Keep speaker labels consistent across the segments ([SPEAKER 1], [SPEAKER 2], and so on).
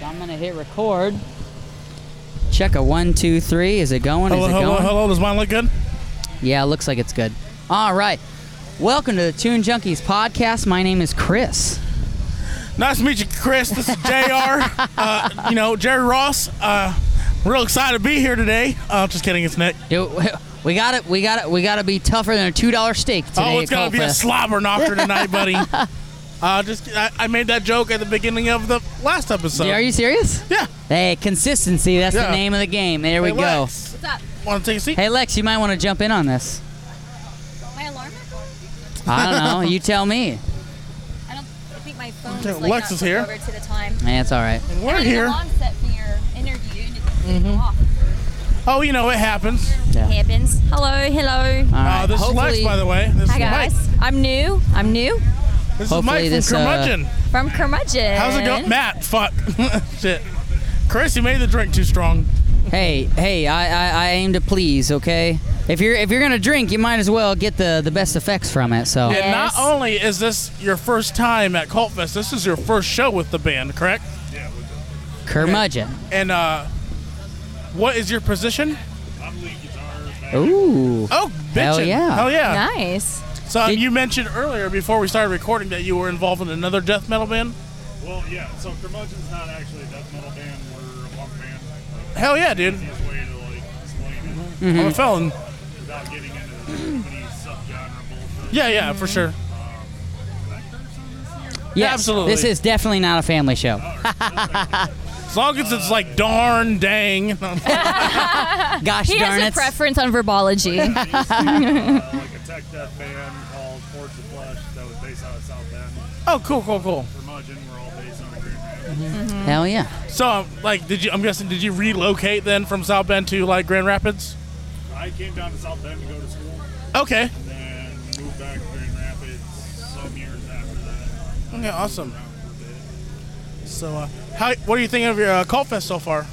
[SPEAKER 1] gonna hit record. Check a one, two, three. Is it going?
[SPEAKER 2] Hello,
[SPEAKER 1] Is it
[SPEAKER 2] hello,
[SPEAKER 1] going?
[SPEAKER 2] hello. Does mine look good?
[SPEAKER 1] Yeah, it looks like it's good. All right. Welcome to the Tune Junkies podcast. My name is Chris.
[SPEAKER 2] Nice to meet you, Chris. This is JR. uh, you know, Jerry Ross. Uh, real excited to be here today. Uh, just kidding. It's Nick.
[SPEAKER 1] Dude, we got it. We got it. We got to be tougher than a two dollar steak today.
[SPEAKER 2] oh, it's
[SPEAKER 1] at
[SPEAKER 2] going to be a
[SPEAKER 1] Coldfest.
[SPEAKER 2] slobber knocker tonight, buddy. uh, just I, I made that joke at the beginning of the last episode.
[SPEAKER 1] Are you serious?
[SPEAKER 2] Yeah.
[SPEAKER 1] Hey, consistency. That's the
[SPEAKER 2] Yeah.
[SPEAKER 1] name of the game. There we
[SPEAKER 2] Hey,
[SPEAKER 1] go.
[SPEAKER 2] Lex, Want to take a seat?
[SPEAKER 1] Hey, Lex, you might want to jump in on this.
[SPEAKER 3] My alarm? is on?
[SPEAKER 1] I don't know. you tell me.
[SPEAKER 3] I don't I think my phone
[SPEAKER 2] Okay,
[SPEAKER 3] is like
[SPEAKER 2] Lex
[SPEAKER 3] not
[SPEAKER 2] is here.
[SPEAKER 3] over to the time.
[SPEAKER 1] Yeah, it's all right.
[SPEAKER 2] We're here. Mm-hmm.
[SPEAKER 3] Alarm set for your interview and it didn't go off.
[SPEAKER 2] Oh, you know, it happens.
[SPEAKER 1] Yeah.
[SPEAKER 3] Happens. Hello, hello.
[SPEAKER 1] All right.
[SPEAKER 2] Uh, this is Lex,
[SPEAKER 1] Hopefully-
[SPEAKER 2] by the way. This
[SPEAKER 3] Hi
[SPEAKER 2] is
[SPEAKER 3] guys.
[SPEAKER 2] Mike.
[SPEAKER 3] I'm new. I'm new
[SPEAKER 2] This is
[SPEAKER 1] Hopefully
[SPEAKER 2] Mike from
[SPEAKER 1] this, uh,
[SPEAKER 2] Curmudgeon.
[SPEAKER 3] from Curmudgeon.
[SPEAKER 2] How's it going? Matt, fuck. Shit. Chris, you made the drink too strong.
[SPEAKER 1] Hey, hey, I, I, I aim to please, okay? If you're if you're gonna drink, you might as well get the, the best effects from it. So
[SPEAKER 2] And
[SPEAKER 3] Yes.
[SPEAKER 2] not only is this your first time at Cult Fest, this is your first show with the band, correct?
[SPEAKER 1] curmudgeon.
[SPEAKER 2] And uh, what is your position?
[SPEAKER 1] Ooh.
[SPEAKER 2] Oh, bitchin'.
[SPEAKER 1] Hell yeah.
[SPEAKER 2] Hell yeah.
[SPEAKER 3] Nice.
[SPEAKER 2] So um,
[SPEAKER 1] Did-
[SPEAKER 2] you mentioned earlier before we started recording that you were involved in another death metal band.
[SPEAKER 4] Well, yeah, so Curmudgeon's not actually a death metal band, we're a punk band. Like,
[SPEAKER 2] Hell yeah, dude. Mm-hmm.
[SPEAKER 4] easiest way to, like, explain it
[SPEAKER 2] I'm a felon.
[SPEAKER 4] without getting into any subgenre bullshit.
[SPEAKER 2] Yeah, yeah, for sure.
[SPEAKER 1] Yes,
[SPEAKER 2] absolutely.
[SPEAKER 1] This is definitely not a family show.
[SPEAKER 2] As long as it's like darn dang.
[SPEAKER 1] Gosh
[SPEAKER 3] He
[SPEAKER 1] darn
[SPEAKER 3] has
[SPEAKER 1] it.
[SPEAKER 3] a preference on verbology.
[SPEAKER 4] Uh, like a tech death band called Forge of Flesh that was based out of South Bend.
[SPEAKER 2] oh, cool, cool, cool. Mm-hmm.
[SPEAKER 4] Curmudgeon, we're all based out of Green Rapids.
[SPEAKER 1] Mm-hmm. Hell yeah.
[SPEAKER 2] So, um, like, did you? I'm guessing did you relocate then from South Bend to like Grand Rapids?
[SPEAKER 4] I came down to South Bend to go to school,
[SPEAKER 2] Okay.
[SPEAKER 4] then moved back to Green Rapids some years after that.
[SPEAKER 2] Okay, awesome.
[SPEAKER 4] around for a bit.
[SPEAKER 2] So, uh, how? What do you think of your uh, Cult Fest so far?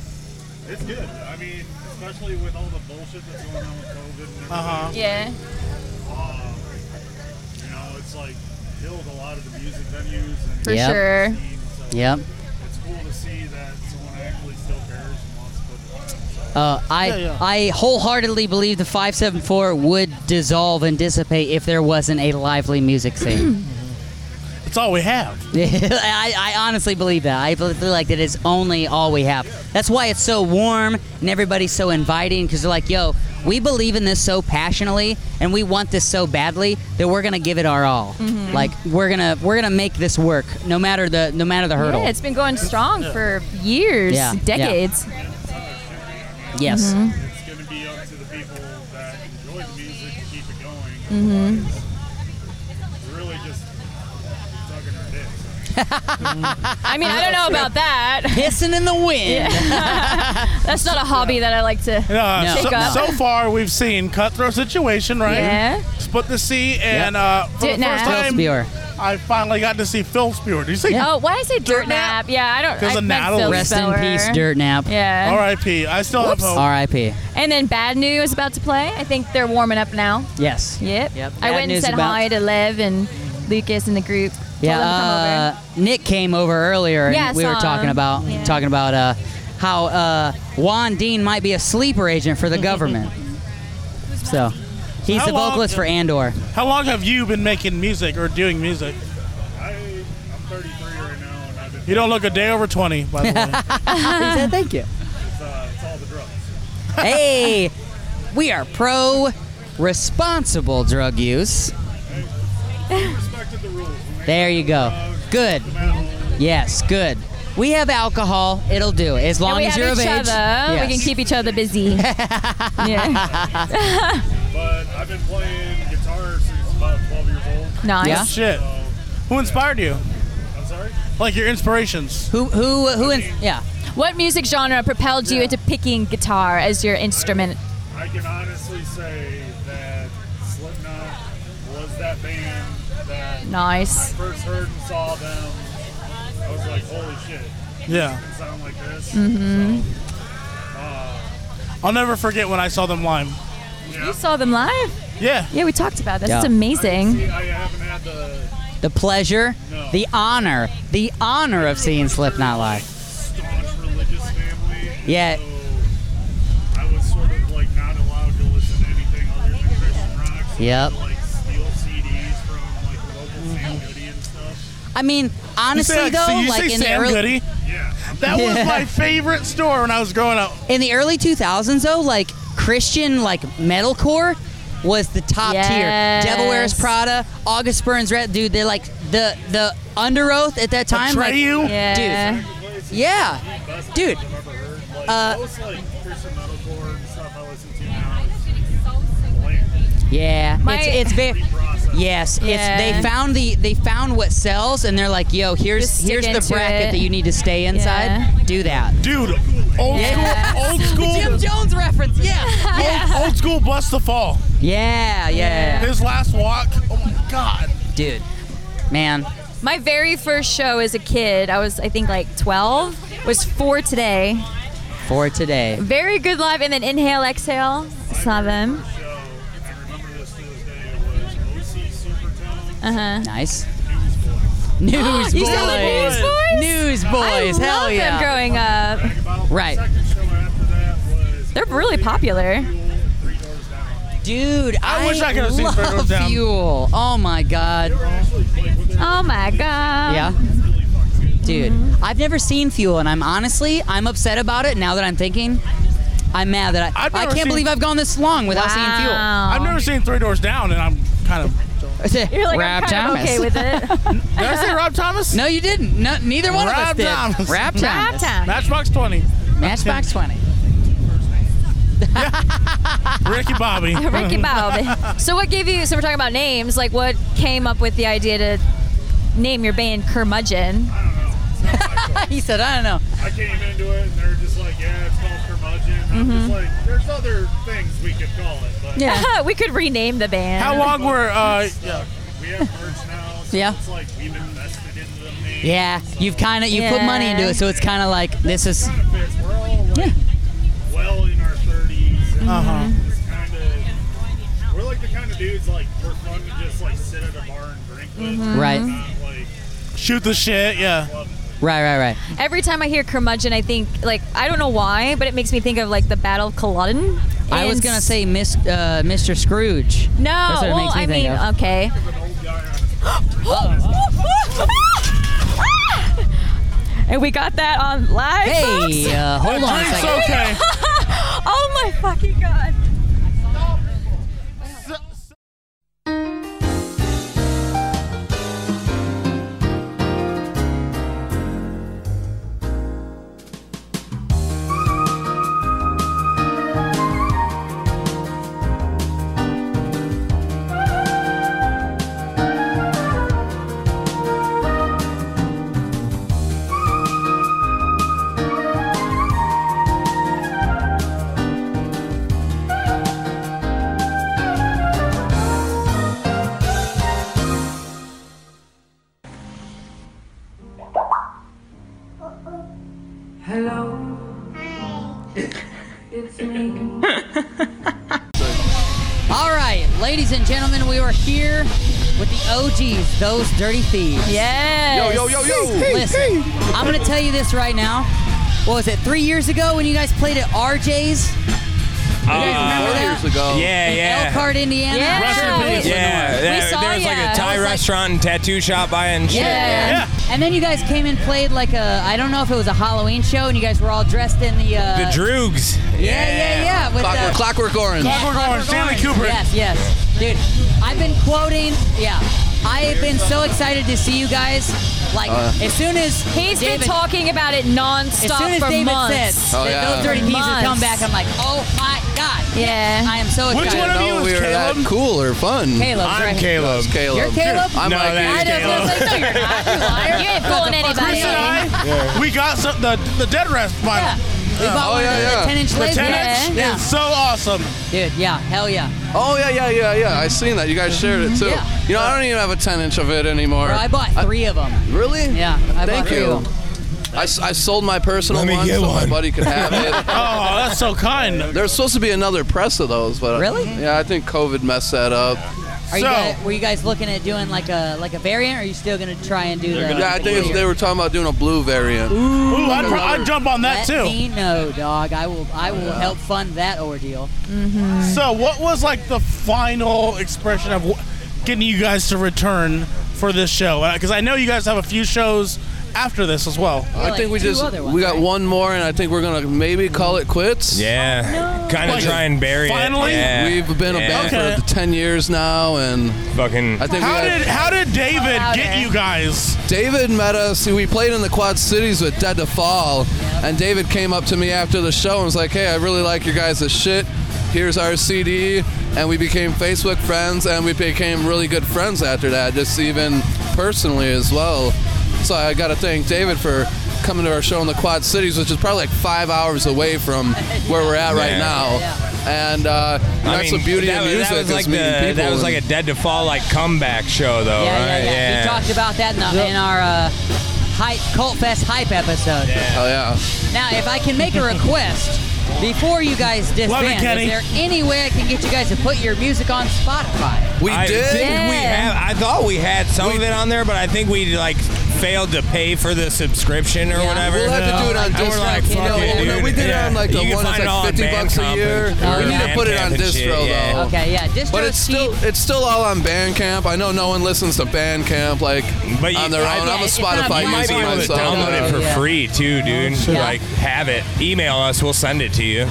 [SPEAKER 4] It's good. I mean, especially with all the bullshit that's going on with COVID and everything. Um,
[SPEAKER 2] Uh-huh.
[SPEAKER 3] yeah.
[SPEAKER 4] You know, it's like killed a lot of the music venues and
[SPEAKER 3] For
[SPEAKER 1] Yep.
[SPEAKER 3] sure.
[SPEAKER 4] scenes, so
[SPEAKER 1] Yep.
[SPEAKER 4] It's cool to see that someone actually still cares and wants to put it on. So
[SPEAKER 1] Uh, I
[SPEAKER 2] Yeah, yeah.
[SPEAKER 1] I wholeheartedly believe the 574 would dissolve and dissipate if there wasn't a lively music scene.
[SPEAKER 2] That's all we have.
[SPEAKER 1] I, I honestly believe that. I feel like that is only all we have. That's why it's so warm and everybody's so inviting because they're like, yo, we believe in this so passionately and we want this so badly that we're gonna give it our all.
[SPEAKER 3] Mm-hmm.
[SPEAKER 1] Like we're gonna we're gonna make this work no matter the no matter the hurdle.
[SPEAKER 3] Yeah, it's been going strong for years,
[SPEAKER 1] Yeah, yeah.
[SPEAKER 3] decades.
[SPEAKER 1] yes.
[SPEAKER 4] it's going to be up to the people that enjoy the music to keep it going. Otherwise, We're really just tugging our dicks.
[SPEAKER 3] I mean, I don't know about that.
[SPEAKER 1] Pissing in the wind.
[SPEAKER 3] That's not a hobby that I like to.
[SPEAKER 2] Uh,
[SPEAKER 1] No.
[SPEAKER 3] Shake up.
[SPEAKER 2] so, so far, we've seen cutthroat situation, right?
[SPEAKER 3] Yeah.
[SPEAKER 2] Split the sea, and uh, for
[SPEAKER 3] Didn't
[SPEAKER 2] the first
[SPEAKER 3] ask.
[SPEAKER 2] time,
[SPEAKER 1] Phil Spear.
[SPEAKER 2] I finally got to see Phil Spear. Did you see?
[SPEAKER 3] Oh, why did I say dirt,
[SPEAKER 2] Dirt nap?
[SPEAKER 3] nap? Yeah, I don't.
[SPEAKER 2] 'Cause
[SPEAKER 3] I
[SPEAKER 2] of
[SPEAKER 3] meant
[SPEAKER 2] Natalie.
[SPEAKER 3] Phil
[SPEAKER 1] Rest in peace,
[SPEAKER 3] Speller.
[SPEAKER 1] Dirt Nap.
[SPEAKER 3] Yeah.
[SPEAKER 2] R.I.P. I still
[SPEAKER 3] Whoops.
[SPEAKER 2] have hope.
[SPEAKER 1] R.I.P.
[SPEAKER 3] And then Bad New is about to play. I think they're warming up now.
[SPEAKER 1] Yes.
[SPEAKER 3] Yep.
[SPEAKER 1] Yep.
[SPEAKER 3] I
[SPEAKER 1] Bad
[SPEAKER 3] went and
[SPEAKER 1] news
[SPEAKER 3] said
[SPEAKER 1] about-
[SPEAKER 3] hi to Lev and Lucas and the group. Told them to come
[SPEAKER 1] Yeah,
[SPEAKER 3] over.
[SPEAKER 1] uh, Nick came over earlier, and
[SPEAKER 3] Yeah, I
[SPEAKER 1] we were
[SPEAKER 3] saw
[SPEAKER 1] talking
[SPEAKER 3] him.
[SPEAKER 1] about
[SPEAKER 3] Yeah.
[SPEAKER 1] talking about uh, how uh, Juan Dean might be a sleeper agent for the government. so, he's
[SPEAKER 2] How
[SPEAKER 1] the
[SPEAKER 2] long-
[SPEAKER 1] vocalist for Andor.
[SPEAKER 2] How long have you been making music or doing music?
[SPEAKER 4] I, I'm 33 right now, and I've been,
[SPEAKER 2] You don't look a day over 20, by the way.
[SPEAKER 1] thank you.
[SPEAKER 4] it's, uh, it's all the drugs.
[SPEAKER 1] Hey, we are pro responsible drug use.
[SPEAKER 4] Respected the rules. We made
[SPEAKER 1] There you go. Good.
[SPEAKER 4] the battle.
[SPEAKER 1] Yes, good. We have alcohol. It'll do as long
[SPEAKER 3] And we
[SPEAKER 1] as
[SPEAKER 3] have
[SPEAKER 1] you're
[SPEAKER 3] each
[SPEAKER 1] of age.
[SPEAKER 3] other. We can
[SPEAKER 1] Yes.
[SPEAKER 3] keep each other busy. yeah.
[SPEAKER 4] But I've been playing guitar since about 12 years old.
[SPEAKER 3] Nice.
[SPEAKER 1] Yeah.
[SPEAKER 2] Shit.
[SPEAKER 4] So,
[SPEAKER 2] Who inspired you?
[SPEAKER 4] I'm sorry?
[SPEAKER 2] Like your inspirations?
[SPEAKER 1] Who who who? In, yeah.
[SPEAKER 3] What music genre propelled you into picking guitar as your instrument?
[SPEAKER 4] I can honestly say that Slipknot was that band that when I
[SPEAKER 3] Nice.
[SPEAKER 4] first heard and saw them. I was like, holy shit, it
[SPEAKER 2] Yeah.
[SPEAKER 4] can sound like this.
[SPEAKER 3] Mm-hmm.
[SPEAKER 4] So,
[SPEAKER 2] I'll never forget when I saw them live.
[SPEAKER 3] You saw them live?
[SPEAKER 2] Yeah.
[SPEAKER 3] Yeah, we talked about this.
[SPEAKER 1] Yeah.
[SPEAKER 3] It's amazing.
[SPEAKER 4] see, I haven't had the
[SPEAKER 1] the pleasure,
[SPEAKER 4] No.
[SPEAKER 1] the honor, the honor of seeing Slipknot live.
[SPEAKER 4] staunch
[SPEAKER 1] Yeah.
[SPEAKER 4] So I was sort of like not allowed to listen to anything other than Christian rock. So I
[SPEAKER 1] Yep.
[SPEAKER 4] had to, like steal CDs from like
[SPEAKER 3] Mm-hmm.
[SPEAKER 4] local Sam Goody and stuff.
[SPEAKER 1] I mean,
[SPEAKER 2] You
[SPEAKER 1] honestly
[SPEAKER 2] say, like,
[SPEAKER 1] though,
[SPEAKER 2] so you
[SPEAKER 1] like
[SPEAKER 2] say
[SPEAKER 1] in the
[SPEAKER 2] Sam
[SPEAKER 1] early
[SPEAKER 2] Goody.
[SPEAKER 4] Yeah. I'm
[SPEAKER 2] That was my favorite store when I was growing up.
[SPEAKER 1] in the early 2000s though, like Christian like metalcore was the top
[SPEAKER 3] Yes.
[SPEAKER 1] tier. Devil Wears Prada, August Burns Red, dude, they're like the the under oath at that time. like-
[SPEAKER 2] Atreyu.
[SPEAKER 3] Yeah.
[SPEAKER 1] Dude.
[SPEAKER 4] place.
[SPEAKER 1] yeah.
[SPEAKER 4] Best
[SPEAKER 1] Dude.
[SPEAKER 4] I've ever heard. Like,
[SPEAKER 1] Uh,
[SPEAKER 4] most like Christian metalcore and stuff I listen to now is bland,
[SPEAKER 1] Yeah.
[SPEAKER 3] My-
[SPEAKER 1] it's it's very
[SPEAKER 4] reprocessed.
[SPEAKER 1] Yes, it's
[SPEAKER 3] Yeah.
[SPEAKER 1] they found the they found what sells and they're like, "Yo, here's
[SPEAKER 3] Just stick
[SPEAKER 1] here's the
[SPEAKER 3] into
[SPEAKER 1] bracket
[SPEAKER 3] it.
[SPEAKER 1] that you need to stay inside.
[SPEAKER 3] Yeah.
[SPEAKER 1] Do that."
[SPEAKER 2] Dude, old
[SPEAKER 1] Yes.
[SPEAKER 2] school, old school,
[SPEAKER 1] Jim Jones reference. Yeah.
[SPEAKER 2] old, old school. Bust the fall.
[SPEAKER 1] Yeah, yeah,
[SPEAKER 2] His last walk. Oh my god.
[SPEAKER 1] dude. Man,
[SPEAKER 3] My very first show as a kid, I was I think like 12, was for today.
[SPEAKER 1] for today.
[SPEAKER 3] Very good live, and then inhale, exhale. Saw them.
[SPEAKER 4] So I remember this to this day. It was OC Supertone.
[SPEAKER 3] Uh huh.
[SPEAKER 1] Nice.
[SPEAKER 4] Newsboys.
[SPEAKER 1] Newsboys.
[SPEAKER 3] You still like Newsboys?
[SPEAKER 1] Newsboys.
[SPEAKER 3] I
[SPEAKER 1] Hell
[SPEAKER 3] love
[SPEAKER 1] yeah.
[SPEAKER 3] them growing
[SPEAKER 1] Uh,
[SPEAKER 4] Rag
[SPEAKER 3] up.
[SPEAKER 4] About.
[SPEAKER 1] Right.
[SPEAKER 4] The second show after that was.
[SPEAKER 3] They're really popular.
[SPEAKER 4] Fuel, Three Doors Down.
[SPEAKER 1] Dude, I,
[SPEAKER 2] I wish I could have seen
[SPEAKER 1] love
[SPEAKER 2] Fergus down.
[SPEAKER 1] Fuel. Oh my god.
[SPEAKER 4] They were actually like when they were
[SPEAKER 3] Oh my god.
[SPEAKER 1] Yeah.
[SPEAKER 4] really fucking good.
[SPEAKER 1] Dude, I've never seen Fuel and I'm honestly, I'm upset about it now that I'm thinking. I'm mad that I
[SPEAKER 2] I've
[SPEAKER 1] I
[SPEAKER 2] never
[SPEAKER 1] can't
[SPEAKER 2] seen-
[SPEAKER 1] believe I've gone this long without seeing E Fuel.
[SPEAKER 3] Wow.
[SPEAKER 2] I've never seen Three Doors Down, and I'm kind of.
[SPEAKER 3] You're like I'm kind of okay with it.
[SPEAKER 2] Did I say Rob Thomas?
[SPEAKER 1] No, you didn't. No, neither one of us
[SPEAKER 2] Rob
[SPEAKER 1] did.
[SPEAKER 2] Thomas.
[SPEAKER 3] Rap
[SPEAKER 1] Rap Thomas.
[SPEAKER 3] time.
[SPEAKER 2] Matchbox Twenty.
[SPEAKER 1] Matchbox 20.
[SPEAKER 2] Ricky Bobby.
[SPEAKER 3] Ricky Bob. So what gave you? So we're talking about names. Like what came up with the idea to name your band Curmudgeon?
[SPEAKER 4] I don't know. It's not my fault.
[SPEAKER 1] He said, I don't know.
[SPEAKER 4] I came into it and they're just like, yeah, it's called curmudgeon. I'm
[SPEAKER 1] Mm-hmm.
[SPEAKER 4] just like, there's other things we could call it, but
[SPEAKER 3] we could rename the band.
[SPEAKER 2] How long were? Uh,
[SPEAKER 4] yeah. we have merch now. So
[SPEAKER 1] Yeah.
[SPEAKER 4] It's like we've invested into the name.
[SPEAKER 1] Yeah,
[SPEAKER 4] so
[SPEAKER 1] you've kind of you put money into it, so it's kind of like this is
[SPEAKER 4] Kind of fits. We're all like
[SPEAKER 1] Yeah.
[SPEAKER 4] well in our 30s. And
[SPEAKER 2] Uh-huh.
[SPEAKER 4] It's kind of. We're like the kind of dudes like we're fun to just like sit at a bar and drink with. Uh,
[SPEAKER 1] Right.
[SPEAKER 4] Not like
[SPEAKER 2] shoot the shit. Yeah.
[SPEAKER 4] love it.
[SPEAKER 1] right, right, right.
[SPEAKER 3] Every time I hear curmudgeon, I think like I don't know why, but it makes me think of like the Battle of Culloden.
[SPEAKER 1] I was
[SPEAKER 3] And-
[SPEAKER 1] gonna say Miss, uh, Mr. Scrooge.
[SPEAKER 3] no.
[SPEAKER 1] That's what it
[SPEAKER 3] well,
[SPEAKER 1] makes me
[SPEAKER 3] I
[SPEAKER 1] think
[SPEAKER 3] mean,
[SPEAKER 1] of.
[SPEAKER 3] okay.
[SPEAKER 4] An old guy on his
[SPEAKER 3] and we got that on live. folks.
[SPEAKER 1] Hey, uh, hold on a
[SPEAKER 2] Drink's
[SPEAKER 1] second.
[SPEAKER 2] okay.
[SPEAKER 3] oh my fucking god.
[SPEAKER 5] Hello. It's me.
[SPEAKER 1] All right, ladies and gentlemen, we are here with the OGs, those dirty thieves.
[SPEAKER 3] Yes. Yo, yo, yo, yo.
[SPEAKER 1] Listen, I'm gonna tell you this right now. What was it? Three years ago when you guys played at RJ's? You guys
[SPEAKER 6] Ah.
[SPEAKER 1] remember
[SPEAKER 7] Four
[SPEAKER 1] that?
[SPEAKER 7] years ago.
[SPEAKER 6] Yeah, yeah.
[SPEAKER 1] Elkhart, Indiana.
[SPEAKER 3] Yeah. Rest in peace.
[SPEAKER 6] yeah, yeah.
[SPEAKER 3] saw
[SPEAKER 6] there was
[SPEAKER 3] ya.
[SPEAKER 6] like a
[SPEAKER 3] I
[SPEAKER 6] Thai
[SPEAKER 3] was like-
[SPEAKER 6] restaurant and tattoo shop by and shit.
[SPEAKER 1] Yeah.
[SPEAKER 2] Yeah.
[SPEAKER 1] And then you guys came and played like a I don't know if it was a Halloween show and you guys were all dressed in the uh
[SPEAKER 6] The Droogs.
[SPEAKER 1] Yeah, yeah, yeah. With
[SPEAKER 7] Clockwork,
[SPEAKER 1] the,
[SPEAKER 7] Clockwork Orange.
[SPEAKER 1] Yeah,
[SPEAKER 2] Clockwork Orange, Stanley Kubrick.
[SPEAKER 1] Yes, yes. Dude, I've been quoting yeah. I have been so excited to see you guys. Like as soon as
[SPEAKER 3] He's
[SPEAKER 1] David,
[SPEAKER 3] been talking about it nonstop
[SPEAKER 1] Uh, as soon as
[SPEAKER 3] for
[SPEAKER 1] David
[SPEAKER 3] months.
[SPEAKER 1] said
[SPEAKER 7] Oh,
[SPEAKER 1] that
[SPEAKER 7] yeah.
[SPEAKER 1] those dirty thieves would come
[SPEAKER 3] Months.
[SPEAKER 1] back, I'm like, oh my god.
[SPEAKER 3] Yeah.
[SPEAKER 1] I am so
[SPEAKER 2] Which
[SPEAKER 1] excited.
[SPEAKER 2] one of you
[SPEAKER 7] No,
[SPEAKER 2] is
[SPEAKER 7] Oh, we were that
[SPEAKER 2] Caleb?
[SPEAKER 7] cool or fun.
[SPEAKER 1] Caleb, right?
[SPEAKER 7] It's Caleb.
[SPEAKER 1] You're Caleb?
[SPEAKER 7] I'm
[SPEAKER 2] No,
[SPEAKER 7] Mikey.
[SPEAKER 2] that's
[SPEAKER 1] I just
[SPEAKER 2] Caleb.
[SPEAKER 1] was like, no, you're not. You liar.
[SPEAKER 3] You ain't fooling
[SPEAKER 1] What the fuck
[SPEAKER 3] anybody.
[SPEAKER 1] are you
[SPEAKER 2] Chris
[SPEAKER 1] doing?
[SPEAKER 2] and I, we got some, the the dead rest vinyl.
[SPEAKER 1] Yeah. We bought
[SPEAKER 7] Oh,
[SPEAKER 1] one
[SPEAKER 7] yeah,
[SPEAKER 1] of
[SPEAKER 7] yeah.
[SPEAKER 1] the 10 inch
[SPEAKER 2] The
[SPEAKER 1] laser.
[SPEAKER 2] Tenex
[SPEAKER 1] Yeah.
[SPEAKER 2] is so awesome.
[SPEAKER 1] Dude, yeah, hell yeah.
[SPEAKER 7] Oh yeah, yeah, yeah, yeah. I seen that. You guys shared it too.
[SPEAKER 1] Yeah.
[SPEAKER 7] You know, I don't even have a ten inch of it anymore.
[SPEAKER 1] Bro, I bought three of them.
[SPEAKER 7] Really?
[SPEAKER 1] Yeah, I
[SPEAKER 7] Thank
[SPEAKER 1] bought three
[SPEAKER 7] you.
[SPEAKER 1] of them.
[SPEAKER 7] I, s- I sold my personal
[SPEAKER 6] Let me
[SPEAKER 7] one
[SPEAKER 6] get
[SPEAKER 7] so my
[SPEAKER 6] one.
[SPEAKER 7] buddy could have it.
[SPEAKER 2] Oh, that's so kind.
[SPEAKER 7] There's supposed to be another press of those, but uh,
[SPEAKER 1] Really?
[SPEAKER 7] yeah, I think COVID messed that up.
[SPEAKER 1] Are you
[SPEAKER 2] So-
[SPEAKER 1] guys, were you guys looking at doing like a like a variant? Or are you still gonna try and do the?
[SPEAKER 7] Yeah, I think it's, they were talking about doing a blue variant.
[SPEAKER 2] Ooh, I'd, pro- I'd jump on that
[SPEAKER 1] Let
[SPEAKER 2] too. Uh,
[SPEAKER 1] me know, dog. I will. I will help fund that ordeal. Mm-hmm.
[SPEAKER 2] So, what was like the final expression of wh- getting you guys to return for this show? Because I know you guys have a few shows after this as well.
[SPEAKER 7] I
[SPEAKER 1] like
[SPEAKER 7] think we
[SPEAKER 1] two
[SPEAKER 7] just
[SPEAKER 1] other ones,
[SPEAKER 7] we got
[SPEAKER 1] right?
[SPEAKER 7] one more, and I think we're gonna maybe call it quits.
[SPEAKER 6] Yeah. Kind of
[SPEAKER 2] Like,
[SPEAKER 6] try and bury
[SPEAKER 2] finally?
[SPEAKER 6] it. Yeah.
[SPEAKER 7] We've been a
[SPEAKER 6] Yeah.
[SPEAKER 7] band
[SPEAKER 2] Okay.
[SPEAKER 7] for ten years now, and
[SPEAKER 6] Fucking.
[SPEAKER 7] I think
[SPEAKER 2] How
[SPEAKER 7] we
[SPEAKER 2] did
[SPEAKER 7] got,
[SPEAKER 2] how did David
[SPEAKER 3] Louder.
[SPEAKER 2] get you guys?
[SPEAKER 7] David met us. We played in the Quad Cities with Dead to Fall, and David came up to me after the show and was like, "Hey, I really like your guys' shit. Here's our CD." And we became Facebook friends, and we became really good friends after that, just even personally as well. So I got to thank David for coming to our show in the Quad Cities, which is probably like five hours away from where we're at right
[SPEAKER 6] Yeah.
[SPEAKER 7] now. And uh,
[SPEAKER 6] I
[SPEAKER 7] that's
[SPEAKER 6] mean,
[SPEAKER 7] the beauty
[SPEAKER 6] that
[SPEAKER 7] of
[SPEAKER 6] was-
[SPEAKER 7] music
[SPEAKER 6] That was
[SPEAKER 7] is
[SPEAKER 6] like,
[SPEAKER 7] meeting
[SPEAKER 6] the,
[SPEAKER 7] people.
[SPEAKER 6] that was
[SPEAKER 7] and-
[SPEAKER 6] like a Dead to Fall like comeback show, though,
[SPEAKER 1] yeah,
[SPEAKER 6] right?
[SPEAKER 1] yeah, yeah. We talked about that in, the, in our uh, hype cult fest hype episode.
[SPEAKER 7] oh yeah.
[SPEAKER 1] Now, if I can make a request before you guys disband,
[SPEAKER 2] Kenny.
[SPEAKER 1] is there any way I can get you guys to put your music on Spotify?
[SPEAKER 7] We
[SPEAKER 6] I
[SPEAKER 7] did.
[SPEAKER 6] think we
[SPEAKER 3] Yeah.
[SPEAKER 6] have. I thought we had some of it on there, but I think we like failed to pay for the subscription or
[SPEAKER 1] Yeah.
[SPEAKER 6] whatever.
[SPEAKER 7] We'll have to do it on
[SPEAKER 6] And
[SPEAKER 7] Distro.
[SPEAKER 6] we're like, fuck
[SPEAKER 7] no,
[SPEAKER 6] it,
[SPEAKER 7] no,
[SPEAKER 6] dude.
[SPEAKER 7] we did it on like the
[SPEAKER 6] You can
[SPEAKER 7] one that's
[SPEAKER 6] find it all
[SPEAKER 7] like
[SPEAKER 6] on
[SPEAKER 7] 50 bucks a
[SPEAKER 6] Bandcamp
[SPEAKER 7] year.
[SPEAKER 6] and-
[SPEAKER 7] we need to put it
[SPEAKER 6] Bandcamp
[SPEAKER 7] on
[SPEAKER 6] and
[SPEAKER 7] Distro
[SPEAKER 6] shit, yeah.
[SPEAKER 7] though.
[SPEAKER 1] Okay, yeah, distro
[SPEAKER 7] But it's still
[SPEAKER 1] cheap.
[SPEAKER 7] it's still all on Bandcamp. I know no one listens to Bandcamp like
[SPEAKER 6] But you-
[SPEAKER 7] on their
[SPEAKER 6] I-
[SPEAKER 7] own. I'm a
[SPEAKER 1] it's not a
[SPEAKER 7] Spotify
[SPEAKER 6] You might be
[SPEAKER 7] user
[SPEAKER 6] able to
[SPEAKER 7] myself.
[SPEAKER 6] download it for
[SPEAKER 1] Yeah.
[SPEAKER 6] free too, dude.
[SPEAKER 1] Yeah.
[SPEAKER 6] Like, have it. Email us. We'll send it to you.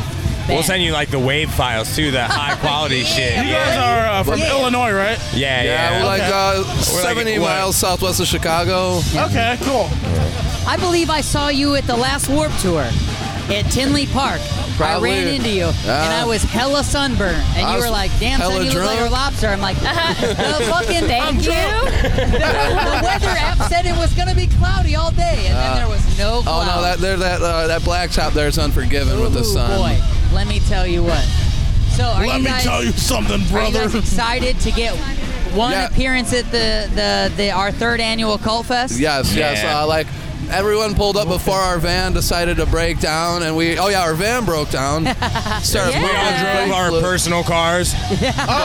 [SPEAKER 6] We'll
[SPEAKER 1] Bam.
[SPEAKER 6] send you like the wave files too, the high quality shit.
[SPEAKER 2] You guys
[SPEAKER 6] Yeah,
[SPEAKER 2] are uh, from
[SPEAKER 1] Yeah.
[SPEAKER 2] Illinois, right?
[SPEAKER 6] yeah.
[SPEAKER 7] yeah, we're like uh,
[SPEAKER 6] We're like,
[SPEAKER 7] 70
[SPEAKER 6] what?
[SPEAKER 7] miles southwest of Chicago.
[SPEAKER 2] Okay, cool.
[SPEAKER 1] I believe I saw you at the last Warp Tour at Tinley Park.
[SPEAKER 7] Probably.
[SPEAKER 1] I ran into you, and I was hella sunburned, and
[SPEAKER 7] I
[SPEAKER 1] you
[SPEAKER 7] was
[SPEAKER 1] were like, "Damn, son,
[SPEAKER 7] hella
[SPEAKER 1] you look like a
[SPEAKER 7] drunk."
[SPEAKER 1] lobster." I'm like, "The fucking
[SPEAKER 3] Thank you.
[SPEAKER 1] The weather app said it was gonna be cloudy all day, and then there was no
[SPEAKER 7] Oh
[SPEAKER 1] clouds.
[SPEAKER 7] no, that there that uh, that blacktop there is unforgiving with the
[SPEAKER 1] Ooh,
[SPEAKER 7] sun.
[SPEAKER 1] boy, let me tell you what. So are
[SPEAKER 2] Let
[SPEAKER 1] you
[SPEAKER 2] me
[SPEAKER 1] guys,
[SPEAKER 2] tell you something,
[SPEAKER 1] are you
[SPEAKER 2] brother.
[SPEAKER 1] guys excited to get one
[SPEAKER 7] Yeah.
[SPEAKER 1] appearance at the, the the our third annual Cult Fest?
[SPEAKER 7] Yes, yes.
[SPEAKER 6] Yeah.
[SPEAKER 7] Uh, like everyone pulled up before our van decided to break down, and we oh yeah, our van broke down. Started
[SPEAKER 6] We all drove our personal cars.
[SPEAKER 7] Oh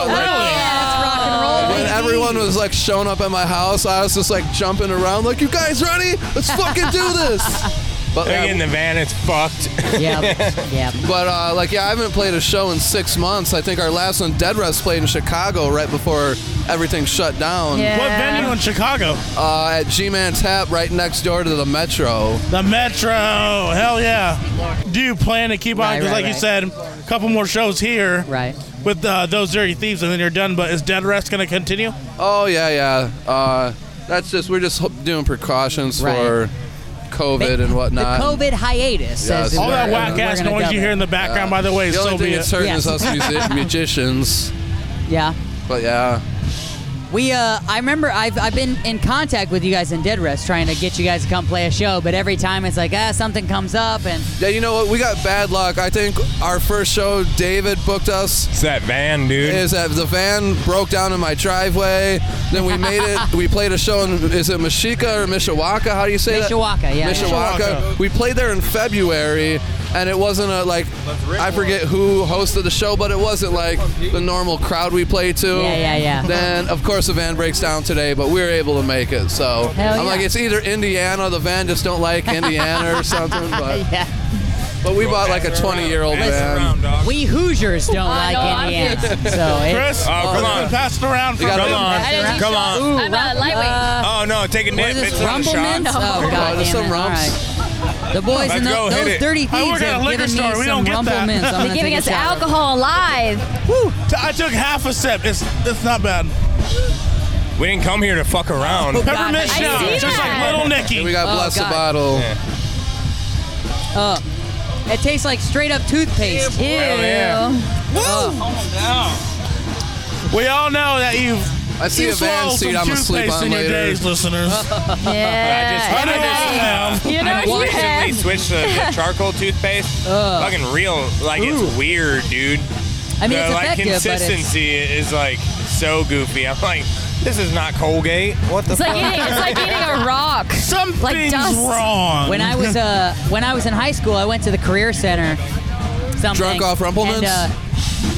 [SPEAKER 1] That's rock and roll.
[SPEAKER 7] When everyone was like showing up at my house, I was just like jumping around, like, "You guys ready? Let's fucking do this!" But uh,
[SPEAKER 6] They get in
[SPEAKER 7] yeah,
[SPEAKER 6] the van. It's fucked.
[SPEAKER 1] Yep. Yep.
[SPEAKER 7] but uh, like, yeah, I haven't played a show in six months. I think our last one, Dead Rest, played in Chicago right before everything shut down.
[SPEAKER 3] Yeah.
[SPEAKER 2] What venue in Chicago?
[SPEAKER 7] Uh, at G-Man Tap, right next door to the Metro.
[SPEAKER 2] The Metro. Hell yeah. Do you plan to keep on?
[SPEAKER 1] Right,
[SPEAKER 2] Because,
[SPEAKER 1] right,
[SPEAKER 2] like you said, a couple more shows here.
[SPEAKER 1] Right.
[SPEAKER 2] With uh, those dirty thieves, and then you're done. But is Dead Rest going to continue?
[SPEAKER 7] Oh yeah, yeah. Uh, that's just we're just ho- doing precautions
[SPEAKER 1] Right.
[SPEAKER 7] for COVID and whatnot.
[SPEAKER 1] The COVID hiatus.
[SPEAKER 7] Yes.
[SPEAKER 1] Says
[SPEAKER 2] All
[SPEAKER 1] we're-
[SPEAKER 2] that
[SPEAKER 7] Right,
[SPEAKER 2] whack
[SPEAKER 1] we're
[SPEAKER 2] ass
[SPEAKER 1] gonna
[SPEAKER 2] noise
[SPEAKER 1] dub
[SPEAKER 2] you
[SPEAKER 1] it.
[SPEAKER 2] hear in the background, by the way, is
[SPEAKER 7] the only
[SPEAKER 2] so
[SPEAKER 7] thing
[SPEAKER 2] be
[SPEAKER 7] that's
[SPEAKER 2] it.
[SPEAKER 7] hurting
[SPEAKER 1] Yes.
[SPEAKER 7] is us music- musicians.
[SPEAKER 1] Yeah.
[SPEAKER 7] But yeah.
[SPEAKER 1] We uh, I remember I've, I've been in contact with you guys in Dead Rest trying to get you guys to come play a show, but every time it's like ah something comes up and
[SPEAKER 7] Yeah, you know what? We got bad luck. I think our first show, David booked us.
[SPEAKER 6] It's that van, dude.
[SPEAKER 7] Is that the van broke down in my driveway? Then we made it. We played a show in is it Mashika or Mishawaka? How do you say that?
[SPEAKER 1] Mishawaka, yeah, yeah.
[SPEAKER 7] Mishawaka.
[SPEAKER 2] Mishawaka.
[SPEAKER 7] We played there in February, and it wasn't a like I forget who hosted the show, but it wasn't like the normal crowd we play to.
[SPEAKER 1] Yeah, yeah, yeah.
[SPEAKER 7] Then of course the van breaks down today, but we were able to make it. So
[SPEAKER 1] Hell
[SPEAKER 7] I'm like,
[SPEAKER 1] yeah.
[SPEAKER 7] it's either Indiana, the van just don't like Indiana or something. But
[SPEAKER 1] yeah.
[SPEAKER 7] but we bought like a 20 year old
[SPEAKER 6] Pass it
[SPEAKER 7] van.
[SPEAKER 6] around, dog.
[SPEAKER 1] We Hoosiers don't
[SPEAKER 3] I
[SPEAKER 1] like
[SPEAKER 3] know, I'm
[SPEAKER 1] Indiana, so it,
[SPEAKER 2] Chris,
[SPEAKER 6] Oh, come
[SPEAKER 2] it's been
[SPEAKER 6] on.
[SPEAKER 2] passed around for
[SPEAKER 7] You got
[SPEAKER 6] Come
[SPEAKER 7] it.
[SPEAKER 3] I didn't
[SPEAKER 6] on.
[SPEAKER 3] eat
[SPEAKER 6] Come
[SPEAKER 3] shots.
[SPEAKER 6] on.
[SPEAKER 3] I'm a lightweight.
[SPEAKER 6] Oh no, take a
[SPEAKER 1] uh, What
[SPEAKER 6] nip.
[SPEAKER 1] is
[SPEAKER 6] It's
[SPEAKER 1] this,
[SPEAKER 6] not a
[SPEAKER 1] Rumble
[SPEAKER 6] shot.
[SPEAKER 1] Mints? Oh,
[SPEAKER 3] No.
[SPEAKER 1] God
[SPEAKER 7] there's
[SPEAKER 1] damn
[SPEAKER 7] some
[SPEAKER 1] it. All
[SPEAKER 7] rumps.
[SPEAKER 1] right. The boys
[SPEAKER 6] Let's
[SPEAKER 1] and
[SPEAKER 6] go,
[SPEAKER 1] the,
[SPEAKER 6] hit
[SPEAKER 1] those
[SPEAKER 6] it.
[SPEAKER 1] dirty
[SPEAKER 2] I
[SPEAKER 1] thieves
[SPEAKER 2] work at a
[SPEAKER 1] have
[SPEAKER 2] liquor
[SPEAKER 1] given me
[SPEAKER 2] store. We
[SPEAKER 1] some
[SPEAKER 2] don't get
[SPEAKER 1] rumble
[SPEAKER 2] that.
[SPEAKER 1] mints. I'm
[SPEAKER 3] They're
[SPEAKER 1] gonna
[SPEAKER 3] giving
[SPEAKER 1] take a
[SPEAKER 3] us
[SPEAKER 1] shower.
[SPEAKER 3] alcohol live.
[SPEAKER 2] I took half a sip. It's it's not bad. Oh,
[SPEAKER 6] We didn't come here to fuck around.
[SPEAKER 1] God,
[SPEAKER 2] Peppermint
[SPEAKER 1] I
[SPEAKER 2] shot,
[SPEAKER 3] see
[SPEAKER 2] just
[SPEAKER 3] that.
[SPEAKER 2] like Little
[SPEAKER 7] And we
[SPEAKER 2] Nicky.
[SPEAKER 7] got
[SPEAKER 1] Oh,
[SPEAKER 7] bless
[SPEAKER 1] God.
[SPEAKER 7] a bottle.
[SPEAKER 1] oh, It tastes like straight up toothpaste.
[SPEAKER 3] Ew.
[SPEAKER 6] yeah.
[SPEAKER 2] We all know that you've
[SPEAKER 7] I see
[SPEAKER 2] you
[SPEAKER 7] a van
[SPEAKER 2] swallowed
[SPEAKER 7] seat
[SPEAKER 2] some
[SPEAKER 7] I'm asleep
[SPEAKER 2] toothpaste
[SPEAKER 7] on
[SPEAKER 2] in your
[SPEAKER 7] later.
[SPEAKER 2] days, listeners.
[SPEAKER 8] Uh-huh.
[SPEAKER 3] Yeah.
[SPEAKER 2] I know this now.
[SPEAKER 3] You know
[SPEAKER 6] I
[SPEAKER 3] you
[SPEAKER 6] recently
[SPEAKER 3] have.
[SPEAKER 6] switched to the charcoal toothpaste. Fucking real, like it's weird, dude.
[SPEAKER 1] I mean,
[SPEAKER 6] the
[SPEAKER 1] it's
[SPEAKER 6] like
[SPEAKER 1] effective, but it's
[SPEAKER 6] consistency is like so goofy. I'm like, this is not Colgate. What the
[SPEAKER 3] It's
[SPEAKER 6] fuck?
[SPEAKER 3] like, eating, it's like eating a rock.
[SPEAKER 2] Something's
[SPEAKER 3] Like dust.
[SPEAKER 2] wrong.
[SPEAKER 1] When I was uh, when I was in high school, I went to the career center. something.
[SPEAKER 7] Drunk off Rumplemans?
[SPEAKER 1] And, uh,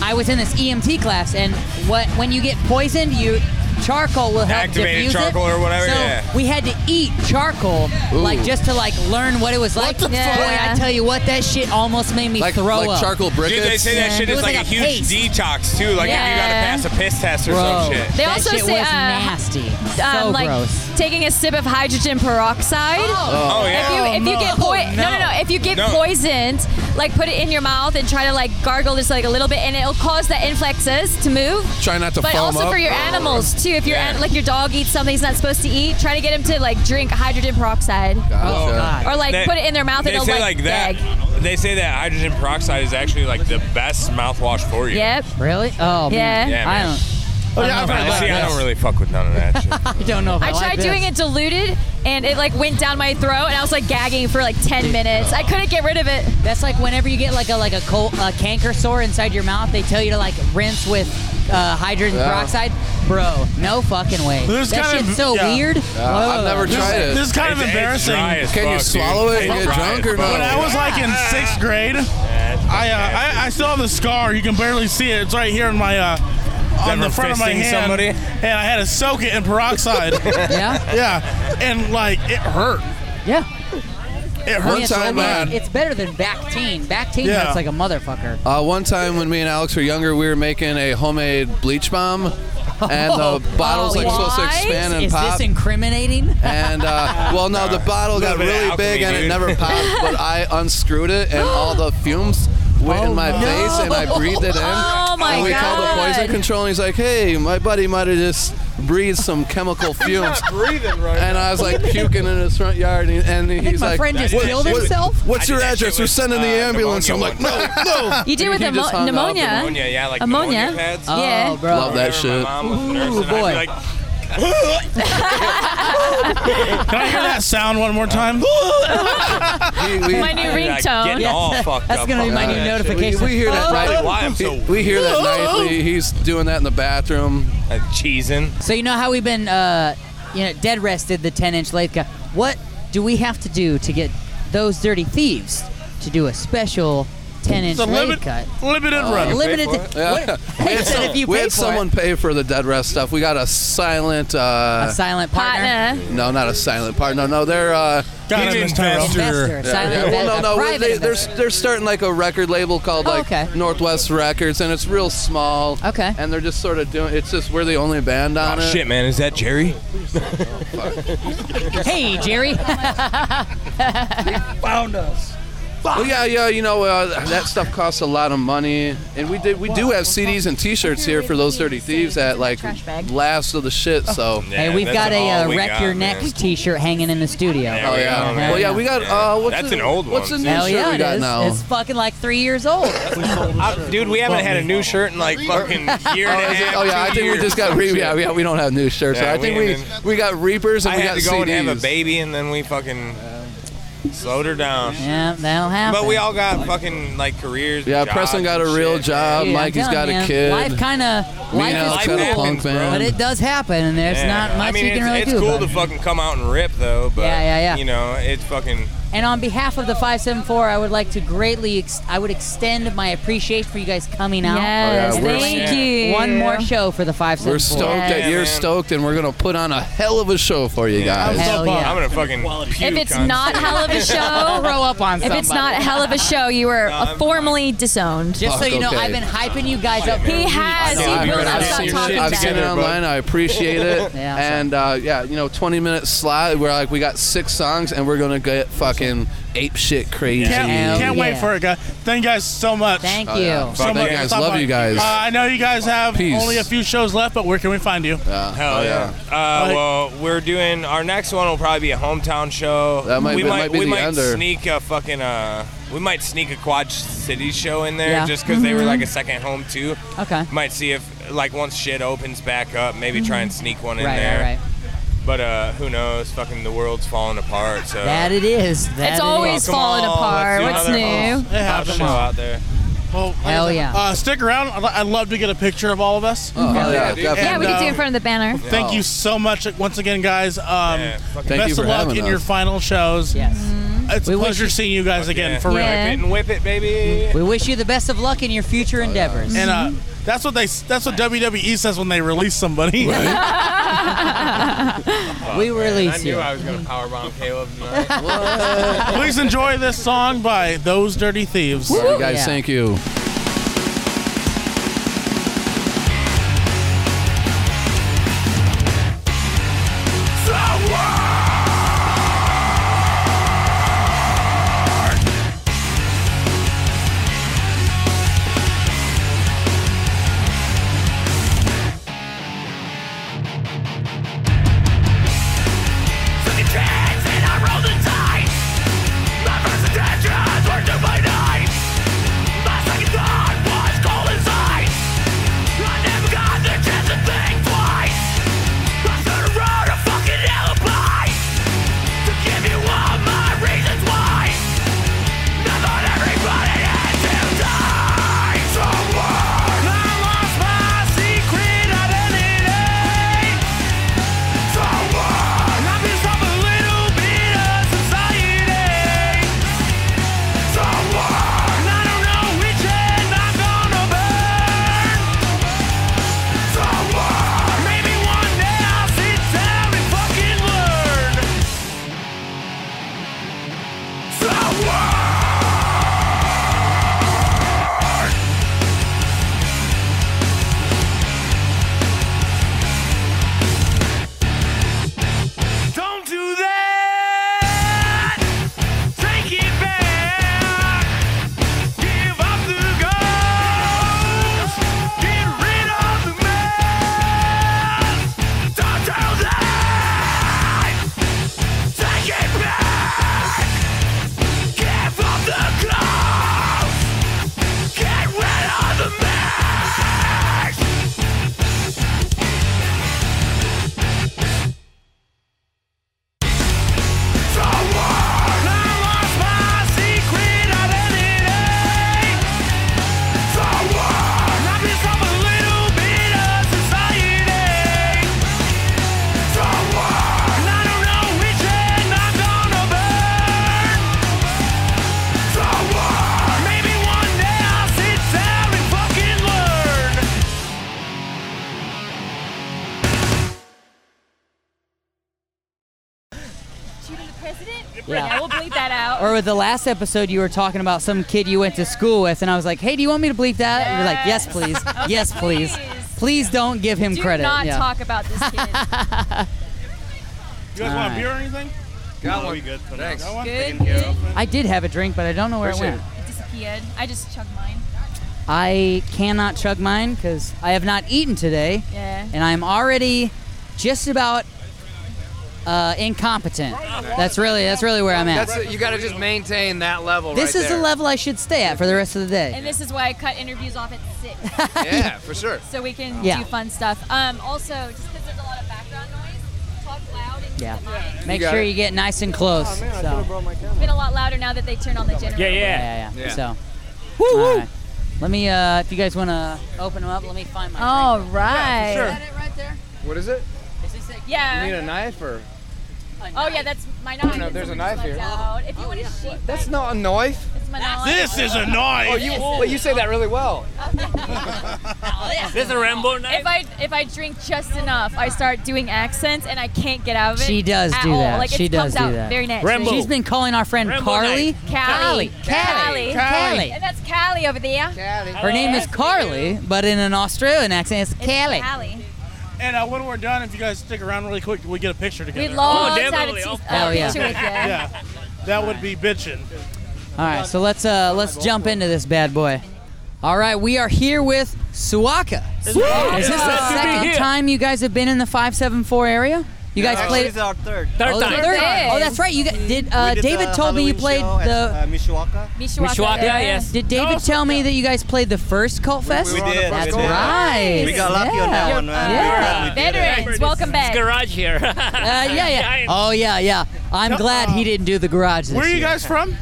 [SPEAKER 1] I was in this EMT class, and what when you get poisoned, you charcoal will help
[SPEAKER 9] Activated
[SPEAKER 1] diffuse it.
[SPEAKER 9] charcoal or whatever,
[SPEAKER 1] So
[SPEAKER 9] yeah.
[SPEAKER 1] we had to eat charcoal, like just to like learn what it was like.
[SPEAKER 3] the fuck?
[SPEAKER 1] Boy, I tell you what, that shit almost made me
[SPEAKER 7] Like,
[SPEAKER 1] throw
[SPEAKER 7] like
[SPEAKER 1] up.
[SPEAKER 7] charcoal briquettes.
[SPEAKER 9] Dude, they say
[SPEAKER 1] Yeah.
[SPEAKER 9] that shit
[SPEAKER 1] It
[SPEAKER 9] is
[SPEAKER 1] was
[SPEAKER 9] like,
[SPEAKER 1] like
[SPEAKER 9] a
[SPEAKER 1] a
[SPEAKER 9] huge
[SPEAKER 1] paste.
[SPEAKER 9] detox too. Like if you gotta
[SPEAKER 3] Yeah.
[SPEAKER 9] pass a piss test or
[SPEAKER 1] Bro,
[SPEAKER 9] some shit.
[SPEAKER 3] They
[SPEAKER 1] that
[SPEAKER 3] also
[SPEAKER 1] shit
[SPEAKER 3] say,
[SPEAKER 1] was
[SPEAKER 3] uh,
[SPEAKER 1] nasty.
[SPEAKER 3] um,
[SPEAKER 1] so
[SPEAKER 3] like
[SPEAKER 1] gross.
[SPEAKER 3] taking a sip of hydrogen peroxide.
[SPEAKER 9] Oh,
[SPEAKER 3] If you
[SPEAKER 9] yeah.
[SPEAKER 3] if you
[SPEAKER 1] no.
[SPEAKER 3] get poisoned, no. no no if you get
[SPEAKER 9] No.
[SPEAKER 3] poisoned, like put it in your mouth and try to like gargle just like a little bit, and it'll cause the inflexes to move.
[SPEAKER 7] Try not to
[SPEAKER 3] But
[SPEAKER 7] foam
[SPEAKER 3] also
[SPEAKER 7] up.
[SPEAKER 3] for your animals too. If your
[SPEAKER 9] Yeah.
[SPEAKER 3] an- like your dog eats something he's not supposed to eat, try to get him to like drink hydrogen peroxide
[SPEAKER 1] oh god.
[SPEAKER 3] or like
[SPEAKER 9] They-
[SPEAKER 3] put it in their mouth
[SPEAKER 9] They
[SPEAKER 3] and it'll
[SPEAKER 9] say
[SPEAKER 3] like,
[SPEAKER 9] like that.
[SPEAKER 3] gag.
[SPEAKER 9] They say that hydrogen peroxide is actually like the best mouthwash for you.
[SPEAKER 3] Yep.
[SPEAKER 1] Really? Oh man.
[SPEAKER 9] Yeah,
[SPEAKER 1] I
[SPEAKER 9] man.
[SPEAKER 1] don't.
[SPEAKER 2] Oh, yeah, I've
[SPEAKER 9] But
[SPEAKER 2] heard
[SPEAKER 9] see,
[SPEAKER 2] that.
[SPEAKER 9] I don't really fuck with none of that shit.
[SPEAKER 1] I don't know if I,
[SPEAKER 3] I
[SPEAKER 1] like
[SPEAKER 3] tried
[SPEAKER 1] this.
[SPEAKER 3] doing it diluted and it like went down my throat and I was like gagging for like 10 minutes. I couldn't get rid of it.
[SPEAKER 1] That's like whenever you get like a like a, cold, a canker sore inside your mouth, they tell you to like rinse with uh, hydrogen
[SPEAKER 7] Yeah.
[SPEAKER 1] peroxide. Bro, no fucking way.
[SPEAKER 2] There's
[SPEAKER 1] that
[SPEAKER 2] kind
[SPEAKER 1] shit's
[SPEAKER 2] of-
[SPEAKER 1] so
[SPEAKER 2] yeah.
[SPEAKER 1] weird.
[SPEAKER 7] Yeah, I've never
[SPEAKER 2] This,
[SPEAKER 7] tried it.
[SPEAKER 2] this is kind
[SPEAKER 9] It's-
[SPEAKER 2] of
[SPEAKER 9] it's
[SPEAKER 2] embarrassing.
[SPEAKER 9] dry as
[SPEAKER 7] Can you
[SPEAKER 9] fuck, dude.
[SPEAKER 7] swallow it and
[SPEAKER 9] It's
[SPEAKER 7] get
[SPEAKER 9] dry as
[SPEAKER 7] drunk or no?
[SPEAKER 9] fuck.
[SPEAKER 2] When I was like in sixth grade,
[SPEAKER 9] Yeah, it's
[SPEAKER 2] I, uh,
[SPEAKER 9] fucking
[SPEAKER 2] I I still have the scar. You can barely see it. It's right here in my uh, on
[SPEAKER 9] Ever
[SPEAKER 2] the front of my
[SPEAKER 9] fisting
[SPEAKER 2] hand.
[SPEAKER 9] somebody?
[SPEAKER 2] And I had to soak it in peroxide.
[SPEAKER 1] Yeah,
[SPEAKER 2] yeah, and like it hurt.
[SPEAKER 1] yeah.
[SPEAKER 2] It
[SPEAKER 1] I
[SPEAKER 2] hurt
[SPEAKER 1] mean, it's,
[SPEAKER 2] so
[SPEAKER 1] I mean,
[SPEAKER 2] bad.
[SPEAKER 1] it's better than Bactine. Bactine
[SPEAKER 2] Yeah.
[SPEAKER 1] hurts like a motherfucker.
[SPEAKER 7] Uh, one time when me and Alex were younger, we were making a homemade bleach bomb, and the bottle's like supposed to
[SPEAKER 3] why?
[SPEAKER 7] expand and
[SPEAKER 1] Oh, Is
[SPEAKER 7] pop.
[SPEAKER 1] this incriminating?
[SPEAKER 7] and uh, well, no, the bottle got
[SPEAKER 9] Little bit of
[SPEAKER 7] really big
[SPEAKER 9] alchemy,
[SPEAKER 7] and it
[SPEAKER 9] dude.
[SPEAKER 7] never popped. But I unscrewed it, and all the fumes went
[SPEAKER 1] Oh,
[SPEAKER 7] in my face, and I breathed it in.
[SPEAKER 3] Oh, my
[SPEAKER 7] and we called the poison
[SPEAKER 3] God.
[SPEAKER 7] control, and he's like, "Hey, my buddy might have just breathed some chemical fumes."
[SPEAKER 10] breathing right
[SPEAKER 7] And I was like puking in his front yard, and, he- and he's
[SPEAKER 1] my
[SPEAKER 7] like,
[SPEAKER 1] friend just
[SPEAKER 9] That is-
[SPEAKER 1] killed
[SPEAKER 9] what-
[SPEAKER 1] himself.
[SPEAKER 9] I
[SPEAKER 7] "What's
[SPEAKER 9] did
[SPEAKER 7] your
[SPEAKER 9] that
[SPEAKER 7] address?
[SPEAKER 9] shit
[SPEAKER 7] We're
[SPEAKER 9] with,
[SPEAKER 7] sending the
[SPEAKER 9] uh,
[SPEAKER 7] ambulance." I'm
[SPEAKER 9] pneumonia
[SPEAKER 7] like, "No, no."
[SPEAKER 3] You did with
[SPEAKER 7] he just hung
[SPEAKER 3] amo-
[SPEAKER 7] up.
[SPEAKER 3] pneumonia.
[SPEAKER 9] Pneumonia, yeah, like
[SPEAKER 3] Ammonia?
[SPEAKER 9] pneumonia pads.
[SPEAKER 1] Oh,
[SPEAKER 3] Yeah.
[SPEAKER 1] bro.
[SPEAKER 7] Love that
[SPEAKER 9] Whenever
[SPEAKER 7] shit.
[SPEAKER 9] My mom was nursing,
[SPEAKER 1] Ooh, boy.
[SPEAKER 9] I'd be like,
[SPEAKER 2] Can I hear that sound one more time?
[SPEAKER 7] We- we-
[SPEAKER 3] My new
[SPEAKER 9] like
[SPEAKER 3] ringtone.
[SPEAKER 9] getting all fucked
[SPEAKER 1] That's
[SPEAKER 9] up.
[SPEAKER 1] gonna be my
[SPEAKER 9] on
[SPEAKER 1] new
[SPEAKER 9] that shit.
[SPEAKER 1] notification.
[SPEAKER 7] We, we hear that
[SPEAKER 9] Probably
[SPEAKER 7] right.
[SPEAKER 9] Why I'm so
[SPEAKER 7] We hear that nightly. He's doing that in the bathroom.
[SPEAKER 9] uh, cheesing.
[SPEAKER 1] So you know how we've been, uh, you know, dead rested the 10 inch lathe cut. What do we have to do to get those dirty thieves to do a special 10 inch
[SPEAKER 2] It's a
[SPEAKER 1] lathe
[SPEAKER 2] limit,
[SPEAKER 1] cut? Oh.
[SPEAKER 2] limited run.
[SPEAKER 1] Limited.
[SPEAKER 9] for it?
[SPEAKER 1] T- what, they said if you
[SPEAKER 7] we
[SPEAKER 1] pay
[SPEAKER 7] had
[SPEAKER 1] for
[SPEAKER 7] someone
[SPEAKER 1] it,
[SPEAKER 7] pay for the dead rest stuff. We got a silent.
[SPEAKER 1] a
[SPEAKER 7] Uh,
[SPEAKER 1] silent partner,
[SPEAKER 3] Partner.
[SPEAKER 7] no, not a silent partner. No, they're. Uh,
[SPEAKER 2] God, I miss Tyrell.
[SPEAKER 1] investor, silent
[SPEAKER 7] yeah, well,
[SPEAKER 1] investor,
[SPEAKER 7] no,
[SPEAKER 1] a
[SPEAKER 7] no,
[SPEAKER 1] private
[SPEAKER 7] they, they're
[SPEAKER 1] investor.
[SPEAKER 7] they're starting like a record label called
[SPEAKER 1] Oh,
[SPEAKER 7] like
[SPEAKER 1] okay.
[SPEAKER 7] Northwest Records, and it's real small.
[SPEAKER 1] Okay.
[SPEAKER 7] And they're just sort of doing. It's just we're the only band on
[SPEAKER 9] Oh,
[SPEAKER 7] it.
[SPEAKER 9] shit, man, is that Jerry?
[SPEAKER 1] Hey, Jerry.
[SPEAKER 7] Well, yeah, yeah, you know uh, that stuff costs a lot of money, and we did we do have CDs and T-shirts here for those dirty thieves at like last of the shit. So.
[SPEAKER 1] hey,
[SPEAKER 9] Oh. Yeah,
[SPEAKER 1] we've
[SPEAKER 9] that's
[SPEAKER 1] got a
[SPEAKER 9] all
[SPEAKER 1] uh,
[SPEAKER 9] we
[SPEAKER 1] wreck
[SPEAKER 9] got,
[SPEAKER 1] your
[SPEAKER 9] man.
[SPEAKER 1] neck T-shirt hanging in the studio.
[SPEAKER 9] Yeah,
[SPEAKER 7] Oh yeah.
[SPEAKER 9] Yeah.
[SPEAKER 7] Well, yeah, we got. Uh, what's
[SPEAKER 9] That's
[SPEAKER 7] the-
[SPEAKER 9] an old
[SPEAKER 7] What's the
[SPEAKER 9] one.
[SPEAKER 7] new
[SPEAKER 1] Hell
[SPEAKER 7] shirt
[SPEAKER 1] yeah,
[SPEAKER 7] we
[SPEAKER 1] it
[SPEAKER 7] got
[SPEAKER 1] is.
[SPEAKER 7] now?
[SPEAKER 1] It's fucking like three years old.
[SPEAKER 7] Uh,
[SPEAKER 9] I- dude, we haven't had a new shirt in like fucking year
[SPEAKER 7] Oh,
[SPEAKER 9] and a
[SPEAKER 7] is it?
[SPEAKER 9] half.
[SPEAKER 7] Oh yeah, I
[SPEAKER 9] two
[SPEAKER 7] think we
[SPEAKER 9] years.
[SPEAKER 7] just got re- yeah, yeah, we don't have new shirts.
[SPEAKER 9] Yeah,
[SPEAKER 7] I think
[SPEAKER 9] we-
[SPEAKER 7] we we got reapers and
[SPEAKER 9] I
[SPEAKER 7] we
[SPEAKER 9] had
[SPEAKER 7] got
[SPEAKER 9] to go
[SPEAKER 7] CDs.
[SPEAKER 9] and have a baby, and then we fucking slowed her down.
[SPEAKER 1] yeah, that'll happen.
[SPEAKER 9] But we all got fucking like careers.
[SPEAKER 7] Yeah,
[SPEAKER 9] jobs
[SPEAKER 7] Preston got a
[SPEAKER 9] and
[SPEAKER 7] real
[SPEAKER 9] shit,
[SPEAKER 7] job.
[SPEAKER 1] Dude, I'm
[SPEAKER 7] Mikey's
[SPEAKER 1] telling
[SPEAKER 7] got a
[SPEAKER 1] you,
[SPEAKER 7] kid.
[SPEAKER 1] Life kind of
[SPEAKER 7] Me and
[SPEAKER 1] life
[SPEAKER 9] Life
[SPEAKER 7] Alex
[SPEAKER 1] is
[SPEAKER 7] got a
[SPEAKER 9] happens,
[SPEAKER 7] punk
[SPEAKER 9] bro.
[SPEAKER 7] band.
[SPEAKER 1] But it does happen, and there's
[SPEAKER 9] Yeah.
[SPEAKER 1] not much
[SPEAKER 9] I mean,
[SPEAKER 1] you can
[SPEAKER 9] it's,
[SPEAKER 1] really
[SPEAKER 9] it's
[SPEAKER 1] do.
[SPEAKER 9] cool
[SPEAKER 1] about
[SPEAKER 9] to
[SPEAKER 1] it.
[SPEAKER 9] fucking come out and rip though, but
[SPEAKER 1] Yeah, yeah, yeah.
[SPEAKER 9] you know, it's fucking
[SPEAKER 1] and on behalf of the 574, I would like to greatly, ex- I would extend my appreciation for you guys coming out.
[SPEAKER 3] Yes,
[SPEAKER 7] Oh, yeah, we're-
[SPEAKER 3] thank
[SPEAKER 9] Yeah.
[SPEAKER 3] you.
[SPEAKER 1] One more show for the 574.
[SPEAKER 7] We're stoked that
[SPEAKER 9] Yeah,
[SPEAKER 7] you're
[SPEAKER 9] man.
[SPEAKER 7] stoked, and we're gonna put on a hell of a show for you guys.
[SPEAKER 1] Hell
[SPEAKER 2] Stop on.
[SPEAKER 1] yeah.
[SPEAKER 9] I'm gonna fucking puke
[SPEAKER 3] If it's
[SPEAKER 9] on
[SPEAKER 3] not hell of a show,
[SPEAKER 1] Throw up on
[SPEAKER 3] if
[SPEAKER 1] somebody.
[SPEAKER 3] it's not hell of a show, you are
[SPEAKER 9] I'm fine.
[SPEAKER 3] formally disowned.
[SPEAKER 1] Just so
[SPEAKER 7] Fuck,
[SPEAKER 1] you know,
[SPEAKER 7] okay.
[SPEAKER 1] I've been hyping you guys up.
[SPEAKER 9] He
[SPEAKER 1] for weeks.
[SPEAKER 3] has.
[SPEAKER 7] No,
[SPEAKER 3] He
[SPEAKER 7] I've
[SPEAKER 3] will
[SPEAKER 7] heard
[SPEAKER 3] not
[SPEAKER 7] it.
[SPEAKER 3] stop
[SPEAKER 9] I've
[SPEAKER 3] talking
[SPEAKER 9] seen
[SPEAKER 7] I've
[SPEAKER 3] back.
[SPEAKER 7] seen it
[SPEAKER 9] Together, bro.
[SPEAKER 7] online. I appreciate it.
[SPEAKER 1] Yeah,
[SPEAKER 7] and uh, yeah, you know, 20 minute slot. We're like, we got six songs, and we're gonna get fucking ape shit crazy.
[SPEAKER 2] Can't,
[SPEAKER 1] Hell
[SPEAKER 2] can't wait
[SPEAKER 1] yeah.
[SPEAKER 2] for it, guys. Thank you guys so much.
[SPEAKER 1] Thank
[SPEAKER 7] Oh,
[SPEAKER 1] you.
[SPEAKER 7] yeah.
[SPEAKER 2] So
[SPEAKER 7] Fuck
[SPEAKER 2] much
[SPEAKER 7] you
[SPEAKER 2] for
[SPEAKER 7] guys.
[SPEAKER 2] stopping
[SPEAKER 7] Love
[SPEAKER 2] by.
[SPEAKER 7] you guys.
[SPEAKER 2] Uh, I know you guys have
[SPEAKER 7] Peace.
[SPEAKER 2] only a few shows left, but where can we find you?
[SPEAKER 7] Uh,
[SPEAKER 9] Hell
[SPEAKER 7] oh,
[SPEAKER 9] yeah. Uh, well, we're doing our next one will probably be a hometown show.
[SPEAKER 7] That might
[SPEAKER 9] we
[SPEAKER 7] be-
[SPEAKER 9] might,
[SPEAKER 7] might be
[SPEAKER 9] we
[SPEAKER 7] the
[SPEAKER 9] might
[SPEAKER 7] under.
[SPEAKER 9] sneak a fucking uh we might sneak a Quad City show in there
[SPEAKER 1] Yeah.
[SPEAKER 9] just because they were like a second home too.
[SPEAKER 1] Okay.
[SPEAKER 9] Might see if like once shit opens back up, maybe try and sneak one in
[SPEAKER 1] Right,
[SPEAKER 9] there.
[SPEAKER 1] right, right.
[SPEAKER 9] But uh, who knows? Fucking the world's falling apart. So Oh,
[SPEAKER 1] That it is. That
[SPEAKER 3] It's
[SPEAKER 1] it
[SPEAKER 3] always
[SPEAKER 1] is.
[SPEAKER 9] Come
[SPEAKER 3] falling
[SPEAKER 9] on,
[SPEAKER 3] apart.
[SPEAKER 9] let's
[SPEAKER 3] What's
[SPEAKER 9] do another-
[SPEAKER 3] new?
[SPEAKER 2] It
[SPEAKER 9] Hot
[SPEAKER 2] happens.
[SPEAKER 9] show out there.
[SPEAKER 2] Well, like I
[SPEAKER 1] Hell
[SPEAKER 2] said,
[SPEAKER 1] yeah.
[SPEAKER 2] Uh, stick around. I'd, I'd love to get a picture of all of us.
[SPEAKER 7] Oh, hell yeah,
[SPEAKER 9] dude.
[SPEAKER 7] definitely.
[SPEAKER 3] Yeah, we can do it
[SPEAKER 2] uh,
[SPEAKER 3] in front of the banner.
[SPEAKER 2] Thank you so much once again, guys. Um,
[SPEAKER 9] Yeah, fucking-
[SPEAKER 2] best
[SPEAKER 7] you for
[SPEAKER 2] of luck
[SPEAKER 7] having
[SPEAKER 2] in your
[SPEAKER 7] us.
[SPEAKER 2] final shows.
[SPEAKER 1] Yes. Mm-hmm.
[SPEAKER 2] It's
[SPEAKER 1] We
[SPEAKER 2] a
[SPEAKER 1] wish
[SPEAKER 2] pleasure
[SPEAKER 1] you-
[SPEAKER 2] seeing you guys again for real.
[SPEAKER 3] Yeah.
[SPEAKER 6] Bitten whip it, baby.
[SPEAKER 1] We wish you the best of luck in your future endeavors.
[SPEAKER 2] And uh, that's what they that's what WWE says when they release somebody.
[SPEAKER 1] we release you.
[SPEAKER 6] was gonna powerbomb Caleb. Tonight.
[SPEAKER 2] Please enjoy this song by Those Dirty Thieves.
[SPEAKER 7] All right, guys,
[SPEAKER 1] Yeah.
[SPEAKER 7] thank you.
[SPEAKER 8] Don't do that. Take it back. Give up the ghost. Get rid of the man. Don't do that. Take it back. Give up the ghost. Get rid of the man. I lost my secret identity. So what? I become a little bit of society. So what? I don't know which end I'm gonna burn. So what? Maybe one day I'll sit down and fucking learn.
[SPEAKER 3] Shooting the president?
[SPEAKER 1] Yeah.
[SPEAKER 3] Yeah, we'll bleep that out.
[SPEAKER 1] Or with the last episode, you were talking about some kid you went to school with, and I was like, "Hey, do you want me to bleep that?" And you're like, "Yes, please. Yes, please. Please don't give him
[SPEAKER 3] Do
[SPEAKER 1] credit."
[SPEAKER 3] not
[SPEAKER 1] Yeah.
[SPEAKER 3] talk about this kid.
[SPEAKER 2] You guys want a beer or anything?
[SPEAKER 7] Got
[SPEAKER 4] Be good for
[SPEAKER 7] Thanks.
[SPEAKER 2] Got one?
[SPEAKER 3] Good, good.
[SPEAKER 1] I did have a drink, but I don't know where
[SPEAKER 7] Appreciate
[SPEAKER 1] it went.
[SPEAKER 3] It disappeared. I just chugged mine.
[SPEAKER 1] I cannot chug mine because I have not eaten today,
[SPEAKER 3] Yeah.
[SPEAKER 1] and I'm already just about uh, incompetent. That's really that's really where I'm at.
[SPEAKER 11] That's it. You got to just maintain that level.
[SPEAKER 1] This
[SPEAKER 11] right
[SPEAKER 1] is
[SPEAKER 11] there.
[SPEAKER 1] the level I should stay at for the rest of the day.
[SPEAKER 3] And this is why I cut interviews off at six,
[SPEAKER 11] Yeah, for sure.
[SPEAKER 3] so we can
[SPEAKER 1] Yeah.
[SPEAKER 3] do fun stuff. Um, also, just because there's a lot of background noise, talk loud and
[SPEAKER 1] Yeah.
[SPEAKER 3] yeah. the mic.
[SPEAKER 1] Make
[SPEAKER 11] got
[SPEAKER 1] sure
[SPEAKER 11] it.
[SPEAKER 1] you get nice and close.
[SPEAKER 11] Oh,
[SPEAKER 1] so.
[SPEAKER 3] It's been a lot louder now that they turned on the generator.
[SPEAKER 1] yeah, yeah, yeah.
[SPEAKER 11] Yeah.
[SPEAKER 1] So, All right. Let me, uh, if you guys want to open them up, let me find my.
[SPEAKER 3] All right.
[SPEAKER 1] drink. Is that it right there?
[SPEAKER 11] What is it?
[SPEAKER 1] Is this it?
[SPEAKER 11] You need a
[SPEAKER 3] Yeah.
[SPEAKER 11] knife or?
[SPEAKER 3] Oh yeah, that's my knife.
[SPEAKER 11] no,
[SPEAKER 3] It's
[SPEAKER 11] there's a
[SPEAKER 3] just
[SPEAKER 11] knife
[SPEAKER 3] left
[SPEAKER 11] here.
[SPEAKER 3] out. If you
[SPEAKER 1] Oh,
[SPEAKER 3] want to sheet,
[SPEAKER 11] That's not a knife.
[SPEAKER 3] it's my knife.
[SPEAKER 2] This is a knife.
[SPEAKER 11] Oh, you. But you say that really well.
[SPEAKER 4] This a Rambo night.
[SPEAKER 3] If I if I drink just enough, I start doing accents and I can't get out of it.
[SPEAKER 1] She does
[SPEAKER 3] at
[SPEAKER 1] do
[SPEAKER 3] all.
[SPEAKER 1] that.
[SPEAKER 3] Like
[SPEAKER 1] She
[SPEAKER 3] it comes
[SPEAKER 1] does do
[SPEAKER 3] out
[SPEAKER 1] that.
[SPEAKER 3] very naturally.
[SPEAKER 4] Rambo.
[SPEAKER 1] She's been calling our friend
[SPEAKER 4] Rambo
[SPEAKER 1] Carly.
[SPEAKER 4] Knight.
[SPEAKER 3] Callie. Callie.
[SPEAKER 1] Callie. Callie.
[SPEAKER 3] And that's Callie over there.
[SPEAKER 1] Her name is Carly, but in an Australian accent, it's
[SPEAKER 3] It's
[SPEAKER 1] Callie.
[SPEAKER 3] Callie.
[SPEAKER 2] And uh, when we're done, if you guys stick around really quick, we get a picture together.
[SPEAKER 3] We'd love to have a
[SPEAKER 4] definitely.
[SPEAKER 3] t-
[SPEAKER 4] Oh,
[SPEAKER 1] hell
[SPEAKER 3] uh,
[SPEAKER 1] yeah.
[SPEAKER 3] picture with you.
[SPEAKER 2] Yeah, that would be bitching.
[SPEAKER 1] All right, so let's uh, let's jump into this bad boy. All right, we are here with Suaka. Is this the second time you guys have been in the 574 area? You guys played
[SPEAKER 12] This is our third.
[SPEAKER 1] Oh, the
[SPEAKER 3] time.
[SPEAKER 1] third-
[SPEAKER 3] Yes.
[SPEAKER 1] oh, that's right. You got, did, uh,
[SPEAKER 12] We did
[SPEAKER 1] David
[SPEAKER 12] the
[SPEAKER 1] told me you
[SPEAKER 12] Halloween
[SPEAKER 1] played
[SPEAKER 12] show at,
[SPEAKER 1] the.
[SPEAKER 12] uh, Mishawaka.
[SPEAKER 3] Mishawaka.
[SPEAKER 6] Mishawaka,
[SPEAKER 3] yeah.
[SPEAKER 6] yes.
[SPEAKER 1] Did David tell me that you guys played the first Cult Fest?
[SPEAKER 12] we did,
[SPEAKER 1] That's
[SPEAKER 12] we did.
[SPEAKER 1] right.
[SPEAKER 12] We got lucky on that
[SPEAKER 1] Yeah.
[SPEAKER 8] uh,
[SPEAKER 12] one, man.
[SPEAKER 1] Yeah.
[SPEAKER 12] We, thought we did it.
[SPEAKER 3] Veterans, welcome back.
[SPEAKER 4] garage here.
[SPEAKER 1] Uh, yeah, yeah. Oh, yeah, yeah. I'm glad he didn't do the garage this
[SPEAKER 2] Where are you
[SPEAKER 1] year.
[SPEAKER 2] guys from?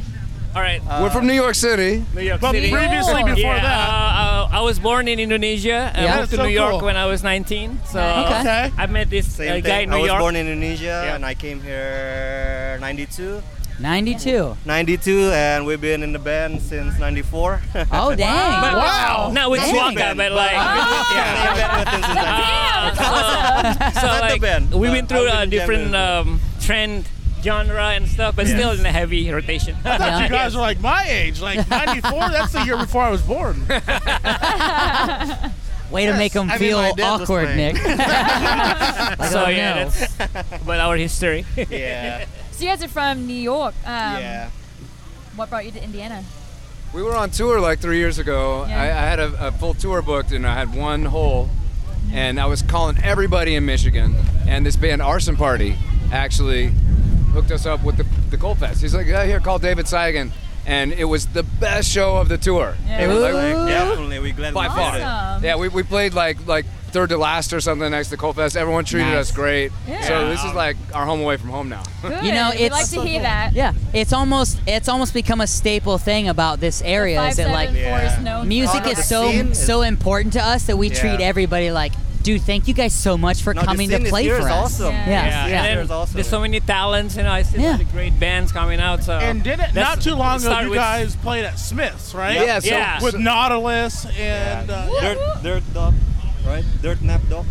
[SPEAKER 4] All right.
[SPEAKER 7] We're from New York City.
[SPEAKER 4] New York
[SPEAKER 2] But
[SPEAKER 4] City.
[SPEAKER 2] previously,
[SPEAKER 1] Oh.
[SPEAKER 2] before
[SPEAKER 4] yeah,
[SPEAKER 2] that,
[SPEAKER 4] uh, uh, I was born in Indonesia. I
[SPEAKER 1] Yeah.
[SPEAKER 4] moved
[SPEAKER 2] That's
[SPEAKER 4] to
[SPEAKER 2] so
[SPEAKER 4] New York
[SPEAKER 2] cool.
[SPEAKER 4] when I was 19. So
[SPEAKER 1] Okay.
[SPEAKER 2] Okay.
[SPEAKER 4] I met this uh,
[SPEAKER 12] Same
[SPEAKER 4] guy
[SPEAKER 12] thing.
[SPEAKER 4] in
[SPEAKER 12] I
[SPEAKER 4] New
[SPEAKER 12] was
[SPEAKER 4] York.
[SPEAKER 12] born in Indonesia
[SPEAKER 4] Yeah.
[SPEAKER 12] and I came here 92.
[SPEAKER 1] 92.
[SPEAKER 12] 92, and we've been in the band since 94.
[SPEAKER 1] Oh, dang.
[SPEAKER 13] But-
[SPEAKER 1] wow.
[SPEAKER 13] Not with
[SPEAKER 12] Dang.
[SPEAKER 13] Swaka, but like.
[SPEAKER 2] Oh.
[SPEAKER 13] yeah. so
[SPEAKER 12] Not the
[SPEAKER 13] like,
[SPEAKER 12] band,
[SPEAKER 13] we've
[SPEAKER 12] but
[SPEAKER 13] been through
[SPEAKER 12] I've
[SPEAKER 13] a
[SPEAKER 12] been
[SPEAKER 13] different um, trend genre and stuff, but still in a heavy rotation.
[SPEAKER 2] I thought you guys were like my age, like 94. That's the year before I was born.
[SPEAKER 1] Way to make them
[SPEAKER 2] I mean,
[SPEAKER 1] feel
[SPEAKER 2] my dad was
[SPEAKER 1] awkward,
[SPEAKER 2] playing.
[SPEAKER 1] Nick. Like,
[SPEAKER 13] so
[SPEAKER 1] oh,
[SPEAKER 13] yeah,
[SPEAKER 1] no.
[SPEAKER 13] that's about our history.
[SPEAKER 12] Yeah.
[SPEAKER 3] So you guys are from New York. Um,
[SPEAKER 11] Yeah.
[SPEAKER 3] What brought you to Indiana?
[SPEAKER 11] We were on tour like three years ago.
[SPEAKER 3] Yeah.
[SPEAKER 11] I, I had a, a full tour booked and I had one hole. And I was calling everybody in Michigan. And this band, Arson Party, actually hooked us up with the, the Cold Fest. He's like, yeah, here, call David Sagan. And it was the best show of the tour. It was like,
[SPEAKER 12] Definitely, we're glad
[SPEAKER 11] by
[SPEAKER 12] we
[SPEAKER 11] far.
[SPEAKER 12] did it.
[SPEAKER 11] Yeah, we, we played like like third to last or something next to Cold Fest. Everyone treated
[SPEAKER 1] Nice.
[SPEAKER 11] us great.
[SPEAKER 3] Yeah.
[SPEAKER 11] So this is like our home away from home now.
[SPEAKER 1] You know,
[SPEAKER 3] Good.
[SPEAKER 1] it's
[SPEAKER 3] we like to hear that.
[SPEAKER 1] Yeah, it's almost it's almost become a staple thing about this area.
[SPEAKER 3] Five
[SPEAKER 1] Is it
[SPEAKER 3] seven
[SPEAKER 1] like
[SPEAKER 3] four is
[SPEAKER 12] Yeah.
[SPEAKER 3] known
[SPEAKER 1] music
[SPEAKER 3] for
[SPEAKER 1] is
[SPEAKER 3] that.
[SPEAKER 1] so
[SPEAKER 12] scene is-
[SPEAKER 1] so important to us that we
[SPEAKER 12] Yeah.
[SPEAKER 1] treat everybody like, dude, thank you guys so much for
[SPEAKER 12] No,
[SPEAKER 1] coming
[SPEAKER 12] the
[SPEAKER 1] to
[SPEAKER 12] scene
[SPEAKER 1] play
[SPEAKER 12] is here
[SPEAKER 1] for
[SPEAKER 12] is
[SPEAKER 1] us.
[SPEAKER 12] awesome.
[SPEAKER 3] Yeah.
[SPEAKER 1] Yeah.
[SPEAKER 12] Yeah,
[SPEAKER 13] and
[SPEAKER 12] there's
[SPEAKER 13] there's,
[SPEAKER 12] also-
[SPEAKER 13] so many talents, you know. It's
[SPEAKER 1] Yeah.
[SPEAKER 13] yeah. the great bands coming out. So
[SPEAKER 2] And did it
[SPEAKER 13] that's-
[SPEAKER 2] not too long ago?
[SPEAKER 13] start
[SPEAKER 2] You
[SPEAKER 13] with-
[SPEAKER 2] guys played at Smiths, right?
[SPEAKER 11] Yeah, so-
[SPEAKER 13] Yeah.
[SPEAKER 2] With Nautilus and uh, yeah.
[SPEAKER 12] Dirt, dirt dog, right? Dirt nap dog.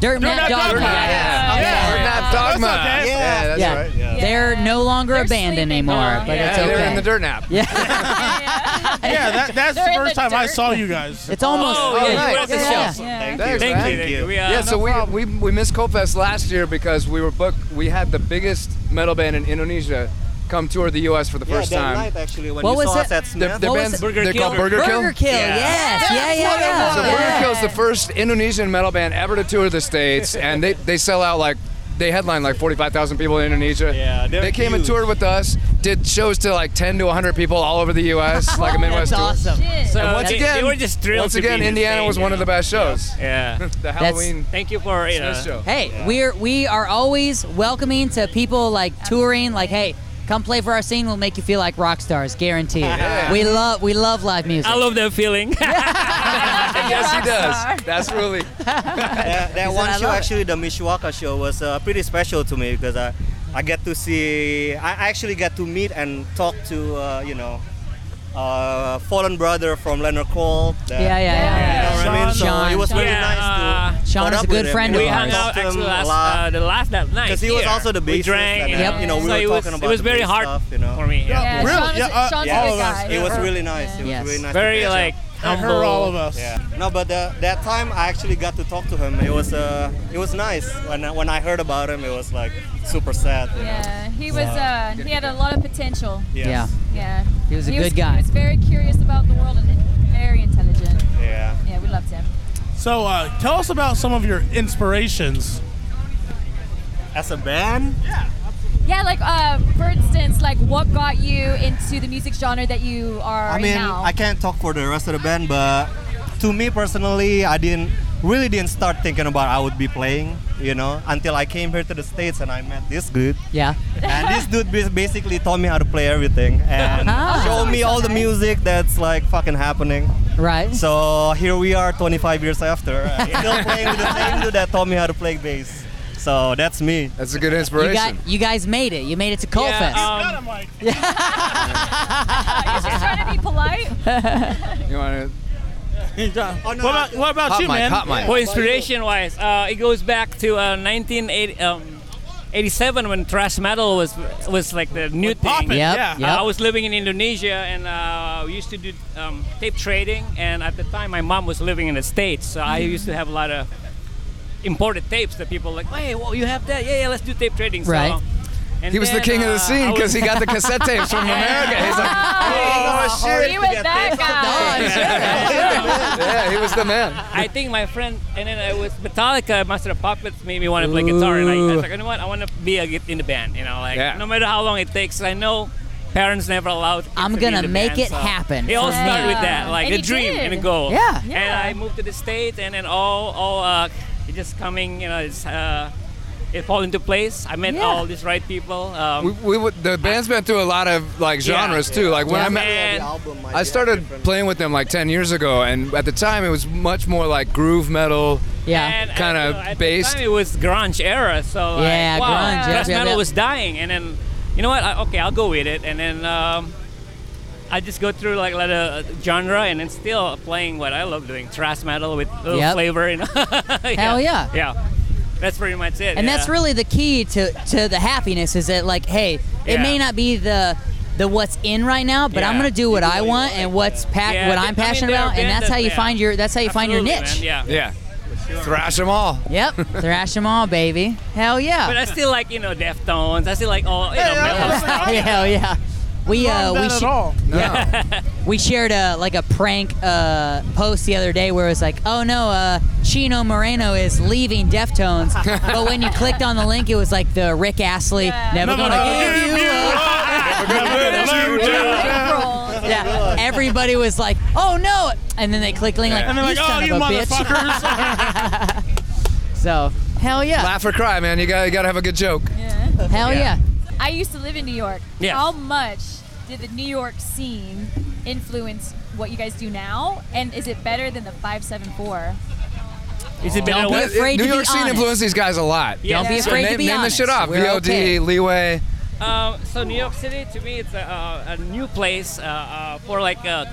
[SPEAKER 1] Dirt Map
[SPEAKER 2] Dogma.
[SPEAKER 1] Dogma.
[SPEAKER 2] Yeah.
[SPEAKER 1] Yeah.
[SPEAKER 2] Yeah.
[SPEAKER 1] Yeah.
[SPEAKER 11] Nap Dogma.
[SPEAKER 2] That's okay.
[SPEAKER 11] Yeah, that's
[SPEAKER 1] Yeah.
[SPEAKER 11] right. Yeah.
[SPEAKER 1] They're no longer a
[SPEAKER 3] They're
[SPEAKER 1] band
[SPEAKER 3] sleeping
[SPEAKER 1] anymore,
[SPEAKER 3] now.
[SPEAKER 1] but
[SPEAKER 3] Yeah,
[SPEAKER 1] it's
[SPEAKER 11] Yeah,
[SPEAKER 1] okay.
[SPEAKER 11] They're in the dirt nap.
[SPEAKER 1] yeah,
[SPEAKER 2] Yeah, that, that's
[SPEAKER 3] They're
[SPEAKER 2] the
[SPEAKER 3] in
[SPEAKER 2] first
[SPEAKER 3] the
[SPEAKER 2] time I
[SPEAKER 3] dirt.
[SPEAKER 2] saw you guys.
[SPEAKER 1] it's almost.
[SPEAKER 13] Oh, yeah, you
[SPEAKER 11] right.
[SPEAKER 13] were at the
[SPEAKER 1] Yeah,
[SPEAKER 13] show.
[SPEAKER 1] yeah.
[SPEAKER 3] Yeah.
[SPEAKER 12] Thank,
[SPEAKER 11] Thanks,
[SPEAKER 12] you.
[SPEAKER 11] man.
[SPEAKER 12] Thank you.
[SPEAKER 13] We, uh,
[SPEAKER 11] yeah, so we, we we missed Copfest last year because we were booked. We had the biggest metal band in Indonesia come tour the U.S. for the
[SPEAKER 12] Yeah,
[SPEAKER 11] first
[SPEAKER 12] that
[SPEAKER 11] time.
[SPEAKER 12] night actually when
[SPEAKER 1] What
[SPEAKER 12] you
[SPEAKER 1] was
[SPEAKER 12] saw
[SPEAKER 1] it?
[SPEAKER 12] us at
[SPEAKER 11] Their,
[SPEAKER 12] Smith.
[SPEAKER 11] their
[SPEAKER 1] What was
[SPEAKER 11] band's
[SPEAKER 1] it?
[SPEAKER 13] Burger
[SPEAKER 11] they're
[SPEAKER 13] Kill.
[SPEAKER 11] called Burger,
[SPEAKER 1] Burger Kill,
[SPEAKER 12] Yeah.
[SPEAKER 1] yes, yeah, yeah, yeah.
[SPEAKER 11] So
[SPEAKER 1] yeah.
[SPEAKER 11] Burger Kill's the first Indonesian metal band ever to tour the states, and they, they sell out like they headline like 45,000 people in Indonesia.
[SPEAKER 12] Yeah, they're
[SPEAKER 11] they came and
[SPEAKER 12] huge.
[SPEAKER 11] toured with us, did shows to like 10 to 100 people all over the U.S. like a Midwest
[SPEAKER 1] That's
[SPEAKER 11] tour.
[SPEAKER 1] awesome.
[SPEAKER 3] Shit.
[SPEAKER 13] So
[SPEAKER 11] Once
[SPEAKER 13] they,
[SPEAKER 11] again,
[SPEAKER 13] they were just thrilled.
[SPEAKER 11] once
[SPEAKER 13] to be
[SPEAKER 11] again,
[SPEAKER 13] in this
[SPEAKER 11] Indiana
[SPEAKER 13] thing,
[SPEAKER 11] was one
[SPEAKER 13] yeah.
[SPEAKER 11] of the best shows.
[SPEAKER 13] Yeah.
[SPEAKER 11] The Halloween
[SPEAKER 13] Thank you for you know.
[SPEAKER 11] Christmas show.
[SPEAKER 1] Hey, we're we are always welcoming to people like touring. Like, hey, come play for our scene. We'll make you feel like rock stars, guaranteed. We love we love live music.
[SPEAKER 13] I love that feeling.
[SPEAKER 11] yes, he does. That's really.
[SPEAKER 12] that, that
[SPEAKER 1] said,
[SPEAKER 12] one
[SPEAKER 1] "I
[SPEAKER 12] show,
[SPEAKER 1] love it."
[SPEAKER 12] actually, the Mishawaka show, was uh, pretty special to me because I, I get to see, I actually got to meet and talk to, uh, you know, uh, fallen brother from Leonard Cole. that-
[SPEAKER 1] Yeah, yeah, yeah.
[SPEAKER 12] You know what I mean? So
[SPEAKER 1] Sean.
[SPEAKER 12] it was really
[SPEAKER 13] Yeah,
[SPEAKER 12] nice to.
[SPEAKER 1] Sean
[SPEAKER 12] caught
[SPEAKER 1] is a
[SPEAKER 12] up
[SPEAKER 1] good
[SPEAKER 12] with him,
[SPEAKER 1] friend
[SPEAKER 12] you
[SPEAKER 13] we
[SPEAKER 1] of
[SPEAKER 12] know,
[SPEAKER 13] hung
[SPEAKER 1] ours.
[SPEAKER 13] out
[SPEAKER 12] talked to him
[SPEAKER 13] actually
[SPEAKER 12] a
[SPEAKER 13] last
[SPEAKER 12] lot.
[SPEAKER 13] uh, the last that night.
[SPEAKER 12] Because he was
[SPEAKER 13] here.
[SPEAKER 12] also the
[SPEAKER 13] We
[SPEAKER 12] bassist
[SPEAKER 13] drank.
[SPEAKER 12] and,
[SPEAKER 13] and-
[SPEAKER 12] you know, we
[SPEAKER 13] so
[SPEAKER 12] were
[SPEAKER 13] it was,
[SPEAKER 12] talking
[SPEAKER 13] it
[SPEAKER 12] about
[SPEAKER 13] was
[SPEAKER 12] the
[SPEAKER 13] very
[SPEAKER 12] bass
[SPEAKER 13] hard
[SPEAKER 12] stuff, you know.
[SPEAKER 13] for me. Yeah.
[SPEAKER 3] Yeah,
[SPEAKER 2] Really?
[SPEAKER 3] Sean is,
[SPEAKER 2] Yeah, uh,
[SPEAKER 3] Sean's
[SPEAKER 12] yeah,
[SPEAKER 3] a
[SPEAKER 2] all
[SPEAKER 3] good
[SPEAKER 2] of
[SPEAKER 3] guy.
[SPEAKER 2] us.
[SPEAKER 12] It was really nice. It was
[SPEAKER 1] Yes.
[SPEAKER 12] really nice. to
[SPEAKER 13] Very
[SPEAKER 12] catch up.
[SPEAKER 13] like
[SPEAKER 2] I
[SPEAKER 13] humble.
[SPEAKER 2] heard all of us.
[SPEAKER 12] Yeah. No, but uh, that time I actually got to talk to him. It was uh, it was nice. When I, when I heard about him, it was like super sad. You Know?
[SPEAKER 3] Yeah, he was. Uh, he had a lot of potential.
[SPEAKER 12] Yes.
[SPEAKER 3] Yeah,
[SPEAKER 1] He was a good guy.
[SPEAKER 3] He was very curious about the world and very intelligent.
[SPEAKER 12] Yeah. Yeah.
[SPEAKER 3] Yeah, we loved him.
[SPEAKER 2] So uh, tell us about some of your inspirations.
[SPEAKER 12] As a band,
[SPEAKER 3] Yeah, like uh, for instance, like what got you into the music genre that you are
[SPEAKER 12] I
[SPEAKER 3] in
[SPEAKER 12] mean,
[SPEAKER 3] now?
[SPEAKER 12] I can't talk for the rest of the band, but to me personally, I didn't really didn't start thinking about I would be playing. You know, until I came here to the states and I met this dude.
[SPEAKER 1] Yeah.
[SPEAKER 12] and this dude bas- basically taught me how to play everything and
[SPEAKER 1] Uh-huh.
[SPEAKER 12] showed me all the music that's like fucking happening.
[SPEAKER 1] Right.
[SPEAKER 12] So here we are 25 years after, and still playing with the same dude that taught me how to play bass. So that's me.
[SPEAKER 11] That's a good
[SPEAKER 1] you,
[SPEAKER 11] inspiration.
[SPEAKER 1] got, you guys made it. You made it to Coalfest.
[SPEAKER 13] Yeah, um,
[SPEAKER 2] God, I'm like,
[SPEAKER 3] He's just trying to be polite.
[SPEAKER 11] you want
[SPEAKER 2] what about, what about
[SPEAKER 11] Hot
[SPEAKER 2] you,
[SPEAKER 11] mic,
[SPEAKER 2] man?
[SPEAKER 11] hot mic.
[SPEAKER 13] For inspiration wise, uh, it goes back to uh, 1987 when thrash metal was was like the new thing.
[SPEAKER 2] Poppin',
[SPEAKER 1] Yep,
[SPEAKER 2] yeah.
[SPEAKER 1] yep.
[SPEAKER 13] Uh, I was living in Indonesia and uh, we used to do um, tape trading. And at the time, my mom was living in the States, so I used to have a lot of imported tapes that people like, hey, well, you have that? Yeah, yeah, let's do tape trading. So,
[SPEAKER 1] Right.
[SPEAKER 13] and
[SPEAKER 11] He was the
[SPEAKER 13] then,
[SPEAKER 11] king of
[SPEAKER 13] uh,
[SPEAKER 11] the scene
[SPEAKER 13] I
[SPEAKER 11] because he
[SPEAKER 13] was-
[SPEAKER 11] got the cassette tapes from America. He's like,
[SPEAKER 3] Oh,
[SPEAKER 12] shit.
[SPEAKER 3] He was that guy.
[SPEAKER 11] yeah, he was the man.
[SPEAKER 13] I think my friend, and then it was Metallica, Master of Puppets, made me want to play guitar, and I, I was like, you know what? I want to be a, git- in the band. You know, like
[SPEAKER 11] Yeah.
[SPEAKER 13] no matter how long it takes. I know parents never allowed. kids
[SPEAKER 1] I'm
[SPEAKER 13] to be in
[SPEAKER 1] gonna
[SPEAKER 13] the
[SPEAKER 1] make
[SPEAKER 13] band,
[SPEAKER 1] it
[SPEAKER 13] so
[SPEAKER 1] happen
[SPEAKER 13] It all
[SPEAKER 1] for
[SPEAKER 13] started
[SPEAKER 1] me.
[SPEAKER 13] with that, like
[SPEAKER 3] And
[SPEAKER 13] the
[SPEAKER 3] you
[SPEAKER 13] dream
[SPEAKER 3] did.
[SPEAKER 13] and a goal.
[SPEAKER 1] Yeah.
[SPEAKER 13] And
[SPEAKER 3] Yeah.
[SPEAKER 13] I moved to the states, and then all all uh, it just coming. You know, it's, uh, it fall into place. I met
[SPEAKER 1] Yeah.
[SPEAKER 13] all these right people. Um,
[SPEAKER 11] We, we would, the band's been through a lot of like
[SPEAKER 13] Yeah.
[SPEAKER 11] genres too. Like when I met,
[SPEAKER 13] and
[SPEAKER 11] I started playing with them like 10 years ago, and at the time it was much more like groove metal.
[SPEAKER 1] Yeah.
[SPEAKER 13] And I
[SPEAKER 11] Kinda
[SPEAKER 13] don't know, at the
[SPEAKER 11] based-
[SPEAKER 13] time It was grunge era, so like,
[SPEAKER 1] Yeah,
[SPEAKER 13] wow,
[SPEAKER 1] grunge, yeah,
[SPEAKER 13] thrash
[SPEAKER 1] yeah,
[SPEAKER 13] metal
[SPEAKER 1] yeah.
[SPEAKER 13] was dying, and then you know what? I, okay, I'll go with it. And then um, I just go through like a lot of genre, and then still playing what I love doing: thrash metal with little
[SPEAKER 1] Yep.
[SPEAKER 13] flavor. You know?
[SPEAKER 1] Hell yeah.
[SPEAKER 13] Yeah. That's pretty much it.
[SPEAKER 1] and that's
[SPEAKER 13] yeah.
[SPEAKER 1] really the key to to the happiness is that like hey it may
[SPEAKER 13] Yeah.
[SPEAKER 1] not be the the what's in right now but i'm
[SPEAKER 13] Yeah.
[SPEAKER 1] gonna do what i want and what's pa-
[SPEAKER 13] Yeah,
[SPEAKER 1] what
[SPEAKER 13] I
[SPEAKER 1] i'm
[SPEAKER 13] mean,
[SPEAKER 1] passionate
[SPEAKER 13] there are
[SPEAKER 1] about and
[SPEAKER 13] bands
[SPEAKER 1] that's how
[SPEAKER 13] that-
[SPEAKER 1] you
[SPEAKER 13] yeah.
[SPEAKER 1] find your that's how you find your
[SPEAKER 13] Absolutely,
[SPEAKER 1] niche
[SPEAKER 8] Yeah.
[SPEAKER 13] man,
[SPEAKER 8] Thrash them all.
[SPEAKER 1] yep thrash them all baby hell yeah
[SPEAKER 13] But I still like you know Deftones. I still like all you know metal stuff.
[SPEAKER 1] hell yeah we uh
[SPEAKER 13] Wrong
[SPEAKER 1] we
[SPEAKER 13] band at
[SPEAKER 1] sha-
[SPEAKER 13] all.
[SPEAKER 1] yeah we shared a like a prank uh post the other day where it was like oh no uh chino moreno is leaving deftones but when you clicked on the link it was like the rick astley never gonna give you Yeah, everybody was like, "Oh no!" And then they clicked link like,
[SPEAKER 8] And they're
[SPEAKER 1] "You
[SPEAKER 8] like, "Oh,
[SPEAKER 1] son
[SPEAKER 8] you
[SPEAKER 1] of a bitch." so hell yeah,
[SPEAKER 8] Laugh or cry, man. You gotta, you gotta have a good joke.
[SPEAKER 1] hell yeah.
[SPEAKER 3] I used to live in New York.
[SPEAKER 8] Yeah.
[SPEAKER 3] How much did the New York scene influence what you guys do now? And is it better than the 574?
[SPEAKER 13] Is it better
[SPEAKER 8] Don't be
[SPEAKER 13] what?
[SPEAKER 8] afraid New to be York scene honest. influenced these guys a lot. Don't be afraid to be honest. We're okay. Leeway.
[SPEAKER 13] Uh, so New York City to me it's a, uh, a new place uh, uh, for like a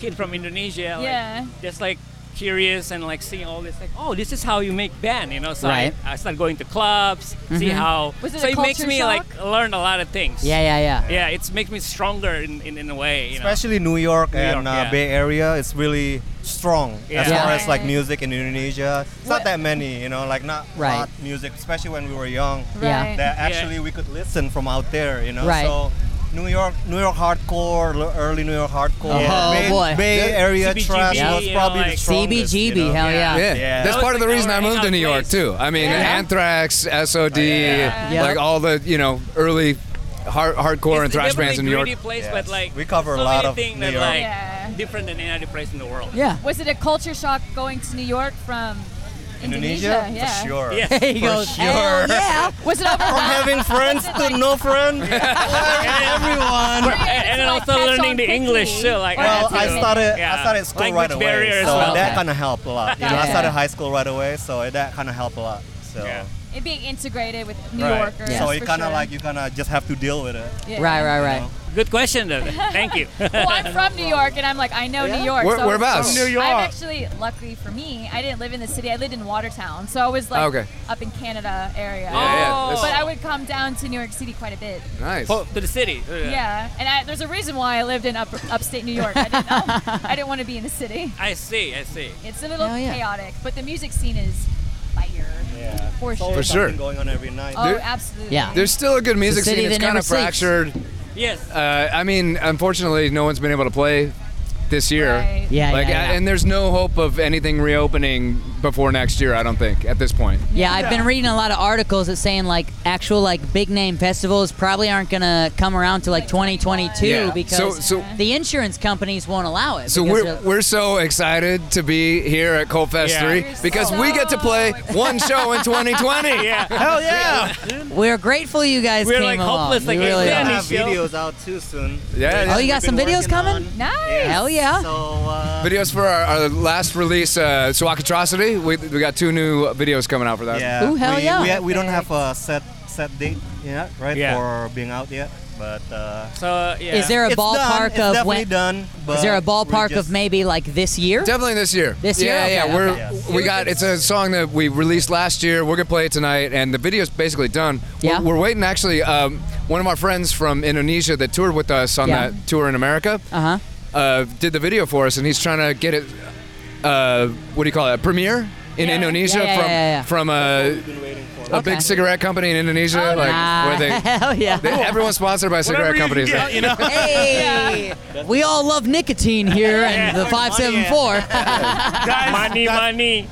[SPEAKER 13] kid from Indonesia. like,
[SPEAKER 3] Yeah.
[SPEAKER 13] just like curious and like seeing all this like oh this is how you make band you know so
[SPEAKER 1] Right.
[SPEAKER 13] I, I start going to clubs see
[SPEAKER 1] Mhm.
[SPEAKER 13] how
[SPEAKER 3] Was it
[SPEAKER 13] so
[SPEAKER 3] a
[SPEAKER 13] it makes
[SPEAKER 3] culture
[SPEAKER 13] me
[SPEAKER 3] shock?
[SPEAKER 13] like learn a lot of things
[SPEAKER 1] Yeah, yeah, yeah.
[SPEAKER 13] yeah it makes me stronger in, in, in a way you know?
[SPEAKER 12] especially New York
[SPEAKER 13] New
[SPEAKER 12] and
[SPEAKER 13] York,
[SPEAKER 12] uh,
[SPEAKER 13] yeah.
[SPEAKER 12] Bay Area, it's really strong
[SPEAKER 13] Yeah.
[SPEAKER 12] as far
[SPEAKER 13] Yeah.
[SPEAKER 12] as like music in Indonesia. It's not that many, you know, like not
[SPEAKER 1] Right.
[SPEAKER 12] hot music, especially when we were young.
[SPEAKER 1] Yeah. Right.
[SPEAKER 12] That
[SPEAKER 1] Yeah.
[SPEAKER 12] actually we could listen from out there, you know.
[SPEAKER 1] Right.
[SPEAKER 12] So New York, New York hardcore, l- early New York hardcore,
[SPEAKER 1] Oh,
[SPEAKER 12] Bay,
[SPEAKER 1] boy.
[SPEAKER 12] Bay
[SPEAKER 1] Yeah.
[SPEAKER 12] Area
[SPEAKER 1] CBGB,
[SPEAKER 12] trash
[SPEAKER 1] you
[SPEAKER 13] uh,
[SPEAKER 12] was
[SPEAKER 1] know,
[SPEAKER 12] probably
[SPEAKER 1] like-
[SPEAKER 12] the strongest. you
[SPEAKER 1] CBGB,
[SPEAKER 12] know?
[SPEAKER 1] hell
[SPEAKER 12] yeah.
[SPEAKER 1] yeah. Yeah.
[SPEAKER 12] That
[SPEAKER 11] That's
[SPEAKER 12] was
[SPEAKER 11] part of the reason I moved to New York too. I mean,
[SPEAKER 12] Yeah.
[SPEAKER 11] Anthrax, SOD,
[SPEAKER 13] Oh,
[SPEAKER 12] Yeah.
[SPEAKER 11] like all the you know early hard, hardcore and
[SPEAKER 13] It's
[SPEAKER 11] thrash
[SPEAKER 13] definitely
[SPEAKER 11] bands in New York.
[SPEAKER 13] gritty place but like
[SPEAKER 11] We cover a
[SPEAKER 13] so
[SPEAKER 11] lot
[SPEAKER 13] many
[SPEAKER 11] of
[SPEAKER 13] things
[SPEAKER 11] New
[SPEAKER 13] that
[SPEAKER 11] York.
[SPEAKER 13] like
[SPEAKER 3] Yeah.
[SPEAKER 13] different than any other place in the world
[SPEAKER 3] Was it a culture shock going to New York from
[SPEAKER 12] Indonesia?
[SPEAKER 3] Indonesia? Yeah.
[SPEAKER 12] For sure.
[SPEAKER 13] Yeah.
[SPEAKER 12] For sure.
[SPEAKER 3] Was it over?
[SPEAKER 12] From having friends to no friends. everyone.
[SPEAKER 13] and, and also learning the English too. Like,
[SPEAKER 12] well,
[SPEAKER 13] have to-
[SPEAKER 12] I started I
[SPEAKER 13] yeah.
[SPEAKER 12] started school
[SPEAKER 13] Language
[SPEAKER 12] right away,
[SPEAKER 13] barrier as
[SPEAKER 12] so
[SPEAKER 13] well.
[SPEAKER 12] that kind of helped a lot. You know, I
[SPEAKER 3] Yeah.
[SPEAKER 12] started high school right away, so that kind of helped a lot. So
[SPEAKER 3] It being integrated with New
[SPEAKER 12] right.
[SPEAKER 3] Yorkers.
[SPEAKER 12] So you
[SPEAKER 3] for
[SPEAKER 12] kind of
[SPEAKER 3] sure.
[SPEAKER 12] like you kind of just have to deal with it.
[SPEAKER 3] Yeah. Right, right, right.
[SPEAKER 13] Good question, though. Thank you.
[SPEAKER 3] well, I'm from New York, and I'm like, I know New York.
[SPEAKER 13] Where-
[SPEAKER 3] so
[SPEAKER 13] whereabouts? From New York.
[SPEAKER 3] I'm actually, luckily for me, I didn't live in the city. I lived in Watertown, so I was like
[SPEAKER 13] Oh, okay.
[SPEAKER 3] up in Canada area.
[SPEAKER 13] Yeah, yeah,
[SPEAKER 3] But
[SPEAKER 13] that's-
[SPEAKER 3] I would come down to New York City quite a bit.
[SPEAKER 11] Nice.
[SPEAKER 13] Oh, to the city.
[SPEAKER 3] Yeah, and I, there's a reason why I lived in up, upstate New York. I didn't know. I didn't want to be in the city.
[SPEAKER 13] I see. I see.
[SPEAKER 3] It's a little
[SPEAKER 13] Hell yeah.
[SPEAKER 3] chaotic, but the music scene is fire.
[SPEAKER 12] Yeah.
[SPEAKER 3] For
[SPEAKER 12] It's
[SPEAKER 3] sure.
[SPEAKER 12] always
[SPEAKER 11] For sure.
[SPEAKER 12] something going on every night.
[SPEAKER 3] Oh, absolutely.
[SPEAKER 11] There's still a good
[SPEAKER 3] It's a
[SPEAKER 11] music
[SPEAKER 3] city
[SPEAKER 11] scene. It's
[SPEAKER 3] that
[SPEAKER 11] kind
[SPEAKER 3] never
[SPEAKER 11] of
[SPEAKER 3] sleeps.
[SPEAKER 11] fractured.
[SPEAKER 13] Yes.
[SPEAKER 11] Uh, I mean, unfortunately, no one's been able to play this year.
[SPEAKER 3] Right. Yeah,
[SPEAKER 11] Like,
[SPEAKER 3] yeah, yeah.
[SPEAKER 11] and there's no hope of anything reopening before next year. I don't think at this point.
[SPEAKER 1] Yeah, I've been reading a lot of articles that saying like actual like big name festivals probably aren't gonna come around to like 2022
[SPEAKER 11] Yeah.
[SPEAKER 1] because
[SPEAKER 11] So- so-
[SPEAKER 1] the insurance companies won't allow it.
[SPEAKER 11] So
[SPEAKER 1] because
[SPEAKER 11] we're, we're so excited to be here at Cold Fest
[SPEAKER 1] Yeah.
[SPEAKER 11] 3
[SPEAKER 1] We're
[SPEAKER 11] because we get to play one show in 2020.
[SPEAKER 1] Yeah. Hell yeah. they're- we're grateful you guys
[SPEAKER 11] We're,
[SPEAKER 1] came
[SPEAKER 11] like,
[SPEAKER 1] along.
[SPEAKER 11] hopeless, like,
[SPEAKER 1] We
[SPEAKER 11] is
[SPEAKER 1] really
[SPEAKER 11] there
[SPEAKER 1] are.
[SPEAKER 11] any
[SPEAKER 12] have videos out too soon.
[SPEAKER 11] Yeah, yeah.
[SPEAKER 1] Oh, you got some videos coming?
[SPEAKER 3] Nice.
[SPEAKER 1] Hell yeah.
[SPEAKER 11] Videos for our, our last release, uh, Swakatrocity. We, we got two new videos coming out for that.
[SPEAKER 12] Yeah. we, We, ha- we don't have a set set date yet, right?
[SPEAKER 11] Yeah.
[SPEAKER 12] For being out yet, but uh,
[SPEAKER 13] so yeah.
[SPEAKER 1] Is there a
[SPEAKER 12] It's done.
[SPEAKER 1] ballpark
[SPEAKER 12] It's
[SPEAKER 1] of
[SPEAKER 12] definitely
[SPEAKER 1] when?
[SPEAKER 12] done,
[SPEAKER 1] is there a
[SPEAKER 12] but we're
[SPEAKER 1] ballpark
[SPEAKER 12] just-
[SPEAKER 1] of maybe like this year?
[SPEAKER 11] Definitely this year.
[SPEAKER 1] This year?
[SPEAKER 11] Yeah, yeah.
[SPEAKER 1] Okay,
[SPEAKER 11] we're
[SPEAKER 1] okay.
[SPEAKER 11] we got it's a song that we released last year. We're gonna play it tonight, and the video's basically done. Yeah. We're, we're waiting actually. Um, one of our friends from Indonesia that toured with us on
[SPEAKER 1] Yeah.
[SPEAKER 11] that tour in America
[SPEAKER 1] Uh huh.
[SPEAKER 11] uh, did the video for us, and he's trying to get it. Uh, what do you call it? A premiere in Indonesia
[SPEAKER 1] Yeah, yeah,
[SPEAKER 11] from
[SPEAKER 1] yeah, yeah.
[SPEAKER 11] from a. A big cigarette company in Indonesia, like
[SPEAKER 1] nice.
[SPEAKER 11] where they,
[SPEAKER 1] Hell yeah.
[SPEAKER 11] they- everyone's sponsored by cigarette companies.
[SPEAKER 1] Hey, we all love nicotine here and the 574.
[SPEAKER 2] guys,
[SPEAKER 1] Money,
[SPEAKER 13] money.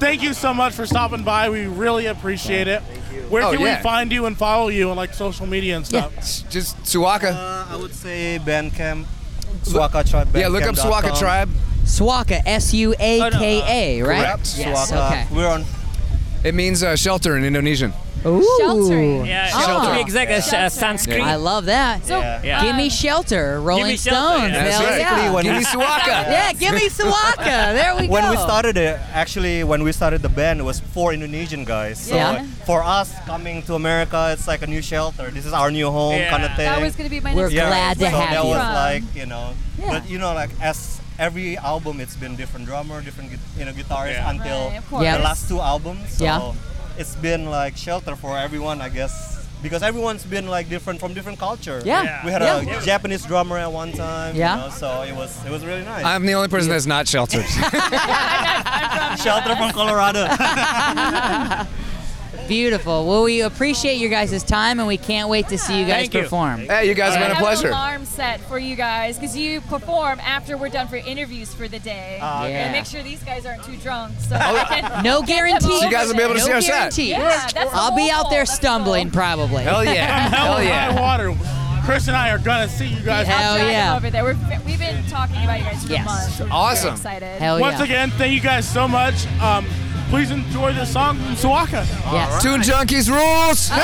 [SPEAKER 2] thank you so much for stopping by. We really appreciate it. Where
[SPEAKER 11] Oh,
[SPEAKER 2] can
[SPEAKER 11] yeah.
[SPEAKER 2] we find you and follow you on like social media and stuff?
[SPEAKER 11] Just Suwaka.
[SPEAKER 12] Uh, I would say Bandcamp. Suwaka Tribe.
[SPEAKER 1] Yeah, look up Suwaka
[SPEAKER 12] bandcamp.com.
[SPEAKER 1] Tribe. Swaka, S U A K A, right?
[SPEAKER 13] Oh, uh,
[SPEAKER 11] Correct.
[SPEAKER 1] Yes.
[SPEAKER 11] Suwaka.
[SPEAKER 1] Okay.
[SPEAKER 12] We're on.
[SPEAKER 11] It means uh, shelter in Indonesian.
[SPEAKER 1] Ooh.
[SPEAKER 13] Sheltering. Yeah,
[SPEAKER 1] Oh. Shelter.
[SPEAKER 13] to be exact, a sh- a sunscreen.
[SPEAKER 1] I love that.
[SPEAKER 13] So, Yeah.
[SPEAKER 1] give me shelter, Rolling
[SPEAKER 13] Gimme Shelter,
[SPEAKER 1] Stones.
[SPEAKER 13] yeah. That's
[SPEAKER 1] hell
[SPEAKER 13] right.
[SPEAKER 1] yeah.
[SPEAKER 12] When we-
[SPEAKER 1] yeah, give me Suwaka. There we go.
[SPEAKER 12] When we started it, actually, when we started the band, it was four Indonesian guys. So
[SPEAKER 1] Yeah.
[SPEAKER 12] like, for us coming to America, it's like a new shelter. This is our new home
[SPEAKER 3] Yeah.
[SPEAKER 12] kind of thing.
[SPEAKER 3] That was gonna be my We're next
[SPEAKER 12] Yeah,
[SPEAKER 3] glad to
[SPEAKER 12] so
[SPEAKER 3] have
[SPEAKER 12] that
[SPEAKER 3] you.
[SPEAKER 12] was
[SPEAKER 3] From-
[SPEAKER 12] like you know, but you know, like as every album, it's been different drummer, different guit- you know guitarist
[SPEAKER 3] Yeah.
[SPEAKER 12] until
[SPEAKER 3] Right, of course.
[SPEAKER 12] the
[SPEAKER 3] Yeah.
[SPEAKER 12] last two albums. So
[SPEAKER 3] Yeah.
[SPEAKER 12] it's been like shelter for everyone, I guess. Because everyone's been like different from different culture.
[SPEAKER 11] Yeah. Yeah.
[SPEAKER 12] we had
[SPEAKER 11] Yeah.
[SPEAKER 12] a Japanese drummer at one time.
[SPEAKER 11] Yeah.
[SPEAKER 12] you know, so it was it was really nice.
[SPEAKER 11] I'm the only person that's not sheltered.
[SPEAKER 12] shelter from Colorado.
[SPEAKER 1] Beautiful. Well, we appreciate your guys' time, and we can't wait to see you guys perform.
[SPEAKER 3] I have an alarm set for you guys because you perform after we're done for interviews for the day.
[SPEAKER 1] Ah, okay. Oh,
[SPEAKER 3] And make sure these guys aren't too drunk. So I can
[SPEAKER 1] No guarantee.
[SPEAKER 3] Oh, So you guys will be able to
[SPEAKER 1] no
[SPEAKER 3] see our set.
[SPEAKER 1] guarantee.
[SPEAKER 3] Yeah, that's the
[SPEAKER 1] I'll be
[SPEAKER 3] whole
[SPEAKER 1] out there stumbling probably.
[SPEAKER 2] Hell yeah. Hell Hell yeah. high water. Chris and I are gonna see you guys.
[SPEAKER 3] I'll drag them over there. We're, we've been talking about you guys for months. We're very excited.
[SPEAKER 2] Once again, thank you guys so much. Um, please enjoy this song from Suwaka.
[SPEAKER 14] Yes. Toon Junkies rules.
[SPEAKER 1] Oh,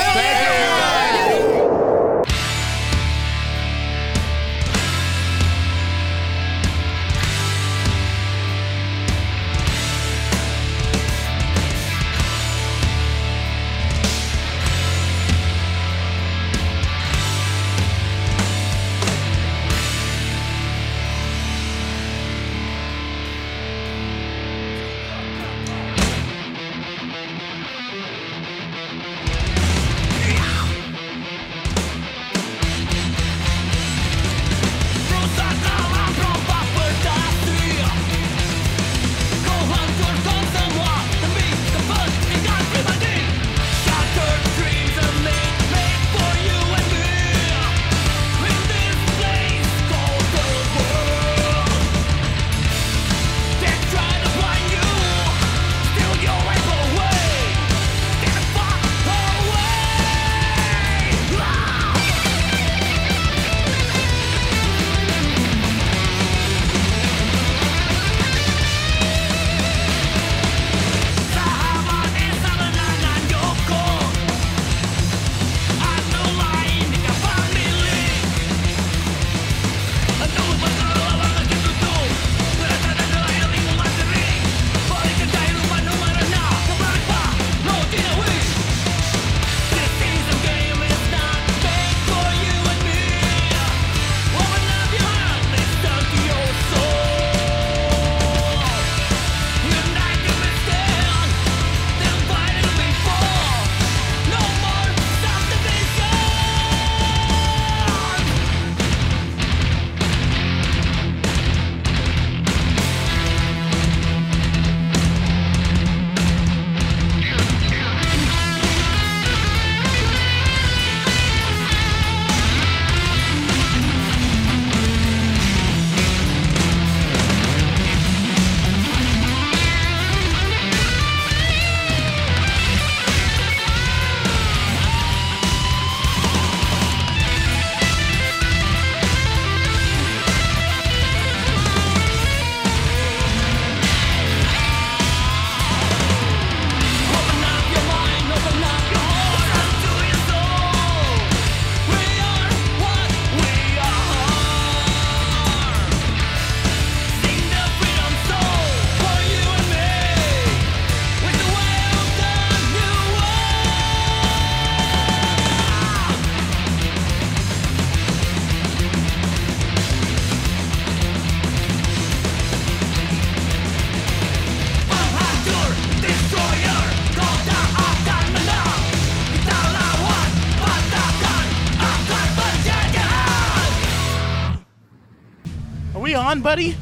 [SPEAKER 2] Are we on, buddy?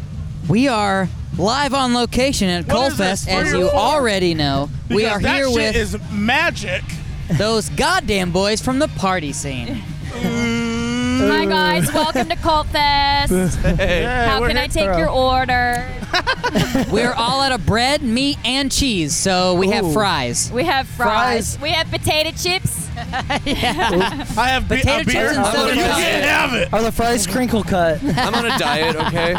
[SPEAKER 1] We are live on location at
[SPEAKER 2] What is
[SPEAKER 1] Coalfest,
[SPEAKER 2] this? What
[SPEAKER 1] as
[SPEAKER 2] are
[SPEAKER 1] you
[SPEAKER 2] you for?
[SPEAKER 1] already know. we
[SPEAKER 2] Because
[SPEAKER 1] are
[SPEAKER 2] that
[SPEAKER 1] here
[SPEAKER 2] shit
[SPEAKER 1] with
[SPEAKER 2] is magic.
[SPEAKER 1] Those goddamn boys from the party scene.
[SPEAKER 3] Hi guys, welcome to Cult Fest.
[SPEAKER 1] Hey.
[SPEAKER 3] How
[SPEAKER 1] We're
[SPEAKER 3] can I
[SPEAKER 1] here
[SPEAKER 3] take
[SPEAKER 1] for a-
[SPEAKER 3] your order?
[SPEAKER 1] We're all out of bread, meat, and cheese, so we have
[SPEAKER 3] Ooh.
[SPEAKER 1] fries.
[SPEAKER 3] We have fries.
[SPEAKER 1] Fries.
[SPEAKER 3] We have potato chips.
[SPEAKER 2] I have
[SPEAKER 3] be-
[SPEAKER 1] potato
[SPEAKER 3] a
[SPEAKER 1] chips
[SPEAKER 3] beer.
[SPEAKER 1] and
[SPEAKER 3] I'm
[SPEAKER 1] soda.
[SPEAKER 3] gonna
[SPEAKER 1] pop.
[SPEAKER 3] diet.
[SPEAKER 2] have it.
[SPEAKER 15] Are the fries crinkle cut?
[SPEAKER 1] I'm on a diet, okay?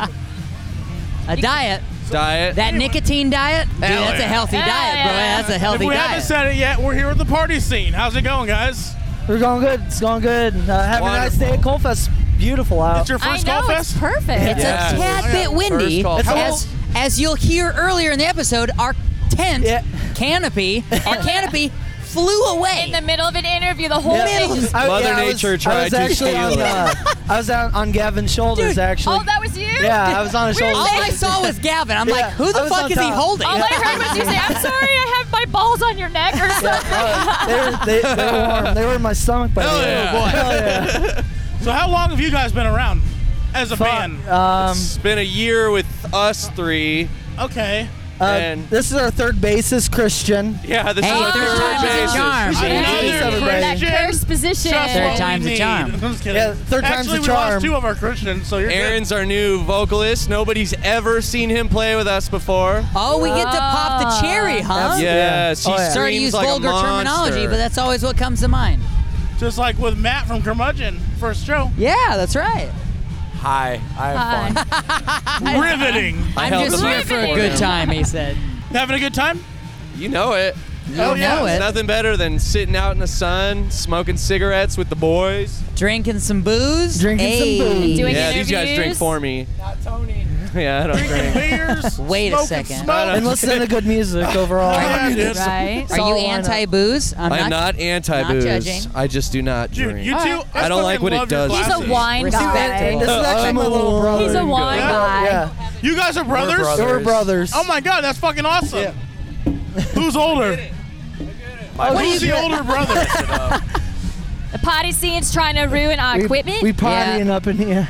[SPEAKER 1] A diet.
[SPEAKER 16] diet.
[SPEAKER 1] That nicotine diet? Dude,
[SPEAKER 16] Hell
[SPEAKER 1] that's a
[SPEAKER 16] yeah.
[SPEAKER 1] healthy
[SPEAKER 16] Hell
[SPEAKER 1] diet, bro. That's a
[SPEAKER 2] if
[SPEAKER 1] healthy
[SPEAKER 2] we
[SPEAKER 1] diet.
[SPEAKER 2] haven't said it yet, we're here at the party scene. How's it going, guys?
[SPEAKER 15] We're going good. It's going good. Uh, have a nice day at Coldfest. Beautiful out.
[SPEAKER 2] It's your
[SPEAKER 1] I know, it's perfect. It's
[SPEAKER 15] Yeah.
[SPEAKER 1] a tad
[SPEAKER 15] Yeah.
[SPEAKER 1] bit windy.
[SPEAKER 15] First call
[SPEAKER 1] As,
[SPEAKER 15] for-
[SPEAKER 1] as- as you'll hear earlier in the episode, our tent canopy, our canopy flew away.
[SPEAKER 3] In the middle of an interview, the whole thing just.
[SPEAKER 15] I-
[SPEAKER 17] Mother
[SPEAKER 15] Oh, I was-
[SPEAKER 17] Nature tried
[SPEAKER 15] I was
[SPEAKER 17] to
[SPEAKER 15] actually
[SPEAKER 17] steal
[SPEAKER 15] on,
[SPEAKER 17] it.
[SPEAKER 15] uh, I was on, on Gavin's shoulders, actually.
[SPEAKER 3] Oh, that was you?
[SPEAKER 15] Yeah, I was on his
[SPEAKER 3] We were
[SPEAKER 15] shoulders.
[SPEAKER 3] saying-
[SPEAKER 1] All I saw was Gavin. I'm like,
[SPEAKER 15] Yeah,
[SPEAKER 1] who the
[SPEAKER 15] I was
[SPEAKER 1] fuck
[SPEAKER 15] on
[SPEAKER 1] is he
[SPEAKER 15] top.
[SPEAKER 1] holding?
[SPEAKER 3] All I heard was you say, I'm sorry I have my balls on your neck or something.
[SPEAKER 15] they, were, uh, they, they were warm. They were in my stomach. By the way.
[SPEAKER 2] So how long have you guys been around as a band?
[SPEAKER 1] uh,
[SPEAKER 17] it's been a year with us three.
[SPEAKER 2] Okay.
[SPEAKER 15] Uh,
[SPEAKER 17] and
[SPEAKER 15] this is our third bassist, Christian.
[SPEAKER 17] yeah, this is our third basis.
[SPEAKER 3] That cursed position.
[SPEAKER 2] Third time's a charm. I'm just kidding.
[SPEAKER 15] Yeah, third time's
[SPEAKER 2] Actually,
[SPEAKER 15] a
[SPEAKER 2] we
[SPEAKER 15] charm.
[SPEAKER 2] lost two of our Christians, so you're good.
[SPEAKER 17] Aaron's our new vocalist. Nobody's ever seen him play with us before.
[SPEAKER 1] Oh, we get to pop the cherry, huh?
[SPEAKER 17] That's- Yes, he Oh, yeah.
[SPEAKER 1] Sorry to
[SPEAKER 17] screams
[SPEAKER 1] use
[SPEAKER 17] like a
[SPEAKER 1] vulgar terminology,
[SPEAKER 17] monster.
[SPEAKER 1] but that's always what comes to mind.
[SPEAKER 2] Just like with Matt from Curmudgeon, first show.
[SPEAKER 1] Yeah, that's right.
[SPEAKER 17] Hi, I
[SPEAKER 2] Riveting.
[SPEAKER 17] I
[SPEAKER 1] I'm
[SPEAKER 17] held
[SPEAKER 1] just
[SPEAKER 17] the
[SPEAKER 1] here
[SPEAKER 17] mic
[SPEAKER 1] for a
[SPEAKER 17] for
[SPEAKER 1] good
[SPEAKER 17] him.
[SPEAKER 1] time, he said.
[SPEAKER 2] Having a good time?
[SPEAKER 17] You know it.
[SPEAKER 1] You Oh, yeah. know it.
[SPEAKER 17] There's nothing better than sitting out in the sun, smoking cigarettes with the boys.
[SPEAKER 1] Drinking some booze.
[SPEAKER 17] Drinking
[SPEAKER 1] some Hey. booze. Doing
[SPEAKER 17] yeah, these guys drink
[SPEAKER 1] interviews.
[SPEAKER 17] for me. Not Tony. yeah, I don't drink.
[SPEAKER 1] Wait a
[SPEAKER 17] Smoking
[SPEAKER 1] second.
[SPEAKER 17] smoke.
[SPEAKER 15] And listen to good music overall.
[SPEAKER 17] Yeah, dude.
[SPEAKER 1] Right.
[SPEAKER 15] It's
[SPEAKER 1] Are
[SPEAKER 15] all
[SPEAKER 1] you
[SPEAKER 15] lineup.
[SPEAKER 1] anti booze?
[SPEAKER 17] I'm, not, anti-booze.
[SPEAKER 1] Not judging.
[SPEAKER 17] I just do not
[SPEAKER 2] Dude,
[SPEAKER 17] drink.
[SPEAKER 2] you two- Alright. I
[SPEAKER 17] I don't like
[SPEAKER 2] fucking
[SPEAKER 17] what it
[SPEAKER 2] love your
[SPEAKER 17] does.
[SPEAKER 2] glasses.
[SPEAKER 17] to
[SPEAKER 2] He's a
[SPEAKER 17] me.
[SPEAKER 2] wine guy.
[SPEAKER 15] This
[SPEAKER 1] uh,
[SPEAKER 15] is actually my little brother.
[SPEAKER 3] He's a wine guy.
[SPEAKER 15] Yeah.
[SPEAKER 2] You guys are brothers?
[SPEAKER 15] brothers. We're brothers.
[SPEAKER 2] Oh my god, that's fucking awesome. Who's older?
[SPEAKER 3] What
[SPEAKER 2] Who's
[SPEAKER 3] do you
[SPEAKER 2] the
[SPEAKER 3] get?
[SPEAKER 2] older brother?
[SPEAKER 3] The potty scene's trying to ruin our equipment.
[SPEAKER 15] We partying up in here.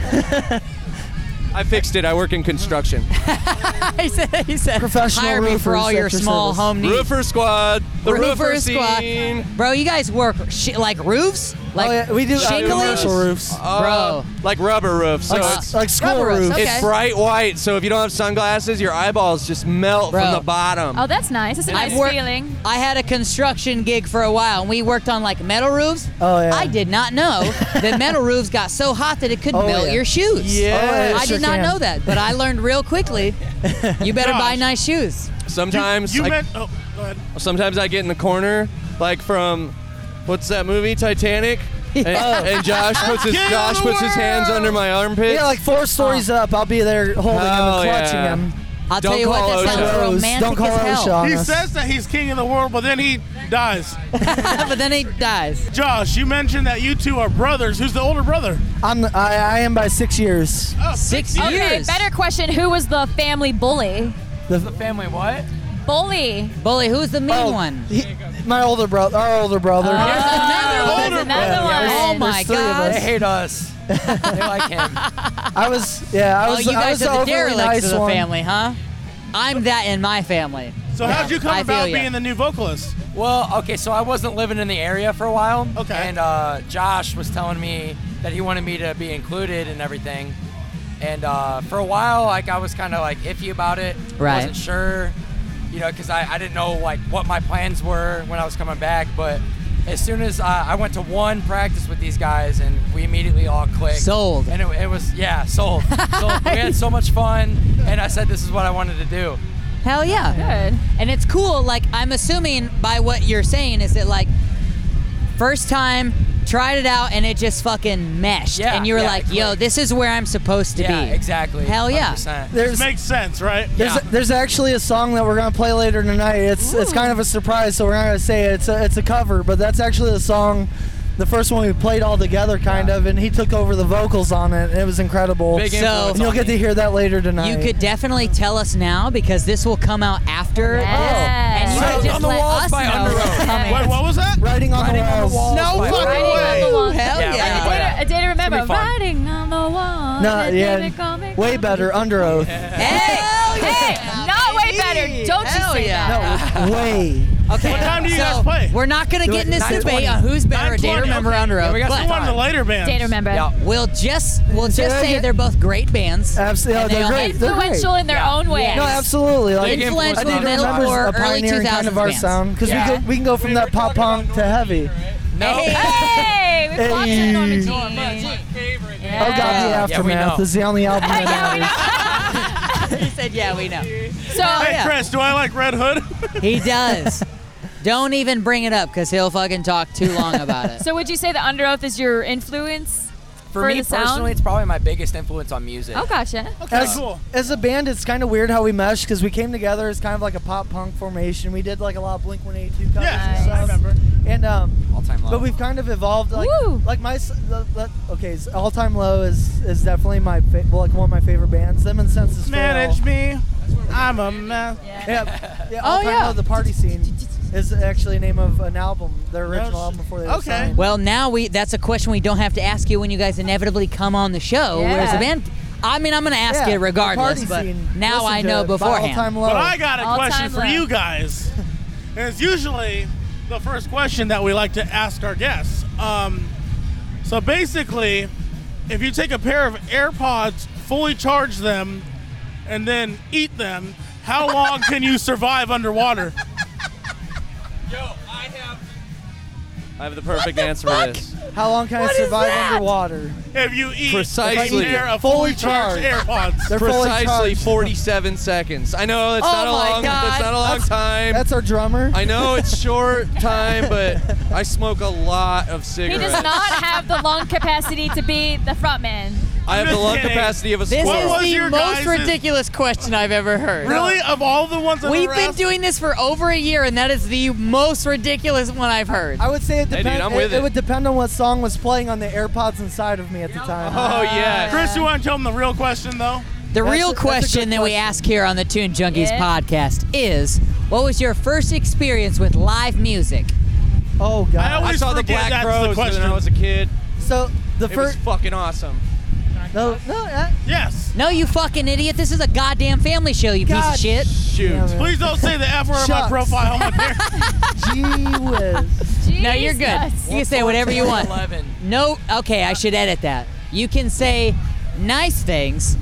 [SPEAKER 17] I fixed it. I work in construction.
[SPEAKER 1] he said, he said
[SPEAKER 15] Professional
[SPEAKER 1] hire me for
[SPEAKER 15] roofers
[SPEAKER 1] all your
[SPEAKER 15] at your
[SPEAKER 1] small
[SPEAKER 15] service.
[SPEAKER 1] home needs.
[SPEAKER 17] Roofer squad. The roofer,
[SPEAKER 1] Roofer squad.
[SPEAKER 17] scene.
[SPEAKER 1] Bro, you guys work sh- like roofs? Like
[SPEAKER 15] oh, yeah, we do uh,
[SPEAKER 1] shingling?
[SPEAKER 15] commercial roofs.
[SPEAKER 2] Oh,
[SPEAKER 1] Bro.
[SPEAKER 17] Uh, Like rubber roofs. So
[SPEAKER 15] Like s-
[SPEAKER 17] it's
[SPEAKER 15] like school
[SPEAKER 1] rubber roofs,
[SPEAKER 15] roofs.
[SPEAKER 1] okay.
[SPEAKER 17] it's bright white. So if you don't have sunglasses, your eyeballs just melt
[SPEAKER 1] Bro.
[SPEAKER 17] from the bottom.
[SPEAKER 3] Oh, that's nice. That's a
[SPEAKER 1] I've
[SPEAKER 3] nice
[SPEAKER 1] worked-
[SPEAKER 3] feeling.
[SPEAKER 1] I had a construction gig for a while, and we worked on like metal roofs.
[SPEAKER 15] Oh yeah.
[SPEAKER 1] I did not know that metal roofs got so hot that it could
[SPEAKER 15] Oh,
[SPEAKER 1] melt
[SPEAKER 15] yeah.
[SPEAKER 1] your shoes.
[SPEAKER 15] Yeah, it
[SPEAKER 1] I
[SPEAKER 15] sure
[SPEAKER 1] did not
[SPEAKER 15] can.
[SPEAKER 1] know that, but I learned real quickly. You better buy nice shoes.
[SPEAKER 17] Sometimes
[SPEAKER 2] you
[SPEAKER 17] I,
[SPEAKER 2] meant. Oh, go ahead.
[SPEAKER 17] sometimes I get in the corner, like from what's that movie, Titanic? And, and Josh puts his
[SPEAKER 2] King
[SPEAKER 17] Josh
[SPEAKER 2] of the
[SPEAKER 17] puts his hands under my armpits.
[SPEAKER 15] Yeah, like four stories up. I'll be there holding
[SPEAKER 17] Oh,
[SPEAKER 15] him and clutching
[SPEAKER 17] yeah.
[SPEAKER 15] him.
[SPEAKER 1] I'll
[SPEAKER 17] Don't
[SPEAKER 1] tell you
[SPEAKER 17] call
[SPEAKER 1] what, that sounds
[SPEAKER 17] OSHA.
[SPEAKER 1] romantic
[SPEAKER 15] Don't call
[SPEAKER 1] as
[SPEAKER 15] OSHA
[SPEAKER 1] hell.
[SPEAKER 15] on
[SPEAKER 2] He
[SPEAKER 15] us.
[SPEAKER 2] says that he's king of the world, but then he dies.
[SPEAKER 1] but then he dies.
[SPEAKER 2] Josh, you mentioned that you two are brothers. Who's the older brother?
[SPEAKER 15] I'm the, I, I am by six years.
[SPEAKER 2] Oh,
[SPEAKER 1] Six
[SPEAKER 3] Okay,
[SPEAKER 1] years.
[SPEAKER 3] better question. Who was the family bully?
[SPEAKER 15] The,
[SPEAKER 18] Family what?
[SPEAKER 3] Bully.
[SPEAKER 1] Bully, who's the mean
[SPEAKER 15] Oh,
[SPEAKER 1] one? Oh,
[SPEAKER 15] he- my older brother, our older brother.
[SPEAKER 1] Another
[SPEAKER 3] There's another
[SPEAKER 1] Oh
[SPEAKER 3] one.
[SPEAKER 1] my
[SPEAKER 15] three of
[SPEAKER 1] God.
[SPEAKER 18] They hate us. they like him.
[SPEAKER 15] I was yeah. I
[SPEAKER 1] Oh,
[SPEAKER 15] was.
[SPEAKER 1] you
[SPEAKER 15] I
[SPEAKER 1] guys
[SPEAKER 15] was
[SPEAKER 1] are the
[SPEAKER 15] overly
[SPEAKER 1] derelicts
[SPEAKER 15] nice
[SPEAKER 1] of the
[SPEAKER 15] one.
[SPEAKER 1] family, huh? I'm that in my family.
[SPEAKER 2] So how'd you come
[SPEAKER 1] I feel
[SPEAKER 2] about
[SPEAKER 1] ya.
[SPEAKER 2] being the new vocalist?
[SPEAKER 18] Well, okay, so I wasn't living in the area for a while.
[SPEAKER 2] Okay.
[SPEAKER 18] And uh, Josh was telling me that he wanted me to be included and everything. And uh, for a while, like I was kind of like iffy about it.
[SPEAKER 1] Right.
[SPEAKER 18] Wasn't sure, you know, because I, I didn't know like what my plans were when I was coming back. But as soon as I, I went to one practice with these guys, and we immediately all clicked.
[SPEAKER 1] Sold.
[SPEAKER 18] And it, it was yeah, sold. sold. We had so much fun, and I said this is what I wanted to do.
[SPEAKER 1] Hell yeah.
[SPEAKER 3] Good.
[SPEAKER 1] And it's cool. Like, I'm assuming by what you're saying is that, like, first time, tried it out, and it just fucking meshed.
[SPEAKER 18] Yeah,
[SPEAKER 1] and you were
[SPEAKER 18] yeah,
[SPEAKER 1] like,
[SPEAKER 18] it
[SPEAKER 1] yo,
[SPEAKER 18] clicked.
[SPEAKER 1] this is where I'm supposed to
[SPEAKER 18] yeah,
[SPEAKER 1] be.
[SPEAKER 18] exactly.
[SPEAKER 1] Hell yeah.
[SPEAKER 18] 100%.
[SPEAKER 15] There's
[SPEAKER 2] Makes sense, right?
[SPEAKER 15] there's,
[SPEAKER 18] Yeah.
[SPEAKER 15] there's actually a song that we're gonna play later tonight. It's it's kind of a surprise, so we're not gonna say it. it's a it's a cover, but that's actually the song, the first one we played all together, kind of, and he took over the vocals on it. and It was incredible.
[SPEAKER 18] Big
[SPEAKER 1] So-
[SPEAKER 18] influence
[SPEAKER 15] and you'll
[SPEAKER 18] on
[SPEAKER 15] get
[SPEAKER 18] me.
[SPEAKER 15] to hear that later tonight.
[SPEAKER 1] You could definitely tell us now because this will come out after
[SPEAKER 3] Yes.
[SPEAKER 1] this. And you
[SPEAKER 18] Writing
[SPEAKER 1] could just
[SPEAKER 18] on the
[SPEAKER 1] let
[SPEAKER 18] walls
[SPEAKER 1] us
[SPEAKER 18] by
[SPEAKER 1] know
[SPEAKER 18] Under
[SPEAKER 1] what's
[SPEAKER 18] Oath.
[SPEAKER 1] coming.
[SPEAKER 2] Wait, what was that?
[SPEAKER 15] writing on
[SPEAKER 18] Riding
[SPEAKER 15] the
[SPEAKER 18] on the
[SPEAKER 15] walls.
[SPEAKER 18] walls.
[SPEAKER 2] No
[SPEAKER 18] by-
[SPEAKER 2] fucking
[SPEAKER 3] Riding on
[SPEAKER 2] way.
[SPEAKER 3] the wall.
[SPEAKER 1] Hell
[SPEAKER 18] Yeah,
[SPEAKER 1] yeah.
[SPEAKER 18] riding on the
[SPEAKER 3] I did remember
[SPEAKER 18] fun.
[SPEAKER 3] riding on the wall.
[SPEAKER 15] No,
[SPEAKER 3] that
[SPEAKER 15] yeah,
[SPEAKER 3] David Comic-
[SPEAKER 15] way better under oath.
[SPEAKER 1] Hell yeah.
[SPEAKER 3] Hey, not way better. Don't you
[SPEAKER 1] Hell
[SPEAKER 3] say
[SPEAKER 1] yeah.
[SPEAKER 3] that.
[SPEAKER 15] No, way.
[SPEAKER 1] Okay.
[SPEAKER 2] What time do you
[SPEAKER 1] so
[SPEAKER 2] guys play?
[SPEAKER 1] We're not going to get in this
[SPEAKER 18] 9:20.
[SPEAKER 1] debate on who's better,
[SPEAKER 2] 9:20,
[SPEAKER 1] Data Remember or
[SPEAKER 2] okay.
[SPEAKER 1] Under Oath.
[SPEAKER 18] Yeah, we got
[SPEAKER 1] but
[SPEAKER 18] some
[SPEAKER 2] One of the later bands.
[SPEAKER 3] Data remember.
[SPEAKER 18] Yeah.
[SPEAKER 1] we'll just we'll
[SPEAKER 15] Say
[SPEAKER 1] just
[SPEAKER 15] that
[SPEAKER 1] say
[SPEAKER 15] again.
[SPEAKER 1] they're both great bands.
[SPEAKER 15] Absolutely,
[SPEAKER 1] And
[SPEAKER 15] they're
[SPEAKER 1] they all-
[SPEAKER 15] great. They're great.
[SPEAKER 3] Influential in their
[SPEAKER 18] Yeah.
[SPEAKER 3] own way.
[SPEAKER 15] No, absolutely. Like,
[SPEAKER 18] Big influence
[SPEAKER 15] I
[SPEAKER 18] on
[SPEAKER 15] think
[SPEAKER 18] metal
[SPEAKER 15] remember
[SPEAKER 1] or
[SPEAKER 15] a
[SPEAKER 1] early
[SPEAKER 15] pioneering kind of
[SPEAKER 1] 2000s
[SPEAKER 15] our
[SPEAKER 1] bands.
[SPEAKER 15] sound because
[SPEAKER 18] Yeah.
[SPEAKER 15] we, go, we can go from that pop punk to heavy.
[SPEAKER 18] No.
[SPEAKER 3] Hey, we popped
[SPEAKER 15] Hey.
[SPEAKER 3] in Norma Jean.
[SPEAKER 15] Oh God, the
[SPEAKER 3] Yeah.
[SPEAKER 15] aftermath
[SPEAKER 18] we know.
[SPEAKER 15] is the only album that
[SPEAKER 3] Yeah, we
[SPEAKER 15] matters.
[SPEAKER 3] know.
[SPEAKER 1] he said, "Yeah, we know."
[SPEAKER 3] So-
[SPEAKER 2] hey,
[SPEAKER 1] yeah.
[SPEAKER 2] Chris, do I like Red Hood?
[SPEAKER 1] He does. Don't even bring it up because he'll fucking talk too long about it.
[SPEAKER 3] So would you say the Under Oath is your influence
[SPEAKER 18] For, me
[SPEAKER 3] the sound?
[SPEAKER 18] personally, it's probably my biggest influence on music.
[SPEAKER 3] oh, gotcha.
[SPEAKER 15] as, as a band, it's kind of weird how we meshed because we came together as kind of like a pop punk formation. We did like a lot of Blink 182 covers
[SPEAKER 18] Yeah,
[SPEAKER 15] and stuff.
[SPEAKER 18] I remember.
[SPEAKER 15] And um,
[SPEAKER 18] All time low.
[SPEAKER 15] But we've kind of evolved. Like, like my s- the- the- okay, so all time low is is definitely my fa- well, like one of my favorite bands. Them and Census
[SPEAKER 2] Manage
[SPEAKER 15] Fail.
[SPEAKER 2] me. I'm a mess.
[SPEAKER 15] Yeah, yeah.
[SPEAKER 2] Oh,
[SPEAKER 15] All time
[SPEAKER 2] yeah.
[SPEAKER 15] low, the party scene is actually the name of an album, their original
[SPEAKER 2] sh-
[SPEAKER 15] album before they were signed.
[SPEAKER 1] Well, now we—that's a question we don't have to ask you when you guys inevitably come on the show.
[SPEAKER 15] Yeah.
[SPEAKER 1] Where's the band? I mean, I'm gonna ask
[SPEAKER 15] Yeah,
[SPEAKER 1] it
[SPEAKER 15] the party
[SPEAKER 1] regardless, but
[SPEAKER 15] scene.
[SPEAKER 1] now
[SPEAKER 15] Listen
[SPEAKER 1] I
[SPEAKER 15] to
[SPEAKER 1] know
[SPEAKER 15] it, by all
[SPEAKER 1] beforehand.
[SPEAKER 15] time
[SPEAKER 2] But I got a
[SPEAKER 15] All
[SPEAKER 2] question
[SPEAKER 15] time
[SPEAKER 2] for
[SPEAKER 15] low.
[SPEAKER 2] you guys. and it's usually the first question that we like to ask our guests. Um, so basically, if you take a pair of AirPods, fully charge them, and then eat them, how long can you survive underwater?
[SPEAKER 6] I have the perfect answer for this.
[SPEAKER 15] How long can
[SPEAKER 2] What
[SPEAKER 15] I
[SPEAKER 2] is
[SPEAKER 15] survive
[SPEAKER 2] that?
[SPEAKER 15] underwater?
[SPEAKER 2] If you eat
[SPEAKER 6] Precisely.
[SPEAKER 2] a pair of fully charged AirPods,
[SPEAKER 6] Precisely 47 seconds. I know it's not a long. That's not a long time.
[SPEAKER 15] That's our drummer.
[SPEAKER 6] I know it's short time, but I smoke a lot of
[SPEAKER 3] He
[SPEAKER 6] cigarettes.
[SPEAKER 3] does not have the lung capacity to be the front man.
[SPEAKER 6] I have the lung capacity of a
[SPEAKER 1] This
[SPEAKER 6] squirrel.
[SPEAKER 1] is the most ridiculous question I've ever heard.
[SPEAKER 6] Really?
[SPEAKER 2] Of all the ones I've
[SPEAKER 1] we've
[SPEAKER 2] ever
[SPEAKER 1] been
[SPEAKER 2] asked?
[SPEAKER 1] doing this for over a year, and that is the most ridiculous one I've heard.
[SPEAKER 15] I would say it
[SPEAKER 1] Hey, dude,
[SPEAKER 15] depends.
[SPEAKER 1] I'm with
[SPEAKER 15] it,
[SPEAKER 1] it.
[SPEAKER 15] would depend on what song was playing on the AirPods inside of me at the time.
[SPEAKER 6] Oh, yeah.
[SPEAKER 2] Chris, you want to tell them the real question though?
[SPEAKER 1] The real question that we ask here on the Tune Junkies
[SPEAKER 2] Yeah.
[SPEAKER 1] podcast is: What was your first experience with live music?
[SPEAKER 15] Oh God!
[SPEAKER 6] I always I saw the forget Black that's the Crowes when I question. was a kid.
[SPEAKER 15] So the
[SPEAKER 6] It was
[SPEAKER 15] first.
[SPEAKER 6] fucking awesome.
[SPEAKER 15] No, no. uh,
[SPEAKER 2] Yes.
[SPEAKER 1] No, you fucking idiot! This is a goddamn family show, you
[SPEAKER 15] God
[SPEAKER 1] piece of shit.
[SPEAKER 6] Shoot!
[SPEAKER 2] Please don't say the F word in my
[SPEAKER 1] Shucks.
[SPEAKER 2] profile. I'm like,
[SPEAKER 15] Gee whiz.
[SPEAKER 1] No, you're good.
[SPEAKER 15] Jesus.
[SPEAKER 1] You can say whatever you want.
[SPEAKER 18] 11.
[SPEAKER 1] No, okay, I should edit that. You can say nice things.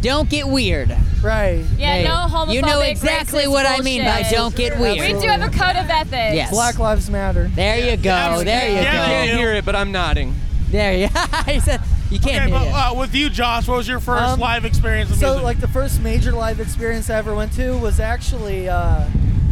[SPEAKER 1] Don't get weird.
[SPEAKER 15] Right.
[SPEAKER 3] Yeah,
[SPEAKER 1] There you-
[SPEAKER 3] no homophobic.
[SPEAKER 1] You know exactly
[SPEAKER 3] racist
[SPEAKER 1] what I mean by
[SPEAKER 3] bullshit.
[SPEAKER 1] don't get weird.
[SPEAKER 3] We do have a code of ethics.
[SPEAKER 1] Yes.
[SPEAKER 15] Black Lives Matter.
[SPEAKER 1] There you go. there you
[SPEAKER 6] I
[SPEAKER 1] go.
[SPEAKER 6] can't hear it, but I'm nodding.
[SPEAKER 1] There you. he said you
[SPEAKER 2] okay,
[SPEAKER 1] can't
[SPEAKER 2] but
[SPEAKER 1] hear it.
[SPEAKER 2] uh, with you, Josh, what was your first
[SPEAKER 15] Um,
[SPEAKER 2] live experience with
[SPEAKER 15] So
[SPEAKER 2] music?
[SPEAKER 15] like the first major live experience I ever went to was actually uh,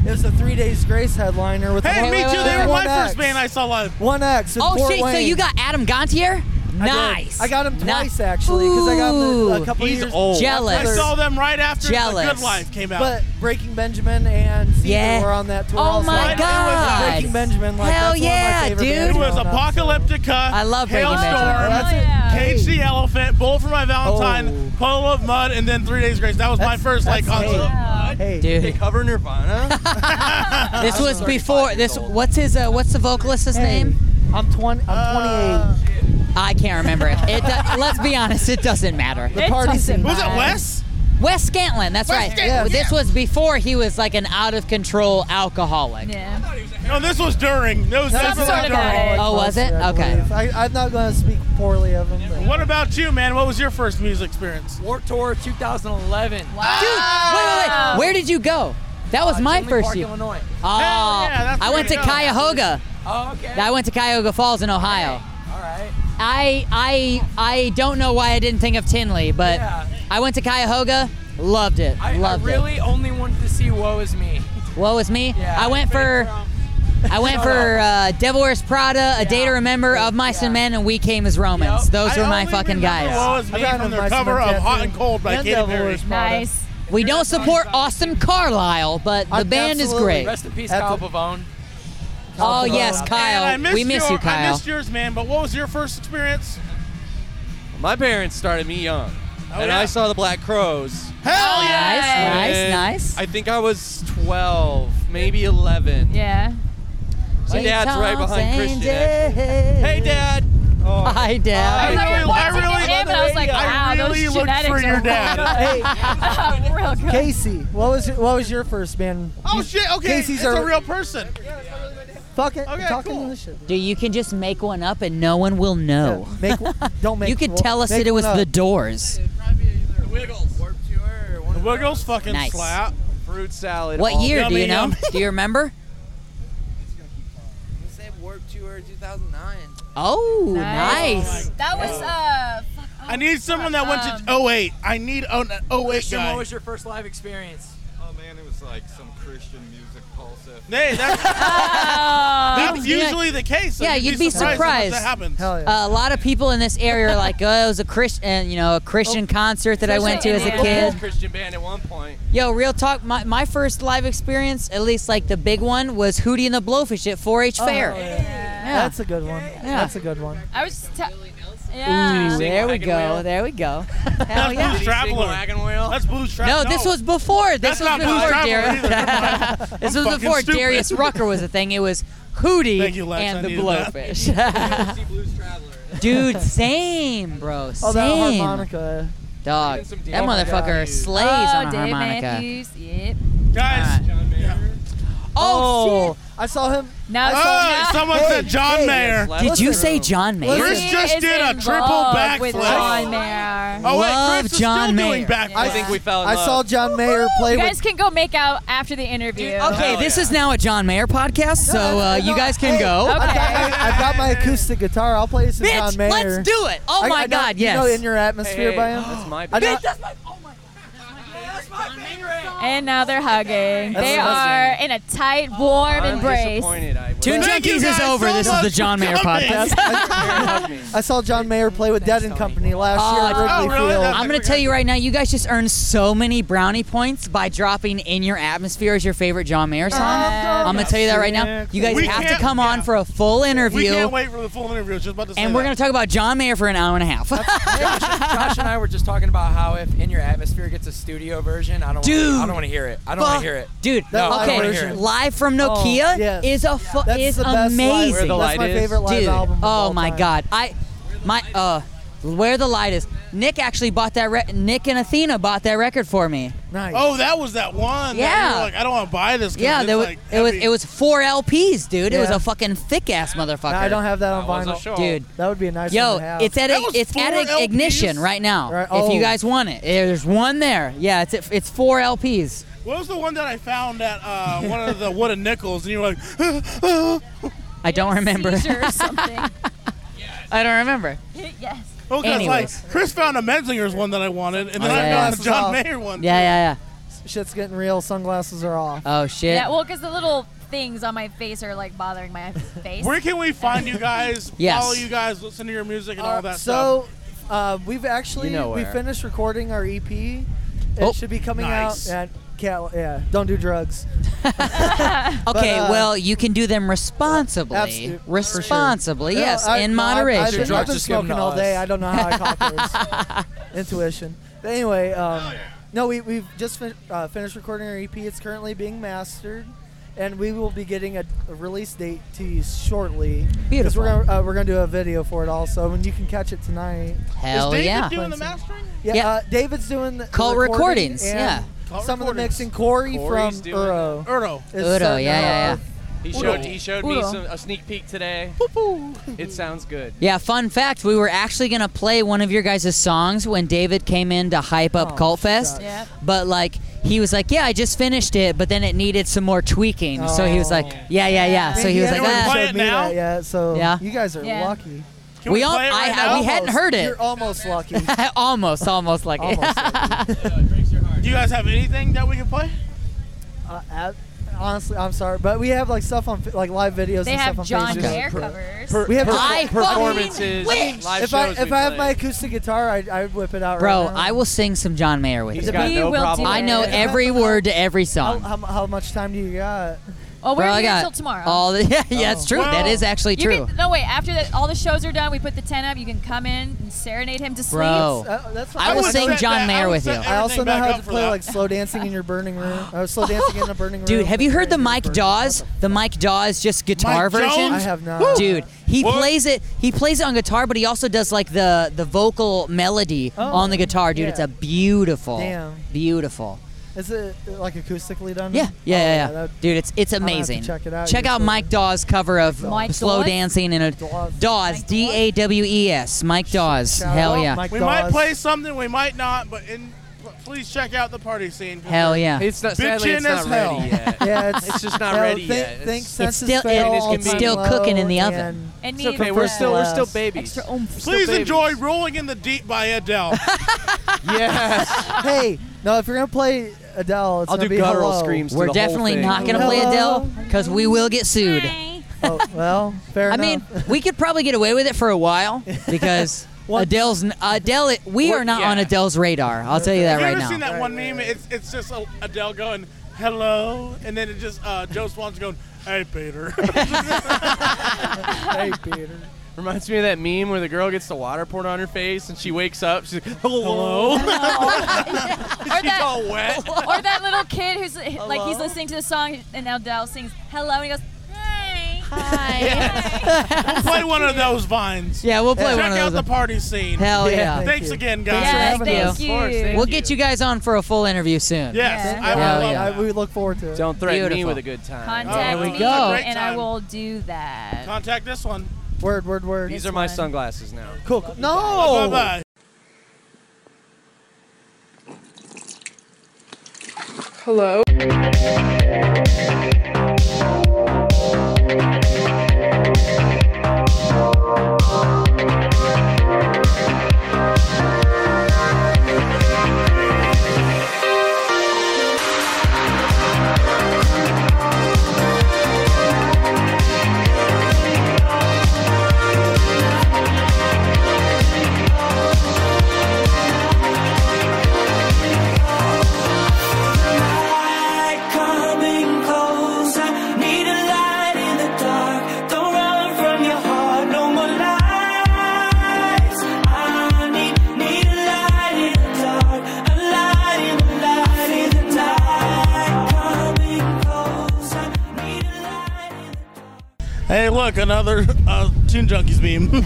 [SPEAKER 15] it was a Three Days Grace headliner with.
[SPEAKER 2] Hey,
[SPEAKER 15] the
[SPEAKER 2] me
[SPEAKER 15] One-
[SPEAKER 2] too. They were my
[SPEAKER 15] One X.
[SPEAKER 2] first band I saw live.
[SPEAKER 15] One X. in
[SPEAKER 1] oh
[SPEAKER 15] Fort
[SPEAKER 1] shit! So
[SPEAKER 15] Wayne.
[SPEAKER 1] you got Adam Gontier?
[SPEAKER 15] I did.
[SPEAKER 1] Nice.
[SPEAKER 15] I got him
[SPEAKER 1] Ni-
[SPEAKER 15] twice actually because I got him
[SPEAKER 1] Ooh.
[SPEAKER 15] a couple years.
[SPEAKER 1] Jealous.
[SPEAKER 2] I saw them right after The
[SPEAKER 1] Jealous.
[SPEAKER 2] Good Life came out.
[SPEAKER 15] But Breaking Benjamin and Caesar
[SPEAKER 1] Yeah.
[SPEAKER 15] were on that tour.
[SPEAKER 1] Oh
[SPEAKER 15] also.
[SPEAKER 1] my Right, it was God. nice.
[SPEAKER 15] Breaking Benjamin, like
[SPEAKER 1] Hell
[SPEAKER 15] that's
[SPEAKER 1] yeah,
[SPEAKER 15] one of my favorite
[SPEAKER 1] dude.
[SPEAKER 15] bands
[SPEAKER 1] It was
[SPEAKER 15] growing up.
[SPEAKER 2] Apocalyptica. I
[SPEAKER 1] love Breaking
[SPEAKER 2] Hailstorm.
[SPEAKER 1] Benjamin.
[SPEAKER 15] That's it. Oh.
[SPEAKER 2] Cage the Elephant, Bull for My Valentine, Puddle of Mud, and then Three Days Grace. That was my first like concert.
[SPEAKER 15] Hey,
[SPEAKER 1] Dude.
[SPEAKER 6] They cover Nirvana.
[SPEAKER 1] This was before this. What's his? Uh, what's the vocalist's name?
[SPEAKER 15] I'm 20. I'm 28.
[SPEAKER 1] I can't remember it. it do- let's be honest. It doesn't matter.
[SPEAKER 15] The It party doesn't scene.
[SPEAKER 2] Was it
[SPEAKER 1] matter.
[SPEAKER 2] Wes?
[SPEAKER 1] Wes Scantlin. That's
[SPEAKER 2] Wes
[SPEAKER 1] right.
[SPEAKER 2] Scantlin,
[SPEAKER 1] This
[SPEAKER 2] yeah.
[SPEAKER 1] was before he was like an out of control alcoholic.
[SPEAKER 3] Yeah.
[SPEAKER 2] No, this was during. That was
[SPEAKER 15] That's
[SPEAKER 2] definitely
[SPEAKER 15] sort of
[SPEAKER 2] during.
[SPEAKER 1] Oh, was it? Okay.
[SPEAKER 15] I, I'm not going to speak poorly of him. but-
[SPEAKER 2] What about you, man? What was your first music experience?
[SPEAKER 18] Warped Tour 2011.
[SPEAKER 1] Dude, wait, wait, wait. Where did you go? That was my
[SPEAKER 18] Oh. Uh, Tinley
[SPEAKER 1] first
[SPEAKER 18] Park,
[SPEAKER 1] year.
[SPEAKER 18] Illinois.
[SPEAKER 1] Oh,
[SPEAKER 18] Hell yeah, that's
[SPEAKER 1] I
[SPEAKER 18] where
[SPEAKER 1] went
[SPEAKER 18] you
[SPEAKER 1] to
[SPEAKER 18] go.
[SPEAKER 1] Cuyahoga.
[SPEAKER 18] Oh, okay.
[SPEAKER 1] I went to Cuyahoga Falls in Ohio.
[SPEAKER 18] All right.
[SPEAKER 1] I I I don't know why I didn't think of Tinley, but
[SPEAKER 18] Yeah.
[SPEAKER 1] I went to Cuyahoga, loved it,
[SPEAKER 18] I, I
[SPEAKER 1] loved
[SPEAKER 18] really
[SPEAKER 1] it.
[SPEAKER 18] only wanted to see Woe Is Me.
[SPEAKER 1] What was me? I went for I went
[SPEAKER 18] Shut
[SPEAKER 1] for
[SPEAKER 18] up.
[SPEAKER 1] uh, Devil Wears Prada, A Day to Remember, Of Mice and Men, and We Came as Romans. Those were my fucking guys.
[SPEAKER 2] Woe is me from their cover of Hot and Cold by Katy Perry.
[SPEAKER 3] Nice.
[SPEAKER 1] We don't support Austin Carlisle, but the
[SPEAKER 18] I-
[SPEAKER 1] band is
[SPEAKER 18] absolutely.
[SPEAKER 1] great.
[SPEAKER 18] Rest in peace,
[SPEAKER 1] At
[SPEAKER 18] Kyle
[SPEAKER 1] the-
[SPEAKER 18] Pavone.
[SPEAKER 1] Oh yes,
[SPEAKER 2] Man, I
[SPEAKER 1] Kyle.
[SPEAKER 2] missed
[SPEAKER 1] we miss
[SPEAKER 2] your-
[SPEAKER 1] you,
[SPEAKER 2] I
[SPEAKER 1] Kyle.
[SPEAKER 2] missed yours, man. But what was your first experience?
[SPEAKER 6] My parents started me young,
[SPEAKER 2] Oh,
[SPEAKER 6] and
[SPEAKER 2] yeah.
[SPEAKER 6] I saw the Black Crows.
[SPEAKER 2] Hell
[SPEAKER 1] Nice,
[SPEAKER 6] And
[SPEAKER 1] nice, nice.
[SPEAKER 6] I think I was 12, maybe 11.
[SPEAKER 3] Yeah.
[SPEAKER 6] My dad's right behind Christian. actually. Hey, Dad. Oh.
[SPEAKER 1] Hi, Dad.
[SPEAKER 6] I really- I really-
[SPEAKER 3] Him, and I was like, wow, those
[SPEAKER 2] really looked
[SPEAKER 3] genetics
[SPEAKER 2] for
[SPEAKER 3] are
[SPEAKER 2] your
[SPEAKER 15] dad.
[SPEAKER 3] real- real good.
[SPEAKER 15] Casey, what was what was your first band?
[SPEAKER 2] Oh shit! Okay,
[SPEAKER 15] Casey's
[SPEAKER 2] it's
[SPEAKER 15] our-
[SPEAKER 2] a real person.
[SPEAKER 15] Fuck it.
[SPEAKER 2] Okay,
[SPEAKER 15] I'm talking
[SPEAKER 2] cool.
[SPEAKER 15] to this shit.
[SPEAKER 1] Dude, you can just make one up and no one will know.
[SPEAKER 15] Make don't make.
[SPEAKER 1] you could
[SPEAKER 15] well,
[SPEAKER 1] tell us
[SPEAKER 15] make
[SPEAKER 1] that it was
[SPEAKER 15] one up.
[SPEAKER 1] the Doors.
[SPEAKER 2] The Wiggles fucking
[SPEAKER 1] Nice.
[SPEAKER 2] slap.
[SPEAKER 6] Fruit salad.
[SPEAKER 1] What
[SPEAKER 6] all
[SPEAKER 1] year do
[SPEAKER 6] yummy,
[SPEAKER 1] you know?
[SPEAKER 6] yummy.
[SPEAKER 1] do you remember?
[SPEAKER 17] Warp Tour 2009.
[SPEAKER 1] Oh, nice.
[SPEAKER 9] That was uh. fuck, oh,
[SPEAKER 2] I need someone that went to
[SPEAKER 18] Um,
[SPEAKER 2] 08. I need an 08
[SPEAKER 18] Christian,
[SPEAKER 2] guy.
[SPEAKER 18] what was your first live experience?
[SPEAKER 17] Oh man, it was like some Christian music pulse.
[SPEAKER 2] Hey, that's, that's
[SPEAKER 1] Yeah.
[SPEAKER 2] usually the case. so
[SPEAKER 1] yeah, you'd be surprised.
[SPEAKER 2] if that happens.
[SPEAKER 1] Uh, a lot of people in this area are like, "Oh, it was a Christian, you know, a Christian concert that I went to as a kid."
[SPEAKER 6] Christian band at one point.
[SPEAKER 1] Yo, real talk. My, my first live experience, at least like the big one, was Hootie and the Blowfish at 4-H
[SPEAKER 15] Oh,
[SPEAKER 1] Fair.
[SPEAKER 15] yeah. That's a good one. That's a good one.
[SPEAKER 9] I was just. T-
[SPEAKER 1] Ooh,
[SPEAKER 9] yeah.
[SPEAKER 1] there we go. There we go. Hell yeah.
[SPEAKER 2] Blues Traveler. That's Blues
[SPEAKER 1] No,
[SPEAKER 2] Traveler.
[SPEAKER 1] this was before. This
[SPEAKER 2] That's
[SPEAKER 1] was
[SPEAKER 2] not Blues
[SPEAKER 1] before
[SPEAKER 2] Traveler
[SPEAKER 1] Darius.
[SPEAKER 2] either. Never
[SPEAKER 1] this
[SPEAKER 2] I'm
[SPEAKER 1] was
[SPEAKER 2] fucking
[SPEAKER 1] before
[SPEAKER 2] stupid.
[SPEAKER 1] Darius Rucker was a thing. It was Hootie
[SPEAKER 2] Thank you, Lex. I
[SPEAKER 1] and the
[SPEAKER 2] needed that.
[SPEAKER 1] Blowfish. Dude, same, bro. Same.
[SPEAKER 15] Oh, that harmonica. Oh,
[SPEAKER 1] Dog.
[SPEAKER 15] some
[SPEAKER 1] That
[SPEAKER 15] Dave
[SPEAKER 1] motherfucker
[SPEAKER 15] Matthews.
[SPEAKER 1] slays
[SPEAKER 3] Oh,
[SPEAKER 1] on a
[SPEAKER 9] Dave
[SPEAKER 1] harmonica.
[SPEAKER 9] Matthews. Yep.
[SPEAKER 2] Guys.
[SPEAKER 15] Oh, I saw him.
[SPEAKER 9] Now,
[SPEAKER 2] Oh,
[SPEAKER 9] so now
[SPEAKER 2] someone said John Mayer.
[SPEAKER 1] Did you say John Mayer?
[SPEAKER 2] Chris just
[SPEAKER 9] is
[SPEAKER 2] did a
[SPEAKER 9] in
[SPEAKER 2] triple
[SPEAKER 9] love with John
[SPEAKER 2] backflip.
[SPEAKER 9] Mayer.
[SPEAKER 2] Oh, wait, Chris is still doing backflips.
[SPEAKER 15] I think we fell in I love. saw John Mayer play
[SPEAKER 9] You
[SPEAKER 15] with-
[SPEAKER 9] guys can go make out after the interview.
[SPEAKER 1] Okay, this is now a John Mayer podcast, so uh, you guys can go.
[SPEAKER 15] I've, got, I, I've got my acoustic guitar. I'll play some
[SPEAKER 1] Bitch,
[SPEAKER 15] John Mayer.
[SPEAKER 1] let's do it. Oh
[SPEAKER 15] I-
[SPEAKER 1] my
[SPEAKER 15] I know-
[SPEAKER 1] God,
[SPEAKER 15] You know,
[SPEAKER 1] yes.
[SPEAKER 15] in your atmosphere
[SPEAKER 1] Hey,
[SPEAKER 15] by
[SPEAKER 1] hey,
[SPEAKER 15] him.
[SPEAKER 1] that's
[SPEAKER 6] my
[SPEAKER 15] I know-
[SPEAKER 1] Bitch, that's
[SPEAKER 9] And now they're hugging.
[SPEAKER 15] That's
[SPEAKER 9] they
[SPEAKER 15] amazing.
[SPEAKER 9] are in a tight, warm
[SPEAKER 15] I'm
[SPEAKER 9] embrace.
[SPEAKER 1] Tune
[SPEAKER 15] Thank you
[SPEAKER 1] Junkies is
[SPEAKER 15] guys
[SPEAKER 1] over.
[SPEAKER 15] so
[SPEAKER 1] this is
[SPEAKER 15] much
[SPEAKER 1] the
[SPEAKER 15] for
[SPEAKER 1] John Mayer
[SPEAKER 15] coming.
[SPEAKER 1] podcast.
[SPEAKER 15] I saw John Mayer play with Dead and Company last year at
[SPEAKER 1] Oh,
[SPEAKER 15] Wrigley Field.
[SPEAKER 1] I'm going to tell you right now, you guys just earned so many brownie points by dropping In Your Atmosphere as your favorite John Mayer
[SPEAKER 15] Oh,
[SPEAKER 1] song. I'm going to tell you that right now. You guys
[SPEAKER 2] We
[SPEAKER 1] have to
[SPEAKER 2] can't-
[SPEAKER 1] come on for a full
[SPEAKER 2] We
[SPEAKER 1] interview,
[SPEAKER 2] can't wait for the full interview. I was just about to say
[SPEAKER 1] and we're
[SPEAKER 2] that.
[SPEAKER 1] going to talk about John Mayer for an hour and a half.
[SPEAKER 18] Josh, Josh and I were just talking about how if In Your Atmosphere gets a studio version, I don't
[SPEAKER 1] Dude.
[SPEAKER 18] wanna, I don't want to hear it. I don't want
[SPEAKER 1] Fuck.
[SPEAKER 18] to hear it.
[SPEAKER 1] Dude,
[SPEAKER 18] no, I don't
[SPEAKER 1] okay,
[SPEAKER 18] wanna hear it.
[SPEAKER 1] live from Nokia
[SPEAKER 18] Oh, yes.
[SPEAKER 1] is a fu-
[SPEAKER 18] That's
[SPEAKER 1] is
[SPEAKER 18] the best
[SPEAKER 1] amazing.
[SPEAKER 18] live- Where the That's Light my Is. favorite live
[SPEAKER 1] Dude,
[SPEAKER 18] album of
[SPEAKER 1] oh
[SPEAKER 18] all
[SPEAKER 1] my
[SPEAKER 18] time.
[SPEAKER 1] god, I my uh, where the light is. Nick actually bought that. Re- Nick and Athena bought that record for me.
[SPEAKER 15] Nice.
[SPEAKER 2] Oh, that was that one. that
[SPEAKER 1] Yeah.
[SPEAKER 2] you were like, I don't want to buy this. 'cause
[SPEAKER 1] Yeah,
[SPEAKER 2] it's
[SPEAKER 1] there was,
[SPEAKER 2] like
[SPEAKER 1] it was
[SPEAKER 2] heavy.
[SPEAKER 1] it was four LPs, dude. It was
[SPEAKER 2] Yeah.
[SPEAKER 1] a fucking thick ass motherfucker.
[SPEAKER 15] No, I don't have that on
[SPEAKER 1] wasn't
[SPEAKER 15] vinyl,
[SPEAKER 1] sure. Dude.
[SPEAKER 15] That would be a nice
[SPEAKER 1] Yo,
[SPEAKER 15] one to have.
[SPEAKER 1] it's at a, it's at
[SPEAKER 15] four
[SPEAKER 1] a ignition
[SPEAKER 15] LPs?
[SPEAKER 1] right now.
[SPEAKER 15] Right,
[SPEAKER 1] If you
[SPEAKER 15] oh.
[SPEAKER 1] guys want it, there's one there. Yeah, it's it's four LPs.
[SPEAKER 2] What was the one that I found at uh, one of the wooden nickels? And you were like,
[SPEAKER 1] I don't remember.
[SPEAKER 2] seizure or
[SPEAKER 9] something.
[SPEAKER 1] I don't remember.
[SPEAKER 9] yes.
[SPEAKER 2] Oh, because
[SPEAKER 1] Anyways.
[SPEAKER 2] like Chris found a Menzinger's one that I wanted, and then
[SPEAKER 1] Yeah,
[SPEAKER 2] I
[SPEAKER 1] yeah,
[SPEAKER 2] found
[SPEAKER 1] yeah.
[SPEAKER 2] the John
[SPEAKER 1] Sunglasses
[SPEAKER 2] Mayer
[SPEAKER 1] off.
[SPEAKER 2] one.
[SPEAKER 1] Yeah, yeah,
[SPEAKER 15] Shit's getting real. Sunglasses are off.
[SPEAKER 1] Oh shit.
[SPEAKER 9] Yeah, well, because the little things on my face are like bothering my face.
[SPEAKER 2] Where can we find you guys?
[SPEAKER 15] Yes.
[SPEAKER 2] Follow you guys, listen to your music, and all that
[SPEAKER 15] so,
[SPEAKER 2] stuff.
[SPEAKER 15] uh, we've actually
[SPEAKER 2] You know
[SPEAKER 15] we
[SPEAKER 2] where.
[SPEAKER 15] finished recording our EP. It
[SPEAKER 1] Oh,
[SPEAKER 15] should be coming
[SPEAKER 1] nice.
[SPEAKER 15] out at Cal- yeah. Don't do drugs.
[SPEAKER 1] Okay,
[SPEAKER 15] But, uh,
[SPEAKER 1] well, you can do them responsibly.
[SPEAKER 15] abso- for sure.
[SPEAKER 1] responsibly,
[SPEAKER 15] No,
[SPEAKER 1] yes,
[SPEAKER 15] I-
[SPEAKER 1] in
[SPEAKER 15] no, I-
[SPEAKER 1] moderation.
[SPEAKER 15] I've been, I've been smoking all day. I don't know how I caught this. Intuition. But anyway, um, no, we, we've just fin- uh, finished recording our EP. It's currently being mastered, and we will be getting a, a release date to you shortly. 'Cause
[SPEAKER 1] Beautiful.
[SPEAKER 15] We're gonna, uh, we're gonna do a video for it also, and you can catch it tonight.
[SPEAKER 1] Hell Is David yeah. doing the
[SPEAKER 15] mastering? Yeah,
[SPEAKER 1] Yeah.
[SPEAKER 15] Uh, David's doing the
[SPEAKER 1] Cult
[SPEAKER 15] the recording
[SPEAKER 1] recordings,
[SPEAKER 15] and
[SPEAKER 1] yeah.
[SPEAKER 2] Cult
[SPEAKER 15] Some of the
[SPEAKER 2] recordings.
[SPEAKER 15] mixing. Corey
[SPEAKER 2] Corey's
[SPEAKER 15] from
[SPEAKER 2] doing
[SPEAKER 15] Uro.
[SPEAKER 2] that. Uro.
[SPEAKER 15] is
[SPEAKER 1] Uro,
[SPEAKER 15] setting
[SPEAKER 1] yeah,
[SPEAKER 15] that
[SPEAKER 1] yeah,
[SPEAKER 15] up.
[SPEAKER 6] He
[SPEAKER 15] Udo.
[SPEAKER 6] showed, he showed me
[SPEAKER 15] Udo.
[SPEAKER 6] some, a sneak peek today. It sounds good.
[SPEAKER 1] Yeah, fun fact, we were actually going to play one of your guys' songs when David came in to hype
[SPEAKER 15] Oh,
[SPEAKER 1] up Cult Fest.
[SPEAKER 6] shucks. Yep.
[SPEAKER 1] But, like, he was like, yeah, I just finished it, but then it needed some more tweaking. So he was like,
[SPEAKER 15] Oh.
[SPEAKER 1] yeah, yeah, yeah. So
[SPEAKER 15] Man,
[SPEAKER 1] he was like,
[SPEAKER 15] hasn't
[SPEAKER 1] ah.
[SPEAKER 15] showed me that yet, so
[SPEAKER 1] Yeah.
[SPEAKER 15] you guys are
[SPEAKER 1] Yeah.
[SPEAKER 15] lucky.
[SPEAKER 1] Can We we all- play it I- right I- we now? hadn't heard it.
[SPEAKER 15] You're almost lucky.
[SPEAKER 1] almost, almost like it.
[SPEAKER 2] Do you guys have anything that we can play?
[SPEAKER 15] Uh, at- honestly, I'm sorry, but we have like stuff on like live videos.
[SPEAKER 9] They
[SPEAKER 15] and
[SPEAKER 9] have
[SPEAKER 15] stuff on
[SPEAKER 9] John
[SPEAKER 15] Facebook.
[SPEAKER 9] Mayer covers.
[SPEAKER 15] we have
[SPEAKER 1] I fucking
[SPEAKER 6] performances,
[SPEAKER 1] wish. live
[SPEAKER 15] if I
[SPEAKER 1] shows
[SPEAKER 15] if I
[SPEAKER 1] we
[SPEAKER 15] have
[SPEAKER 1] play.
[SPEAKER 15] my acoustic guitar, I I whip it out.
[SPEAKER 1] Bro,
[SPEAKER 15] right now.
[SPEAKER 1] I will sing some John Mayer with
[SPEAKER 15] He's
[SPEAKER 1] you.
[SPEAKER 15] got We no will do problem.
[SPEAKER 1] I know
[SPEAKER 15] that.
[SPEAKER 1] every word to every
[SPEAKER 15] How,
[SPEAKER 1] song.
[SPEAKER 15] how, how much time do you got?
[SPEAKER 9] Oh, we're
[SPEAKER 1] Bro, I
[SPEAKER 9] here
[SPEAKER 1] got
[SPEAKER 9] until tomorrow.
[SPEAKER 1] All the, yeah, yeah, it's
[SPEAKER 15] Oh.
[SPEAKER 1] true. that is actually
[SPEAKER 9] You
[SPEAKER 1] true.
[SPEAKER 9] can- no, wait. After that, all the shows are done. We put the tent up. You can come in and serenade him to sleep.
[SPEAKER 1] Bro. I will sing John Mayer with you.
[SPEAKER 15] I also know how to play like slow dancing in your burning room. Or slow dancing in a burning room.
[SPEAKER 1] Dude, have you heard the Mike Dawes? The Mike Dawes just guitar
[SPEAKER 15] Mike
[SPEAKER 1] version?
[SPEAKER 15] Jones? I have not.
[SPEAKER 1] Woo! Dude, he
[SPEAKER 15] What?
[SPEAKER 1] plays it. He plays it on guitar, but he also does like the the vocal melody on the guitar, dude.
[SPEAKER 15] Oh, yeah.
[SPEAKER 1] It's a beautiful,
[SPEAKER 15] Damn.
[SPEAKER 1] beautiful.
[SPEAKER 15] Is it like acoustically done?
[SPEAKER 1] Yeah, yeah,
[SPEAKER 15] Oh,
[SPEAKER 1] yeah, yeah.
[SPEAKER 15] that-
[SPEAKER 1] dude, it's it's
[SPEAKER 15] I'll have to
[SPEAKER 1] amazing.
[SPEAKER 15] check it out.
[SPEAKER 1] Check
[SPEAKER 15] You're
[SPEAKER 1] out
[SPEAKER 15] so-
[SPEAKER 1] Mike Dawes' cover of
[SPEAKER 15] Mike
[SPEAKER 1] "Slow
[SPEAKER 15] Dawes?
[SPEAKER 1] Dancing" in a Dawes, D A W E S. Mike Dawes. Hell yeah.
[SPEAKER 6] Oh
[SPEAKER 2] we might play something, we might not, but in please check out the party scene.
[SPEAKER 1] Hell yeah.
[SPEAKER 6] It's not- sadly,
[SPEAKER 2] Bitchin'
[SPEAKER 6] it's not
[SPEAKER 2] as hell.
[SPEAKER 6] ready yet.
[SPEAKER 15] Yeah, it's-
[SPEAKER 6] It's just not
[SPEAKER 15] no,
[SPEAKER 6] ready
[SPEAKER 15] thi-
[SPEAKER 6] yet.
[SPEAKER 15] think
[SPEAKER 6] It's-
[SPEAKER 15] senses It's still- fail, it's- it's all still time cooking in the low, oven. and-
[SPEAKER 3] It
[SPEAKER 15] It's okay,
[SPEAKER 3] needs
[SPEAKER 15] we're
[SPEAKER 3] the
[SPEAKER 15] still- we're still
[SPEAKER 6] babies.
[SPEAKER 3] Extra oomph.
[SPEAKER 2] Please enjoy Rolling in the Deep by Adele.
[SPEAKER 6] yes.
[SPEAKER 15] hey, no, if you're gonna play Adele, it's
[SPEAKER 1] I'll
[SPEAKER 15] gonna
[SPEAKER 1] do
[SPEAKER 15] be
[SPEAKER 1] guttural
[SPEAKER 15] hello.
[SPEAKER 1] screams to We're the whole definitely thing. not gonna play
[SPEAKER 15] Hello?
[SPEAKER 1] Adele, 'cause we will get sued.
[SPEAKER 15] Oh, well, fair
[SPEAKER 1] I
[SPEAKER 15] enough.
[SPEAKER 1] mean, we could probably get away with it for a while because Adele's n- Adele. We are not on Adele's radar. I'll tell you
[SPEAKER 2] Have
[SPEAKER 1] that
[SPEAKER 2] you
[SPEAKER 1] right
[SPEAKER 2] ever
[SPEAKER 1] now.
[SPEAKER 2] seen that one meme? It's it's just uh, Adele going hello, and then it just uh, Joe Swan's going hey Peter. hey Peter.
[SPEAKER 6] Reminds me of that meme where the girl gets the water poured on her face and she wakes up. She's like, hello.
[SPEAKER 2] Oh,
[SPEAKER 9] or that,
[SPEAKER 6] all wet.
[SPEAKER 9] or that little kid who's like he's listening to the song and now Dell sings hello and he goes hey hi.
[SPEAKER 2] we'll play one of those vines.
[SPEAKER 1] Yeah, we'll play
[SPEAKER 2] Check
[SPEAKER 1] one of
[SPEAKER 2] out
[SPEAKER 1] those.
[SPEAKER 2] the party scene.
[SPEAKER 1] Hell yeah!
[SPEAKER 2] Thanks again, guys.
[SPEAKER 1] Thanks for having us. We'll get you guys on for a full interview soon.
[SPEAKER 2] Yes,
[SPEAKER 15] Thank
[SPEAKER 1] I uh,
[SPEAKER 15] you.
[SPEAKER 1] would
[SPEAKER 15] Hell
[SPEAKER 1] love
[SPEAKER 15] yeah. I- we look forward to it.
[SPEAKER 6] Don't threaten me
[SPEAKER 1] Beautiful.
[SPEAKER 6] with a good time.
[SPEAKER 9] Contact
[SPEAKER 1] There we
[SPEAKER 9] me
[SPEAKER 1] go.
[SPEAKER 9] and I will do that.
[SPEAKER 2] Contact this one.
[SPEAKER 15] Word, word, word.
[SPEAKER 6] These are my sunglasses now.
[SPEAKER 15] Cool. cool. No.
[SPEAKER 2] Bye bye.
[SPEAKER 8] Hello. coming closer. Need a light in the dark. Don't run from your heart. No more lies. I need need a light in the dark. A light in the light in the dark. Coming closer. Need a light.
[SPEAKER 2] Hey, look, another uh, Toon Junkies meme.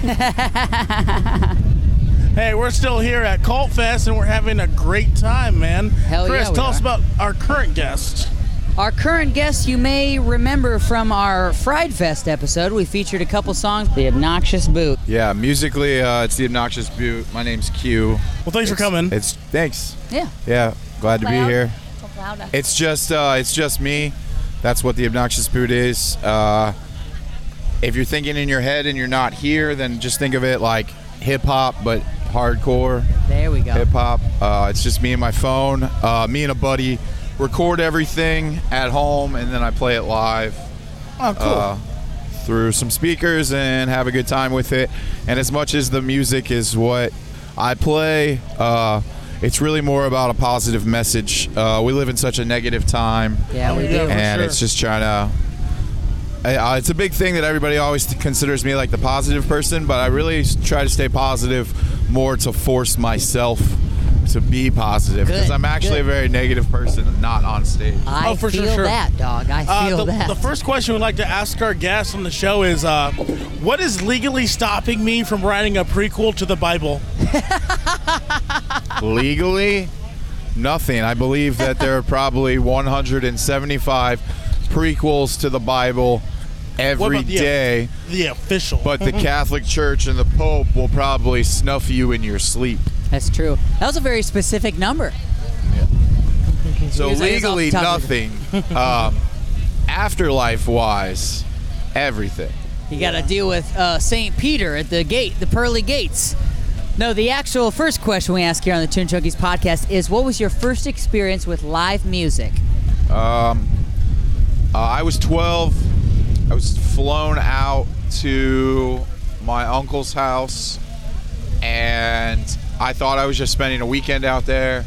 [SPEAKER 2] hey, we're still here at Cult Fest and we're having a great time, man. Hell Chris,
[SPEAKER 1] yeah, we
[SPEAKER 2] tell us
[SPEAKER 1] are.
[SPEAKER 2] about our current guest.
[SPEAKER 1] Our current guest, you may remember from our Fried Fest episode, we featured a couple songs. The Obnoxious Boot.
[SPEAKER 19] Yeah, musically, uh, it's the obnoxious boot. My name's Q. Well,
[SPEAKER 2] thanks for coming.
[SPEAKER 19] It's thanks.
[SPEAKER 1] Yeah.
[SPEAKER 19] Yeah, glad to be
[SPEAKER 9] Loud.
[SPEAKER 19] here.
[SPEAKER 9] Talk louder.
[SPEAKER 19] It's just uh, it's just me. That's what the obnoxious boot is. Uh, if you're thinking in your head and you're not here, then just think of it like hip hop, but hardcore.
[SPEAKER 1] There we go.
[SPEAKER 19] Hip hop. Uh, it's just me and my phone. Uh, me and a buddy record everything at home, and then I play it live.
[SPEAKER 2] Oh, cool.
[SPEAKER 19] uh, through some speakers and have a good time with it. And as much as the music is what I play, uh, it's really more about a positive message. Uh, we live in such a negative time.
[SPEAKER 1] Yeah, we do. Yeah, for
[SPEAKER 19] And
[SPEAKER 1] sure.
[SPEAKER 19] it's just trying to. I- I- It's a big thing that everybody always considers me like the positive person, but I really s- try to stay positive more to force myself to be positive because
[SPEAKER 1] Good,
[SPEAKER 19] I'm actually
[SPEAKER 1] good.
[SPEAKER 19] a very negative person, not on stage.
[SPEAKER 1] I
[SPEAKER 2] Oh, for
[SPEAKER 1] feel
[SPEAKER 2] sure, sure.
[SPEAKER 1] that, dog. I
[SPEAKER 2] Uh,
[SPEAKER 1] feel
[SPEAKER 2] the,
[SPEAKER 1] that.
[SPEAKER 2] the first question we'd like to ask our guests on the show is uh, What is legally stopping me from writing a prequel to the Bible?
[SPEAKER 19] legally nothing i believe that there are probably 175 prequels to the bible every
[SPEAKER 2] about the-
[SPEAKER 19] day
[SPEAKER 2] the official
[SPEAKER 19] but the catholic church and the pope will probably snuff you in your sleep
[SPEAKER 1] That's true. That was a very specific number.
[SPEAKER 19] so
[SPEAKER 1] Here's- here's off
[SPEAKER 19] legally
[SPEAKER 1] the top of
[SPEAKER 19] nothing um, afterlife wise everything
[SPEAKER 1] You got to deal with uh, St. Peter at the gate, the pearly gates. No, the actual first question we ask here on the Toon Junkies podcast is what was your first experience with live music?
[SPEAKER 19] Um, uh, I was 12. I was flown out to my uncle's house, and I thought I was just spending a weekend out there.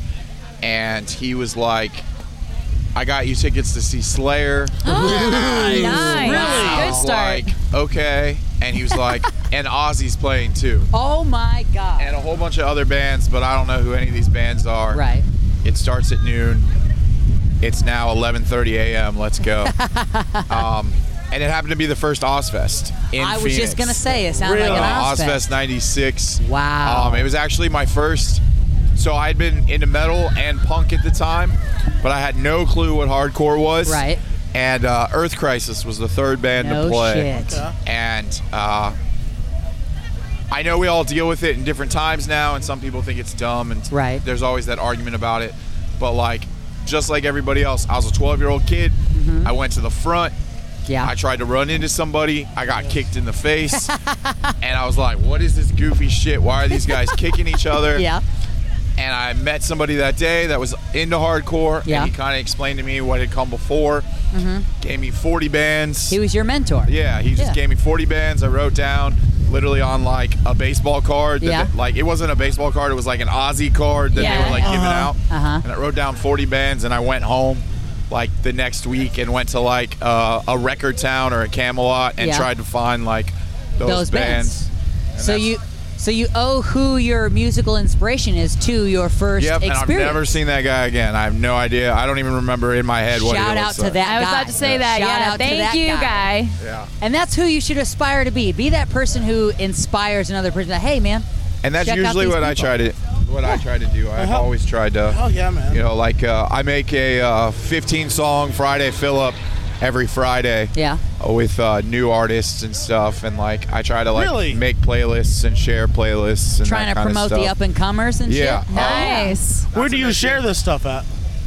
[SPEAKER 19] And he was like, "I got you tickets to see Slayer."
[SPEAKER 8] Nice.
[SPEAKER 9] Nice.
[SPEAKER 19] I
[SPEAKER 9] Good
[SPEAKER 19] was
[SPEAKER 9] start.
[SPEAKER 19] Like, okay. And he was like, "And Ozzy's playing too."
[SPEAKER 1] Oh my God.
[SPEAKER 19] And a whole bunch of other bands, but I don't know who any of these bands are.
[SPEAKER 1] Right.
[SPEAKER 19] It starts at noon. It's now 11:30 a.m. Let's go. um, and it happened to be the first Ozfest in
[SPEAKER 1] I was just
[SPEAKER 19] Phoenix.
[SPEAKER 1] going to say, it sounded like an
[SPEAKER 19] Uh,
[SPEAKER 1] Ozfest.
[SPEAKER 19] Ozfest '96.
[SPEAKER 1] Wow.
[SPEAKER 19] Um, it was actually my first. So I had been into metal and punk at the time, but I had no clue what hardcore was.
[SPEAKER 1] Right.
[SPEAKER 19] And uh, Earth Crisis was the third band
[SPEAKER 1] No
[SPEAKER 19] to play.
[SPEAKER 1] shit. Okay.
[SPEAKER 19] And uh, I know we all deal with it in different times now, and some people think it's dumb, and
[SPEAKER 1] right.
[SPEAKER 19] there's always that argument about it. But like, just like everybody else, I was a 12 year old kid. I went to the front.
[SPEAKER 1] Mm-hmm. Yeah.
[SPEAKER 19] I tried to run into somebody. I got kicked in the face, and I was like, "What is this goofy shit? Why are these guys kicking each other?"
[SPEAKER 1] Yeah.
[SPEAKER 19] and I met somebody that day that was into hardcore.
[SPEAKER 1] Yeah.
[SPEAKER 19] And he kind of explained to me what had come before.
[SPEAKER 1] Mm-hmm.
[SPEAKER 19] Gave me 40 bands. He
[SPEAKER 1] was your mentor.
[SPEAKER 19] Yeah, he just
[SPEAKER 1] Yeah.
[SPEAKER 19] gave me 40 bands. I wrote down literally on like a baseball card. That
[SPEAKER 1] Yeah.
[SPEAKER 19] they- like it wasn't a baseball card. It was like an Aussie card that they
[SPEAKER 1] Yeah.
[SPEAKER 19] were like giving
[SPEAKER 1] Uh-huh.
[SPEAKER 19] out.
[SPEAKER 1] Uh-huh.
[SPEAKER 19] And I wrote down 40 bands, and I went home like the next week and went to like uh, a record town or a Camelot and
[SPEAKER 1] Yeah.
[SPEAKER 19] tried to find like those,
[SPEAKER 1] Those bands.
[SPEAKER 19] And
[SPEAKER 1] So
[SPEAKER 19] that's-
[SPEAKER 1] you so you owe who your musical inspiration is to your first
[SPEAKER 19] Yep, and I've
[SPEAKER 1] experience.
[SPEAKER 19] never seen that guy again. I have no idea. I don't even remember in my head what he
[SPEAKER 1] Shout out
[SPEAKER 19] looks
[SPEAKER 1] to
[SPEAKER 19] like.
[SPEAKER 1] that
[SPEAKER 3] I was
[SPEAKER 1] guy.
[SPEAKER 3] about to say that.
[SPEAKER 1] Shout
[SPEAKER 3] yeah,
[SPEAKER 1] out to
[SPEAKER 3] thank
[SPEAKER 1] that
[SPEAKER 3] you,
[SPEAKER 1] guy.
[SPEAKER 3] guy.
[SPEAKER 19] Yeah.
[SPEAKER 1] And that's who you should aspire to be. Be that person who inspires another person. Like, hey, man.
[SPEAKER 19] And that's
[SPEAKER 1] check out
[SPEAKER 19] usually
[SPEAKER 1] these
[SPEAKER 19] what I
[SPEAKER 1] people."
[SPEAKER 19] try to what I try to do. I've
[SPEAKER 1] Uh-huh.
[SPEAKER 19] always tried to.
[SPEAKER 1] Oh, yeah, man.
[SPEAKER 19] You know, like uh, I make a uh, 15 song Friday fill up every Friday.
[SPEAKER 1] Yeah.
[SPEAKER 19] With uh, new artists and stuff, and like I try to like
[SPEAKER 1] Really?
[SPEAKER 19] make playlists and share playlists and
[SPEAKER 1] Trying
[SPEAKER 19] that
[SPEAKER 1] to
[SPEAKER 19] kinda
[SPEAKER 1] promote
[SPEAKER 19] stuff.
[SPEAKER 1] the up and comers and
[SPEAKER 19] Yeah.
[SPEAKER 1] shit.
[SPEAKER 19] Uh,
[SPEAKER 1] Nice.
[SPEAKER 2] Where do you share this stuff at?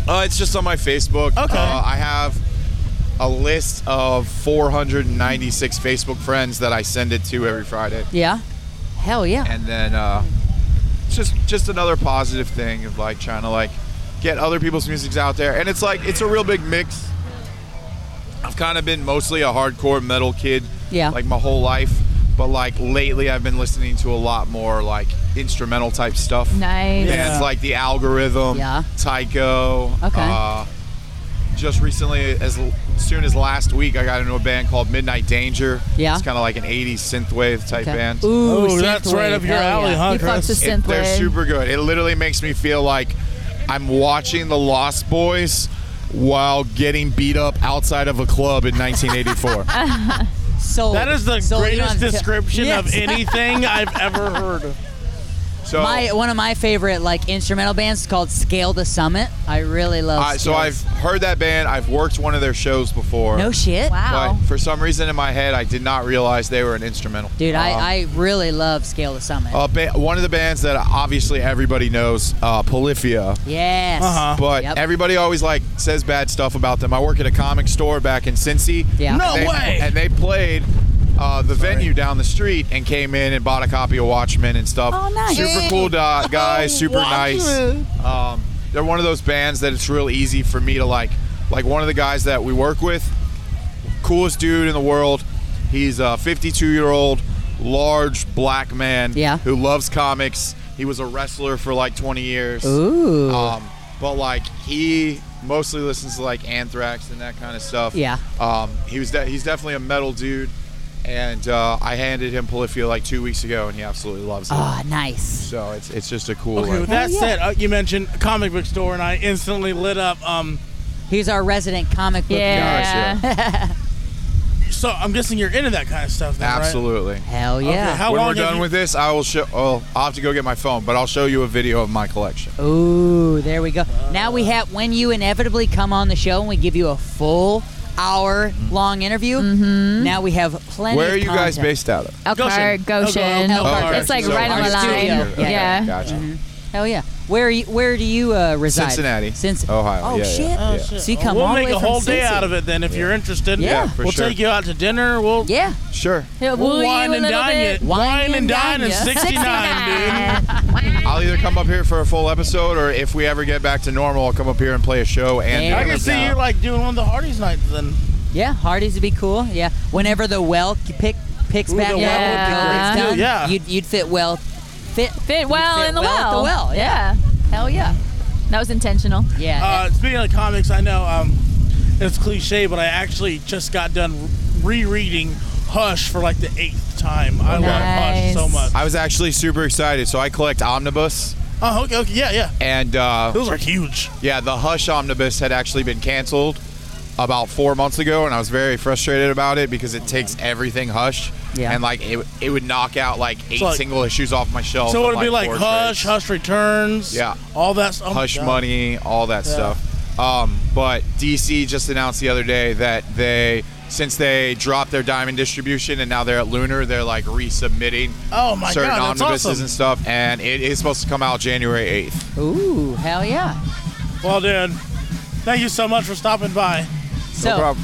[SPEAKER 19] Uh, it's just on my Facebook. Okay. Uh, I have a list of 496 Facebook friends that I send it to every Friday.
[SPEAKER 1] Yeah. Hell yeah.
[SPEAKER 19] and then uh, it's just just another positive thing of like trying to like get other people's musics out there and it's like it's a real big mix i've kind of been mostly a hardcore metal kid
[SPEAKER 1] Yeah.
[SPEAKER 19] like my whole life but like lately i've been listening to a lot more like instrumental type stuff
[SPEAKER 3] Nice.
[SPEAKER 19] bands
[SPEAKER 3] Yeah.
[SPEAKER 19] like the algorithm
[SPEAKER 3] Yeah.
[SPEAKER 19] tycho
[SPEAKER 3] Okay.
[SPEAKER 19] uh, just recently, as l- soon as last week, I got into a band called Midnight Danger.
[SPEAKER 1] Yeah.
[SPEAKER 19] it's kind of like an '80s synthwave type
[SPEAKER 1] Okay.
[SPEAKER 19] band.
[SPEAKER 1] Ooh, Ooh, that's synthwave. right up your Hell alley, yeah. huh, He fucks Chris? with
[SPEAKER 19] It- they're
[SPEAKER 1] synthwave.
[SPEAKER 19] super good. It literally makes me feel like I'm watching the Lost Boys while getting beat up outside of a club in 1984.
[SPEAKER 1] Sold.
[SPEAKER 2] That is the
[SPEAKER 1] Sold. Oh, You
[SPEAKER 2] greatest
[SPEAKER 1] don't-
[SPEAKER 2] description of
[SPEAKER 1] Yes.
[SPEAKER 2] anything I've ever heard.
[SPEAKER 19] So
[SPEAKER 1] my one of my favorite like instrumental bands is called Scale to Summit. I really love.
[SPEAKER 19] I- so
[SPEAKER 1] Scale.
[SPEAKER 19] I've heard that band. I've worked one of their shows before.
[SPEAKER 1] No shit. Wow.
[SPEAKER 19] But for some reason in my head, I did not realize they were an instrumental.
[SPEAKER 1] Dude,
[SPEAKER 19] Um,
[SPEAKER 1] I, I really love Scale to Summit.
[SPEAKER 19] Uh, ba- one of the bands that obviously everybody knows, uh, Polyphia.
[SPEAKER 1] Yes. Uh-huh.
[SPEAKER 19] But
[SPEAKER 1] Yep.
[SPEAKER 19] everybody always like says bad stuff about them. I work at a comic store back in Cincy.
[SPEAKER 1] Yeah. No
[SPEAKER 19] And they-
[SPEAKER 1] way!
[SPEAKER 19] And they played uh, the venue down the street and came in and bought a copy of Watchmen and stuff.
[SPEAKER 1] Oh, nice.
[SPEAKER 19] Super cool di- guys. Super
[SPEAKER 1] Oh, Watchmen.
[SPEAKER 19] nice. Um, they're one of those bands that it's real easy for me to like. Like one of the guys that we work with, coolest dude in the world. He's a 52 year old, large black man
[SPEAKER 1] Yeah.
[SPEAKER 19] who loves comics. He was a wrestler for like 20 years.
[SPEAKER 1] Ooh.
[SPEAKER 19] Um, but like he mostly listens to like Anthrax and that kind of stuff.
[SPEAKER 1] Yeah.
[SPEAKER 19] Um, he was de- he's definitely a metal dude, and uh, I handed him Polyphia like two weeks ago, and he absolutely loves it.
[SPEAKER 1] Ah, nice. So
[SPEAKER 19] it's it's just a cool.
[SPEAKER 2] Okay,
[SPEAKER 19] like-
[SPEAKER 2] with
[SPEAKER 1] Oh,
[SPEAKER 2] that said, uh, you mentioned comic book store, and I instantly lit up. Um,
[SPEAKER 1] He's our resident comic book.
[SPEAKER 2] Yeah.
[SPEAKER 1] nerd.
[SPEAKER 2] so I'm guessing you're into that kind of stuff, then, right?
[SPEAKER 19] Absolutely.
[SPEAKER 1] Hell
[SPEAKER 2] yeah. Okay, how
[SPEAKER 19] when
[SPEAKER 2] long
[SPEAKER 19] we're
[SPEAKER 2] have
[SPEAKER 19] done
[SPEAKER 2] you-
[SPEAKER 19] with this, I will show. Well, I'll have to go get my phone, but I'll show you a video of my collection.
[SPEAKER 1] Ooh, there we go. now we have when you inevitably come on the show and we give you a full hour long interview. Mm-hmm. Now we have plenty.
[SPEAKER 19] Where are
[SPEAKER 1] of
[SPEAKER 19] you guys
[SPEAKER 1] content.
[SPEAKER 19] based out of?
[SPEAKER 3] Elkhart, Goshen.
[SPEAKER 19] Elkhart.
[SPEAKER 3] It's like
[SPEAKER 19] So
[SPEAKER 3] right on
[SPEAKER 19] our
[SPEAKER 3] the line.
[SPEAKER 19] studio.
[SPEAKER 3] Yeah.
[SPEAKER 19] Okay, Gotcha.
[SPEAKER 1] Hell yeah. Where are you, where do you uh, reside?
[SPEAKER 19] Cincinnati,
[SPEAKER 1] Since
[SPEAKER 19] Ohio.
[SPEAKER 1] Oh
[SPEAKER 19] yeah,
[SPEAKER 1] shit.
[SPEAKER 19] Yeah.
[SPEAKER 2] Oh,
[SPEAKER 19] yeah.
[SPEAKER 2] shit.
[SPEAKER 1] So you come
[SPEAKER 2] we'll
[SPEAKER 1] all the
[SPEAKER 2] make
[SPEAKER 1] way
[SPEAKER 2] a
[SPEAKER 1] from
[SPEAKER 2] whole day
[SPEAKER 1] Cincy.
[SPEAKER 2] out of it then if you're interested.
[SPEAKER 1] Yeah, for
[SPEAKER 2] we'll
[SPEAKER 1] sure.
[SPEAKER 2] take you out to dinner. We'll
[SPEAKER 1] yeah,
[SPEAKER 19] sure.
[SPEAKER 3] He'll
[SPEAKER 2] We'll
[SPEAKER 3] woo you
[SPEAKER 2] wine
[SPEAKER 3] a
[SPEAKER 2] and
[SPEAKER 3] little
[SPEAKER 2] dine
[SPEAKER 3] bit.
[SPEAKER 2] you. Wine and dine in
[SPEAKER 3] ya.
[SPEAKER 2] 69, dude.
[SPEAKER 19] I'll either come up here for a full episode, or if we ever get back to normal, I'll come up here and play a show. And do
[SPEAKER 2] I
[SPEAKER 19] an
[SPEAKER 2] can see you
[SPEAKER 19] episode.
[SPEAKER 2] like doing one of the Hardy's nights then.
[SPEAKER 1] Yeah, Hardy's would be cool. Yeah, whenever the well c- pick picks
[SPEAKER 2] Ooh,
[SPEAKER 1] back
[SPEAKER 2] the
[SPEAKER 1] up,
[SPEAKER 2] well would be
[SPEAKER 1] yeah.
[SPEAKER 2] great, too. Yeah.
[SPEAKER 1] you'd, you'd fit well, fit
[SPEAKER 3] Fit well
[SPEAKER 1] fit
[SPEAKER 3] in the
[SPEAKER 1] well at
[SPEAKER 3] well.
[SPEAKER 1] the well,
[SPEAKER 3] Yeah.
[SPEAKER 1] Hell yeah.
[SPEAKER 3] That was intentional.
[SPEAKER 1] Yeah.
[SPEAKER 2] Uh, speaking of comics, I know um, it's cliche, but I actually just got done rereading Hush for like the eighth time. I love Hush so much.
[SPEAKER 19] I was actually super excited, so I collect omnibus,
[SPEAKER 2] Oh, okay, okay, yeah, yeah.
[SPEAKER 19] and uh,
[SPEAKER 2] Those are huge.
[SPEAKER 19] Yeah, the Hush omnibus had actually been canceled about four months ago, and I was very frustrated about it because it takes everything Hush,
[SPEAKER 1] Yeah.
[SPEAKER 19] and like it, it would knock out like eight
[SPEAKER 2] like-
[SPEAKER 19] single issues off my shelf.
[SPEAKER 2] So
[SPEAKER 19] in,
[SPEAKER 2] it'll be like
[SPEAKER 19] four
[SPEAKER 2] Hush, Hush Returns,
[SPEAKER 19] Yeah.
[SPEAKER 2] all that oh stuff.
[SPEAKER 19] hush money, all that stuff. Um, but DC just announced the other day that they since they dropped their diamond distribution and now they're at Lunar, they're like resubmitting
[SPEAKER 2] Oh my
[SPEAKER 19] certain
[SPEAKER 2] God, that's
[SPEAKER 19] omnibuses
[SPEAKER 2] awesome.
[SPEAKER 19] and stuff. And it is supposed to come out January 8th.
[SPEAKER 1] Ooh, hell yeah.
[SPEAKER 2] Well, dude, thank you so much for stopping by.
[SPEAKER 1] So,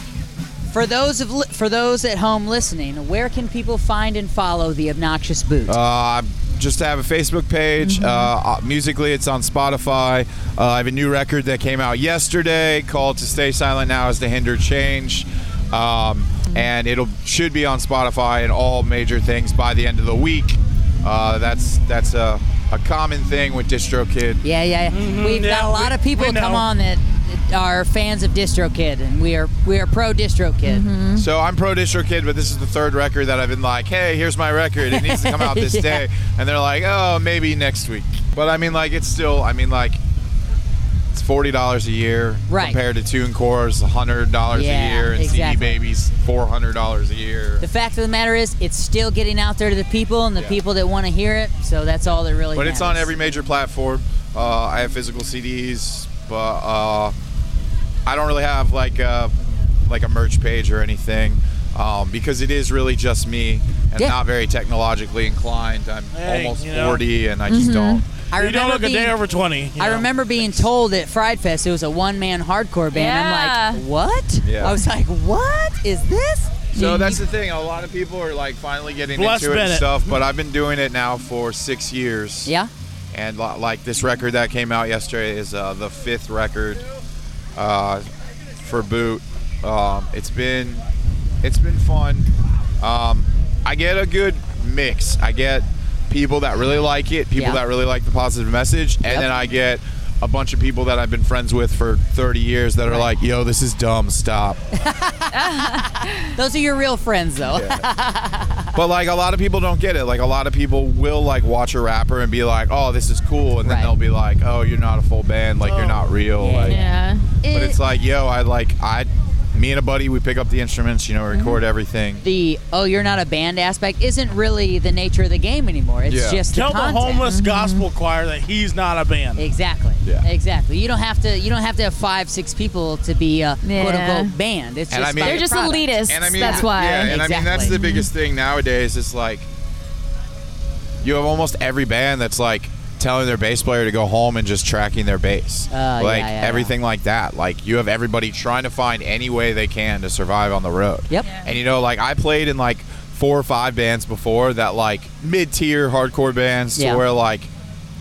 [SPEAKER 1] For those of li- for those at home listening, where can people find and follow the obnoxious boot?
[SPEAKER 19] Uh, just have a Facebook page. Uh, musically, it's on Spotify. Uh, I have a new record that came out yesterday called "To Stay Silent Now Is to Hinder Change," um, and it'll should be on Spotify and all major things by the end of the week. Uh, that's that's a, a common thing with DistroKid.
[SPEAKER 1] Yeah, yeah. yeah. We've got
[SPEAKER 2] yeah,
[SPEAKER 1] a lot
[SPEAKER 2] Mm-hmm. we-
[SPEAKER 1] of people
[SPEAKER 2] we know.
[SPEAKER 1] come on that are fans of DistroKid, and we are we are pro DistroKid.
[SPEAKER 19] So I'm pro DistroKid, Kid, but this is the third record that I've been like, hey, here's my record. It needs to come out this
[SPEAKER 1] Yeah.
[SPEAKER 19] day. And they're like, oh, maybe next week. But I mean, like, it's still, I mean, like, it's forty dollars a year
[SPEAKER 1] Right.
[SPEAKER 19] compared to TuneCore's hundred dollars
[SPEAKER 1] Yeah,
[SPEAKER 19] a year and
[SPEAKER 1] exactly.
[SPEAKER 19] CD Baby's four hundred dollars a year.
[SPEAKER 1] The fact of the matter is, it's still getting out there to the people and the people that want to hear it. So that's all that really.
[SPEAKER 19] But it's on
[SPEAKER 1] matters.
[SPEAKER 19] every major platform. Uh, I have physical CDs, but uh, I don't really have like a, like a merch page or anything um, because it is really just me and
[SPEAKER 1] Yeah.
[SPEAKER 19] not very technologically inclined. I'm
[SPEAKER 2] Hey,
[SPEAKER 19] almost
[SPEAKER 2] you know.
[SPEAKER 19] 40 and I just
[SPEAKER 1] Mhm.
[SPEAKER 19] don't.
[SPEAKER 1] I
[SPEAKER 2] you don't
[SPEAKER 1] remember
[SPEAKER 2] look a day
[SPEAKER 1] being-
[SPEAKER 2] over 20. you
[SPEAKER 1] I
[SPEAKER 2] know?
[SPEAKER 1] remember being told at Fried Fest it was a one man hardcore band. I'm like, what?
[SPEAKER 19] Yeah.
[SPEAKER 1] I was like, what is this?
[SPEAKER 19] So that's the thing. A lot of people are like finally getting
[SPEAKER 1] Bless
[SPEAKER 19] into it and
[SPEAKER 1] Bennett.
[SPEAKER 19] stuff, but I've been doing it now for six years.
[SPEAKER 1] Yeah.
[SPEAKER 19] And li- like this record that came out yesterday is uh, the fifth record uh, for Boot. Um, it's been it's been fun. Um, I get a good mix. I get people that really like it, people
[SPEAKER 20] Yeah.
[SPEAKER 19] that really like the positive message, and
[SPEAKER 20] Yep.
[SPEAKER 19] then I get a bunch of people that I've been friends with for 30 years that are like, "Yo, this is dumb. Stop."
[SPEAKER 1] Those are your real friends, though.
[SPEAKER 19] But like a lot of people don't get it. Like a lot of people will like watch a rapper and be like, "Oh, this is cool," and then
[SPEAKER 1] Right.
[SPEAKER 19] they'll be like, "Oh, you're not a full band. Like
[SPEAKER 3] Oh.
[SPEAKER 19] you're not real." Like,
[SPEAKER 9] Yeah.
[SPEAKER 19] But it's like, yo, I like I, me and a buddy, we pick up the instruments, you know, record everything.
[SPEAKER 1] the oh, you're not a band aspect isn't really the nature of the game anymore. It's
[SPEAKER 19] Yeah.
[SPEAKER 1] just
[SPEAKER 2] Tell
[SPEAKER 1] the,
[SPEAKER 2] the
[SPEAKER 1] content. Mm-hmm.
[SPEAKER 2] homeless gospel choir that he's not a band.
[SPEAKER 1] Exactly. Exactly. You don't have to. You don't have to have five, six people to be a quote unquote band. It's
[SPEAKER 19] And
[SPEAKER 1] just
[SPEAKER 19] I mean-
[SPEAKER 1] about
[SPEAKER 19] They're
[SPEAKER 1] the
[SPEAKER 19] just
[SPEAKER 1] product.
[SPEAKER 3] elitists,
[SPEAKER 19] And I mean,
[SPEAKER 3] that's why.
[SPEAKER 19] Yeah, and I mean that's the
[SPEAKER 1] Exactly.
[SPEAKER 19] biggest thing nowadays. It's like you have almost every band that's like telling their bass player to go home and just tracking their bass,
[SPEAKER 1] Oh, yeah,
[SPEAKER 19] like
[SPEAKER 1] yeah,
[SPEAKER 19] everything like that. Like you have everybody trying to find any way they can to survive on the road.
[SPEAKER 1] Yep.
[SPEAKER 19] And you know, like I played in like four or five bands before that, like mid-tier hardcore bands,
[SPEAKER 1] Yeah.
[SPEAKER 19] to where like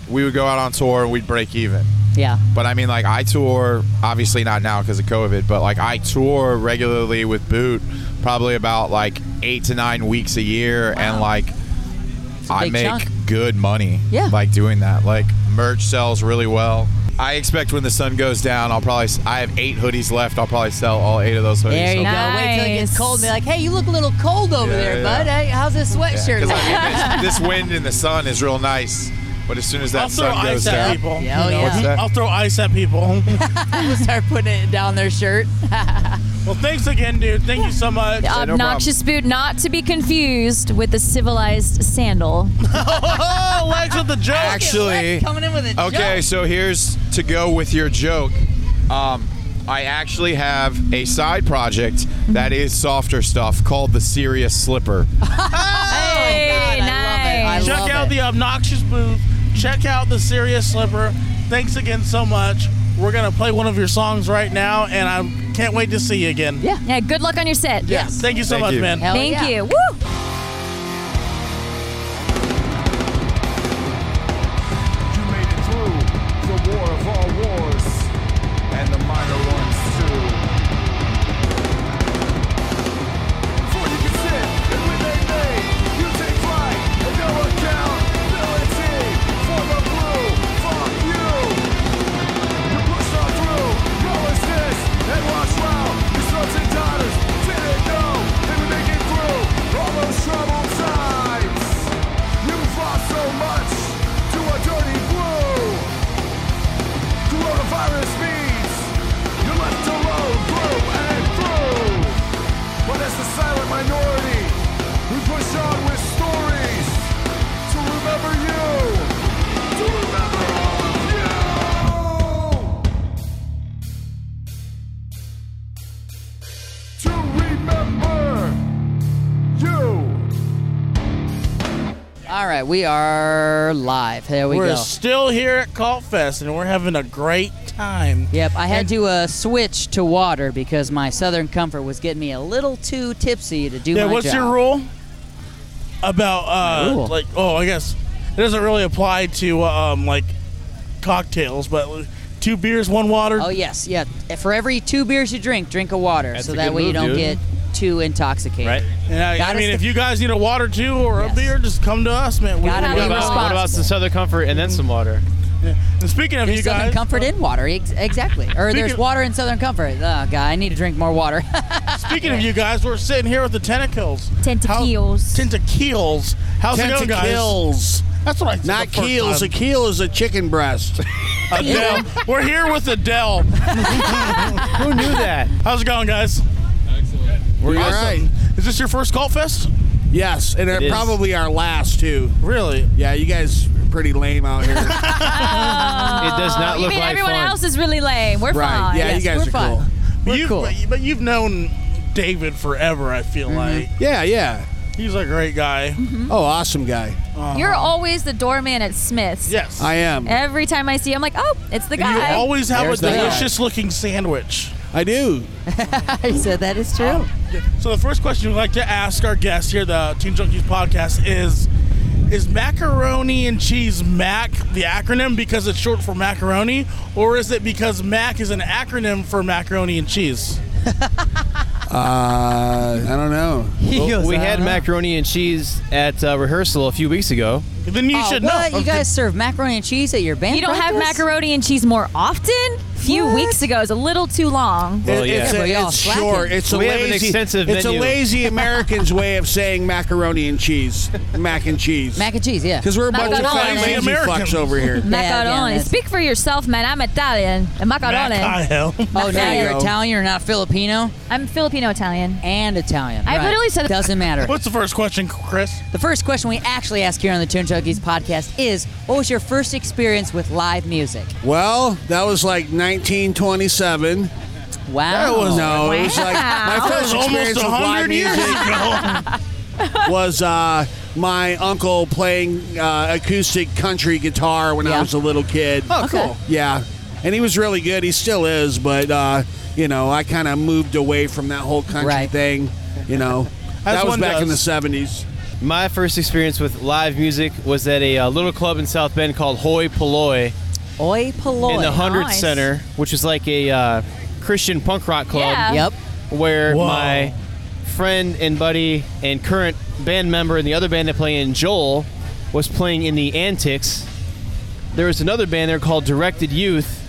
[SPEAKER 19] we would go out on tour and we'd break even.
[SPEAKER 1] Yeah.
[SPEAKER 19] But I mean, like, I tour, obviously not now because of COVID, but like, I tour regularly with Boot probably about like eight to nine weeks a year. And like,
[SPEAKER 1] a
[SPEAKER 19] I
[SPEAKER 1] big
[SPEAKER 19] make
[SPEAKER 1] chunk.
[SPEAKER 19] good money.
[SPEAKER 1] Yeah.
[SPEAKER 19] Like, doing that. Like, merch sells really well. I expect when the sun goes down, I'll probably, s- I have eight hoodies left. I'll probably sell all eight of those hoodies.
[SPEAKER 1] There you
[SPEAKER 19] So-
[SPEAKER 1] go. Wait till it gets cold. And be like, hey, you look a little cold over
[SPEAKER 19] Yeah,
[SPEAKER 1] there,
[SPEAKER 19] yeah.
[SPEAKER 1] bud. Hey, how's this
[SPEAKER 19] Yeah,
[SPEAKER 1] sweatshirt?
[SPEAKER 19] 'cause, I mean, this, this wind and the sun is real nice. But as soon as that
[SPEAKER 2] I'll throw
[SPEAKER 19] sun goes
[SPEAKER 2] ice at
[SPEAKER 19] down,
[SPEAKER 2] people.
[SPEAKER 1] Yeah, oh, yeah.
[SPEAKER 19] What's that?
[SPEAKER 2] I'll throw ice at people.
[SPEAKER 1] We'll start putting it down their shirt.
[SPEAKER 2] well, thanks again, dude. Thank you so much.
[SPEAKER 3] The obnoxious boot, not to be confused with the civilized sandal.
[SPEAKER 2] oh, Lex with the joke.
[SPEAKER 19] Actually, okay, so here's to go with your joke. Um, I actually have a side project that is softer stuff called the Serious Slipper.
[SPEAKER 2] Oh, Hey,
[SPEAKER 1] nice.
[SPEAKER 2] Check out the obnoxious booth. Check out the serious slipper. Thanks again so much. We're gonna play one of your songs right now, and I can't wait to see you again.
[SPEAKER 1] Yeah.
[SPEAKER 3] Yeah, good luck on your set.
[SPEAKER 2] Yes. Thank you so much, man.
[SPEAKER 3] Thank you. Woo!
[SPEAKER 20] You made it through the war of all wars and the minor ones too. For you can sit and win they may. You take flight and no accountability for the blue. Fuck you. You push on through your resist and watch round. Your sons and daughters didn't know they would make it through all those
[SPEAKER 1] right, we are live. There we
[SPEAKER 2] we're
[SPEAKER 1] go.
[SPEAKER 2] still here at Cult Fest, and we're having a great time.
[SPEAKER 1] Yep, I had to uh, switch to water because my Southern Comfort was getting me a little too tipsy to do
[SPEAKER 2] yeah,
[SPEAKER 1] my
[SPEAKER 2] what's
[SPEAKER 1] job.
[SPEAKER 2] your rule about uh
[SPEAKER 1] rule?
[SPEAKER 2] like oh I guess it doesn't really apply to um like cocktails, but two beers, one water.
[SPEAKER 1] Oh yes, yeah. For every two beers you drink, drink a water,
[SPEAKER 2] That's
[SPEAKER 1] so
[SPEAKER 2] a
[SPEAKER 1] that
[SPEAKER 2] good
[SPEAKER 1] way you
[SPEAKER 2] move,
[SPEAKER 1] don't
[SPEAKER 2] dude.
[SPEAKER 1] get too intoxicated. Right.
[SPEAKER 2] And I, I mean, if you guys need a water too or a beer, just come to us, man. We
[SPEAKER 1] Gotta
[SPEAKER 2] we
[SPEAKER 1] be
[SPEAKER 2] got-
[SPEAKER 1] responsible.
[SPEAKER 6] What about some Southern Comfort and then some water?
[SPEAKER 2] And speaking of
[SPEAKER 1] There's
[SPEAKER 2] you
[SPEAKER 1] Southern
[SPEAKER 2] guys,
[SPEAKER 1] Comfort in water, ex- exactly. Or
[SPEAKER 2] Speaking
[SPEAKER 1] there's
[SPEAKER 2] of-
[SPEAKER 1] water in Southern Comfort. Oh God, I need to drink more water.
[SPEAKER 2] Speaking of you guys, we're sitting here with the tentacles.
[SPEAKER 3] Tentacles.
[SPEAKER 2] Tentacles. How's it going, guys?
[SPEAKER 10] Tentacles.
[SPEAKER 2] That's what I said
[SPEAKER 10] Not
[SPEAKER 2] the first
[SPEAKER 10] keels.
[SPEAKER 2] time.
[SPEAKER 10] A keel is a chicken breast.
[SPEAKER 2] Adele. We're here with Adele. Who
[SPEAKER 6] knew that?
[SPEAKER 2] How's it going, guys? Excellent.
[SPEAKER 10] We're all right.
[SPEAKER 2] Is this your first Cult Fest?
[SPEAKER 10] Yes, and
[SPEAKER 2] It
[SPEAKER 10] they're
[SPEAKER 2] is.
[SPEAKER 10] probably our last too.
[SPEAKER 2] Really?
[SPEAKER 10] Yeah, you guys are pretty lame out here.
[SPEAKER 6] it does not
[SPEAKER 1] Uh,
[SPEAKER 3] you
[SPEAKER 10] look
[SPEAKER 3] mean
[SPEAKER 10] like
[SPEAKER 3] everyone
[SPEAKER 10] fun.
[SPEAKER 3] else is really lame. We're
[SPEAKER 10] Right.
[SPEAKER 3] fine.
[SPEAKER 10] Yeah, you Yes, guys we're are fine. cool.
[SPEAKER 2] We're you've, cool. But, but you've known David forever, I feel like.
[SPEAKER 10] Mm-hmm. Yeah, yeah.
[SPEAKER 2] He's a great guy. Uh-huh.
[SPEAKER 10] Oh, awesome guy.
[SPEAKER 3] You're always the doorman at Smith's.
[SPEAKER 2] Yes.
[SPEAKER 10] I am.
[SPEAKER 3] Every time I see you, I'm like, oh, it's the guy.
[SPEAKER 2] You always have
[SPEAKER 10] There's
[SPEAKER 2] a
[SPEAKER 10] the guy.
[SPEAKER 2] delicious looking sandwich.
[SPEAKER 10] I do.
[SPEAKER 1] I said that is true.
[SPEAKER 2] So the first question we'd like to ask our guests here, the Teen Junkies podcast, is is macaroni and cheese MAC the acronym because it's short for macaroni, or is it because MAC is an acronym for macaroni and cheese?
[SPEAKER 10] Uh, I don't know.
[SPEAKER 2] He
[SPEAKER 6] Well,
[SPEAKER 2] goes,
[SPEAKER 6] we
[SPEAKER 2] "I
[SPEAKER 6] had
[SPEAKER 2] don't know."
[SPEAKER 6] macaroni and cheese at uh, rehearsal a few weeks ago.
[SPEAKER 2] Then you
[SPEAKER 1] Oh, what? You guys serve macaroni and cheese at your band?
[SPEAKER 3] You don't have
[SPEAKER 1] practice?
[SPEAKER 3] macaroni and cheese more often? A few weeks ago is a little too long.
[SPEAKER 10] It- it's a- it's short. It's a
[SPEAKER 6] We have
[SPEAKER 10] lazy,
[SPEAKER 6] an extensive
[SPEAKER 10] It's
[SPEAKER 6] menu.
[SPEAKER 10] a lazy American's way of saying macaroni and cheese, mac and cheese.
[SPEAKER 1] Mac and cheese, yeah.
[SPEAKER 10] Because we're a bunch of
[SPEAKER 3] Macaroni.
[SPEAKER 10] fat lazy fucks over here.
[SPEAKER 3] Macaroni. Speak for yourself, man. I'm Italian. And Macaroni.
[SPEAKER 1] Oh, now
[SPEAKER 3] Macaroni.
[SPEAKER 1] you're Italian. You're not Filipino
[SPEAKER 3] I'm Filipino Italian.
[SPEAKER 1] and Italian.
[SPEAKER 3] I
[SPEAKER 1] right.
[SPEAKER 3] literally said-
[SPEAKER 1] doesn't matter.
[SPEAKER 2] What's the first question, Chris?
[SPEAKER 1] The first question we actually ask here on the Tune Junkies podcast is, what was your first experience with live music?
[SPEAKER 10] Well, that was like 1927.
[SPEAKER 1] Wow.
[SPEAKER 10] That was no. It was like
[SPEAKER 1] Wow.
[SPEAKER 10] my
[SPEAKER 1] That
[SPEAKER 10] first
[SPEAKER 1] was almost
[SPEAKER 10] experience with live
[SPEAKER 1] 100 years
[SPEAKER 10] music was uh, my uncle playing uh, acoustic country guitar when I was a little kid.
[SPEAKER 20] Oh, cool. Okay.
[SPEAKER 10] Yeah, and he was really good. He still is, but uh, you know, I kind of moved away from that whole country thing. You know,
[SPEAKER 6] As
[SPEAKER 10] that was
[SPEAKER 6] one
[SPEAKER 10] back in the
[SPEAKER 6] does.
[SPEAKER 10] '70s.
[SPEAKER 6] My first experience with live music was at a uh, little club in South Bend called Hoi Polloi.
[SPEAKER 1] Oi Polloi.
[SPEAKER 6] in the Hundred
[SPEAKER 1] Nice.
[SPEAKER 6] Center, which is like a uh, Christian punk rock club.
[SPEAKER 1] Yeah. Yep.
[SPEAKER 6] Where
[SPEAKER 1] Whoa.
[SPEAKER 6] my friend and buddy and current band member and the other band that play in Joel was playing in the Antics. There was another band there called Directed Youth.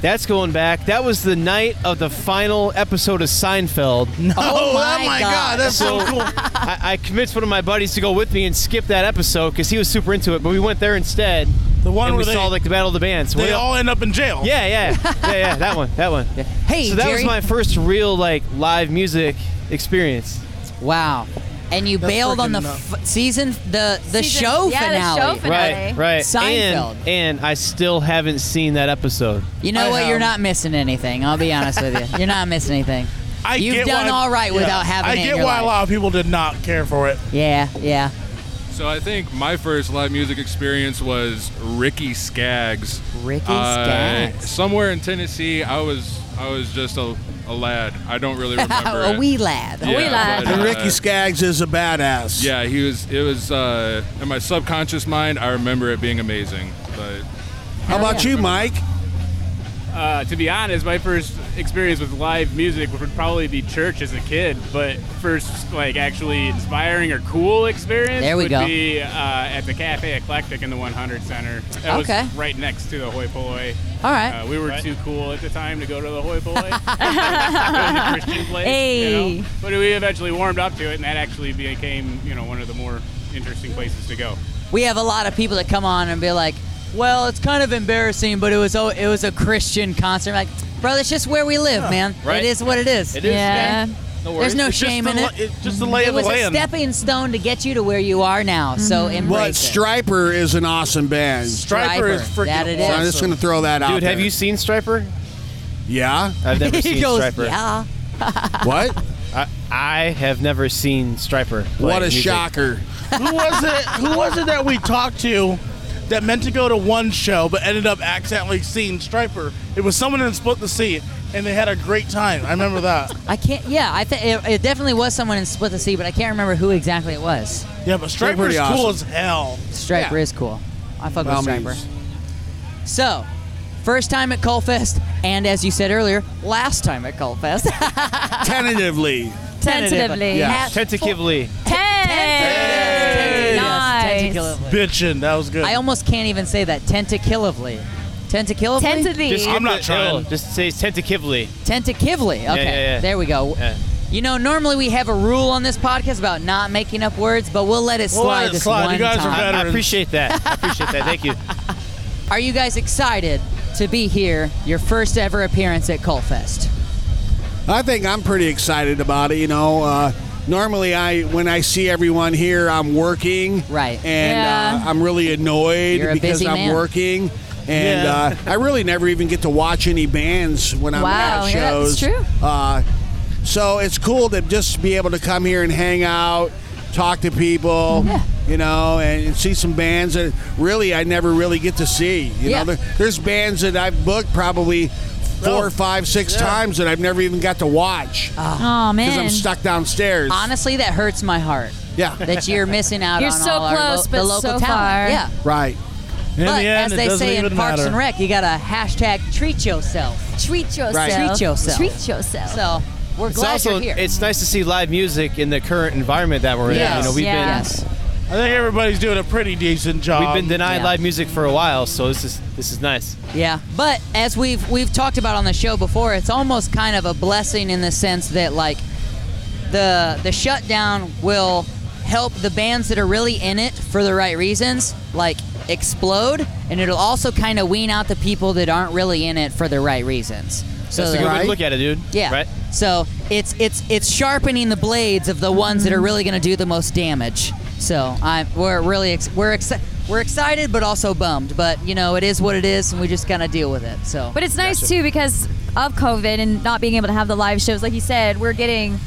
[SPEAKER 6] That's going back. That was the night of the final episode of Seinfeld. No,
[SPEAKER 20] Oh my my God. God, that's so cool.
[SPEAKER 6] I, I convinced one of my buddies to go with me and skip that episode because he was super into it. But we went there instead. The
[SPEAKER 2] one
[SPEAKER 6] and
[SPEAKER 2] where
[SPEAKER 6] we
[SPEAKER 2] they-
[SPEAKER 6] saw like the Battle of the Bands.
[SPEAKER 2] They
[SPEAKER 6] What el-
[SPEAKER 2] all end up in jail.
[SPEAKER 6] yeah, yeah, yeah, yeah. That one, that one.
[SPEAKER 1] Hey,
[SPEAKER 6] so that
[SPEAKER 1] Jerry.
[SPEAKER 6] was my first real like live music experience.
[SPEAKER 1] Wow. And you
[SPEAKER 6] That's
[SPEAKER 1] bailed on the
[SPEAKER 6] freaking
[SPEAKER 1] f- season, the
[SPEAKER 3] Season-
[SPEAKER 1] the show
[SPEAKER 3] yeah, the
[SPEAKER 1] finale.
[SPEAKER 3] show
[SPEAKER 6] Right, right.
[SPEAKER 1] Seinfeld.
[SPEAKER 6] And, and I still haven't seen that episode.
[SPEAKER 1] you know what? You're not missing anything. I'll be honest with you. You're not missing anything.
[SPEAKER 2] I
[SPEAKER 1] You've
[SPEAKER 2] get
[SPEAKER 1] done
[SPEAKER 2] why-
[SPEAKER 1] all right
[SPEAKER 2] yeah.
[SPEAKER 1] without having
[SPEAKER 2] I
[SPEAKER 1] it in
[SPEAKER 2] get
[SPEAKER 1] your
[SPEAKER 2] why
[SPEAKER 1] life.
[SPEAKER 2] a lot of people did not care for it.
[SPEAKER 1] Yeah, yeah.
[SPEAKER 21] So I think my first live music experience was Ricky Skaggs. Uh,
[SPEAKER 1] Ricky Skaggs.
[SPEAKER 21] Somewhere in Tennessee, I was I was just a, a lad. I don't really remember.
[SPEAKER 1] a
[SPEAKER 21] it.
[SPEAKER 1] wee lad.
[SPEAKER 21] Yeah, but,
[SPEAKER 10] And
[SPEAKER 21] uh,
[SPEAKER 10] Ricky Skaggs is a badass.
[SPEAKER 21] Yeah, he was. It was uh, in my subconscious mind. I remember it being amazing. But
[SPEAKER 10] How about you, Mike?
[SPEAKER 22] Uh, to be honest, my first experience with live music would probably be church as a kid, but first, like, actually inspiring or cool experience
[SPEAKER 1] There we
[SPEAKER 22] would
[SPEAKER 1] go.
[SPEAKER 22] be uh, at the Cafe Eclectic in the 100 Center. That
[SPEAKER 1] Okay.
[SPEAKER 22] was right next to the Hoi Polloi.
[SPEAKER 1] All right.
[SPEAKER 22] Uh, we were too cool at the time to go to the Hoi Polloi. Christian place.
[SPEAKER 3] Hey.
[SPEAKER 22] You know? But we eventually warmed up to it, and that actually became, you know, one of the more interesting places to go.
[SPEAKER 1] We have a lot of people that come on and be like, "Well, it's kind of embarrassing, but it was oh, it was a Christian concert." like, bro, that's just where we live, man.
[SPEAKER 2] right.
[SPEAKER 1] It is what it is.
[SPEAKER 2] It is, Yeah.
[SPEAKER 1] Okay?
[SPEAKER 2] man. No worries.
[SPEAKER 1] There's no
[SPEAKER 2] It's just
[SPEAKER 1] shame
[SPEAKER 2] the
[SPEAKER 1] in
[SPEAKER 2] la-
[SPEAKER 1] it.
[SPEAKER 2] it's just the lay
[SPEAKER 1] it
[SPEAKER 2] of the
[SPEAKER 1] was a
[SPEAKER 2] land.
[SPEAKER 1] stepping stone to get you to where you are now. So embrace
[SPEAKER 10] But
[SPEAKER 1] it.
[SPEAKER 10] Striper is an awesome band.
[SPEAKER 1] Striper is Striper. freaking That it
[SPEAKER 10] So I'm
[SPEAKER 1] is.
[SPEAKER 10] just gonna throw that out.
[SPEAKER 6] Dude, have
[SPEAKER 10] there.
[SPEAKER 6] you seen Striper?
[SPEAKER 10] Yeah.
[SPEAKER 6] I've never
[SPEAKER 10] He
[SPEAKER 6] seen
[SPEAKER 10] goes,
[SPEAKER 6] Striper.
[SPEAKER 1] Yeah.
[SPEAKER 10] What?
[SPEAKER 6] I, I have never seen Striper. play
[SPEAKER 10] What a
[SPEAKER 6] music.
[SPEAKER 10] shocker.
[SPEAKER 2] who was it? Who was it that we talked to that meant to go to one show but ended up accidentally seeing Striper? It was someone in Split the Sea, and they had a great time. I remember that.
[SPEAKER 1] I can't. Yeah, I think it, it definitely was someone in Split the Sea, but I can't remember who exactly it was.
[SPEAKER 2] Yeah, but Striper's
[SPEAKER 1] pretty
[SPEAKER 2] cool as
[SPEAKER 1] awesome.
[SPEAKER 2] hell.
[SPEAKER 1] Striper is cool. I fuck
[SPEAKER 2] By all
[SPEAKER 1] with Striper.
[SPEAKER 2] means.
[SPEAKER 1] So, first time at Cullfest, and as you said earlier, last time at Cullfest.
[SPEAKER 10] Tentatively.
[SPEAKER 1] Tentatively.
[SPEAKER 6] Yeah.
[SPEAKER 1] Half-
[SPEAKER 6] Tentatively.
[SPEAKER 1] Ten-
[SPEAKER 3] Nice.
[SPEAKER 1] Tentatively.
[SPEAKER 2] Bitchin', that was good.
[SPEAKER 1] I almost can't even say that. Tentatively. Tentatively?
[SPEAKER 6] Just skip the L. Just say tentatively.
[SPEAKER 1] Tentatively. Okay.
[SPEAKER 6] Yeah, yeah, yeah.
[SPEAKER 1] There we go.
[SPEAKER 6] Yeah.
[SPEAKER 1] You know, normally we have a rule on this podcast about not making up words, but we'll let it slide
[SPEAKER 6] We'll let it
[SPEAKER 1] this
[SPEAKER 6] slide. You
[SPEAKER 1] one
[SPEAKER 6] guys are
[SPEAKER 1] time.
[SPEAKER 6] I- I veterans. appreciate that. I appreciate that. Thank you.
[SPEAKER 1] Are you guys excited to be here? Your first ever appearance at Cullfest.
[SPEAKER 10] I think I'm pretty excited about it. You know, uh, normally I when I see everyone here, I'm working,
[SPEAKER 1] right?
[SPEAKER 10] And
[SPEAKER 1] Yeah.
[SPEAKER 10] uh, I'm really annoyed
[SPEAKER 1] You're a
[SPEAKER 10] because
[SPEAKER 1] busy
[SPEAKER 10] I'm
[SPEAKER 1] man.
[SPEAKER 10] working, and
[SPEAKER 1] Yeah.
[SPEAKER 10] uh, I really never even get to watch any bands when I'm
[SPEAKER 1] Wow,
[SPEAKER 10] at
[SPEAKER 1] yeah, that's
[SPEAKER 10] shows.
[SPEAKER 1] true.
[SPEAKER 10] Uh, so it's cool to just be able to come here and hang out, talk to people. You know, and, and see some bands that really I never really get to see. You
[SPEAKER 1] Yeah.
[SPEAKER 10] know, there, there's bands that I've booked probably four, five, six times that I've never even got to watch.
[SPEAKER 1] Oh. Aw,
[SPEAKER 10] Because
[SPEAKER 1] man.
[SPEAKER 10] I'm stuck downstairs.
[SPEAKER 1] Honestly, that hurts my heart.
[SPEAKER 10] Yeah.
[SPEAKER 1] That you're missing out
[SPEAKER 3] You're
[SPEAKER 1] on
[SPEAKER 3] so
[SPEAKER 1] all our lo-
[SPEAKER 3] close, but
[SPEAKER 1] the local
[SPEAKER 3] so
[SPEAKER 1] talent.
[SPEAKER 3] far.
[SPEAKER 1] Yeah.
[SPEAKER 10] Right.
[SPEAKER 1] but as they say in Parks and Rec, you gotta hashtag treat yourself.
[SPEAKER 9] Treat yourself.
[SPEAKER 1] Treat yourself.
[SPEAKER 9] Treat yourself.
[SPEAKER 1] So we're
[SPEAKER 6] It's
[SPEAKER 1] glad
[SPEAKER 6] also
[SPEAKER 1] you're here.
[SPEAKER 6] it's nice to see live music in the current environment that we're in.
[SPEAKER 1] Yes.
[SPEAKER 6] You know, we've
[SPEAKER 1] Yes.
[SPEAKER 6] been
[SPEAKER 2] I think everybody's doing a pretty decent job.
[SPEAKER 6] we've been denied
[SPEAKER 1] Yeah.
[SPEAKER 6] live music for a while, so this is this is nice.
[SPEAKER 1] Yeah, but as we've we've talked about on the show before, it's almost kind of a blessing in the sense that like the the shutdown will help the bands that are really in it for the right reasons like explode and it'll also kind of wean out the people that aren't really in it for the right reasons. So
[SPEAKER 6] That's a good way
[SPEAKER 1] that-
[SPEAKER 6] to look at it, dude.
[SPEAKER 1] Yeah.
[SPEAKER 6] Right.
[SPEAKER 1] So it's it's it's sharpening the blades of the ones that are really going to do the most damage. So I we're really ex- we're exci- we're excited but also bummed. But you know it is what it is, and we just kind of deal with it. So.
[SPEAKER 3] But it's nice too because of COVID and not being able to have the live shows, like you said, we're getting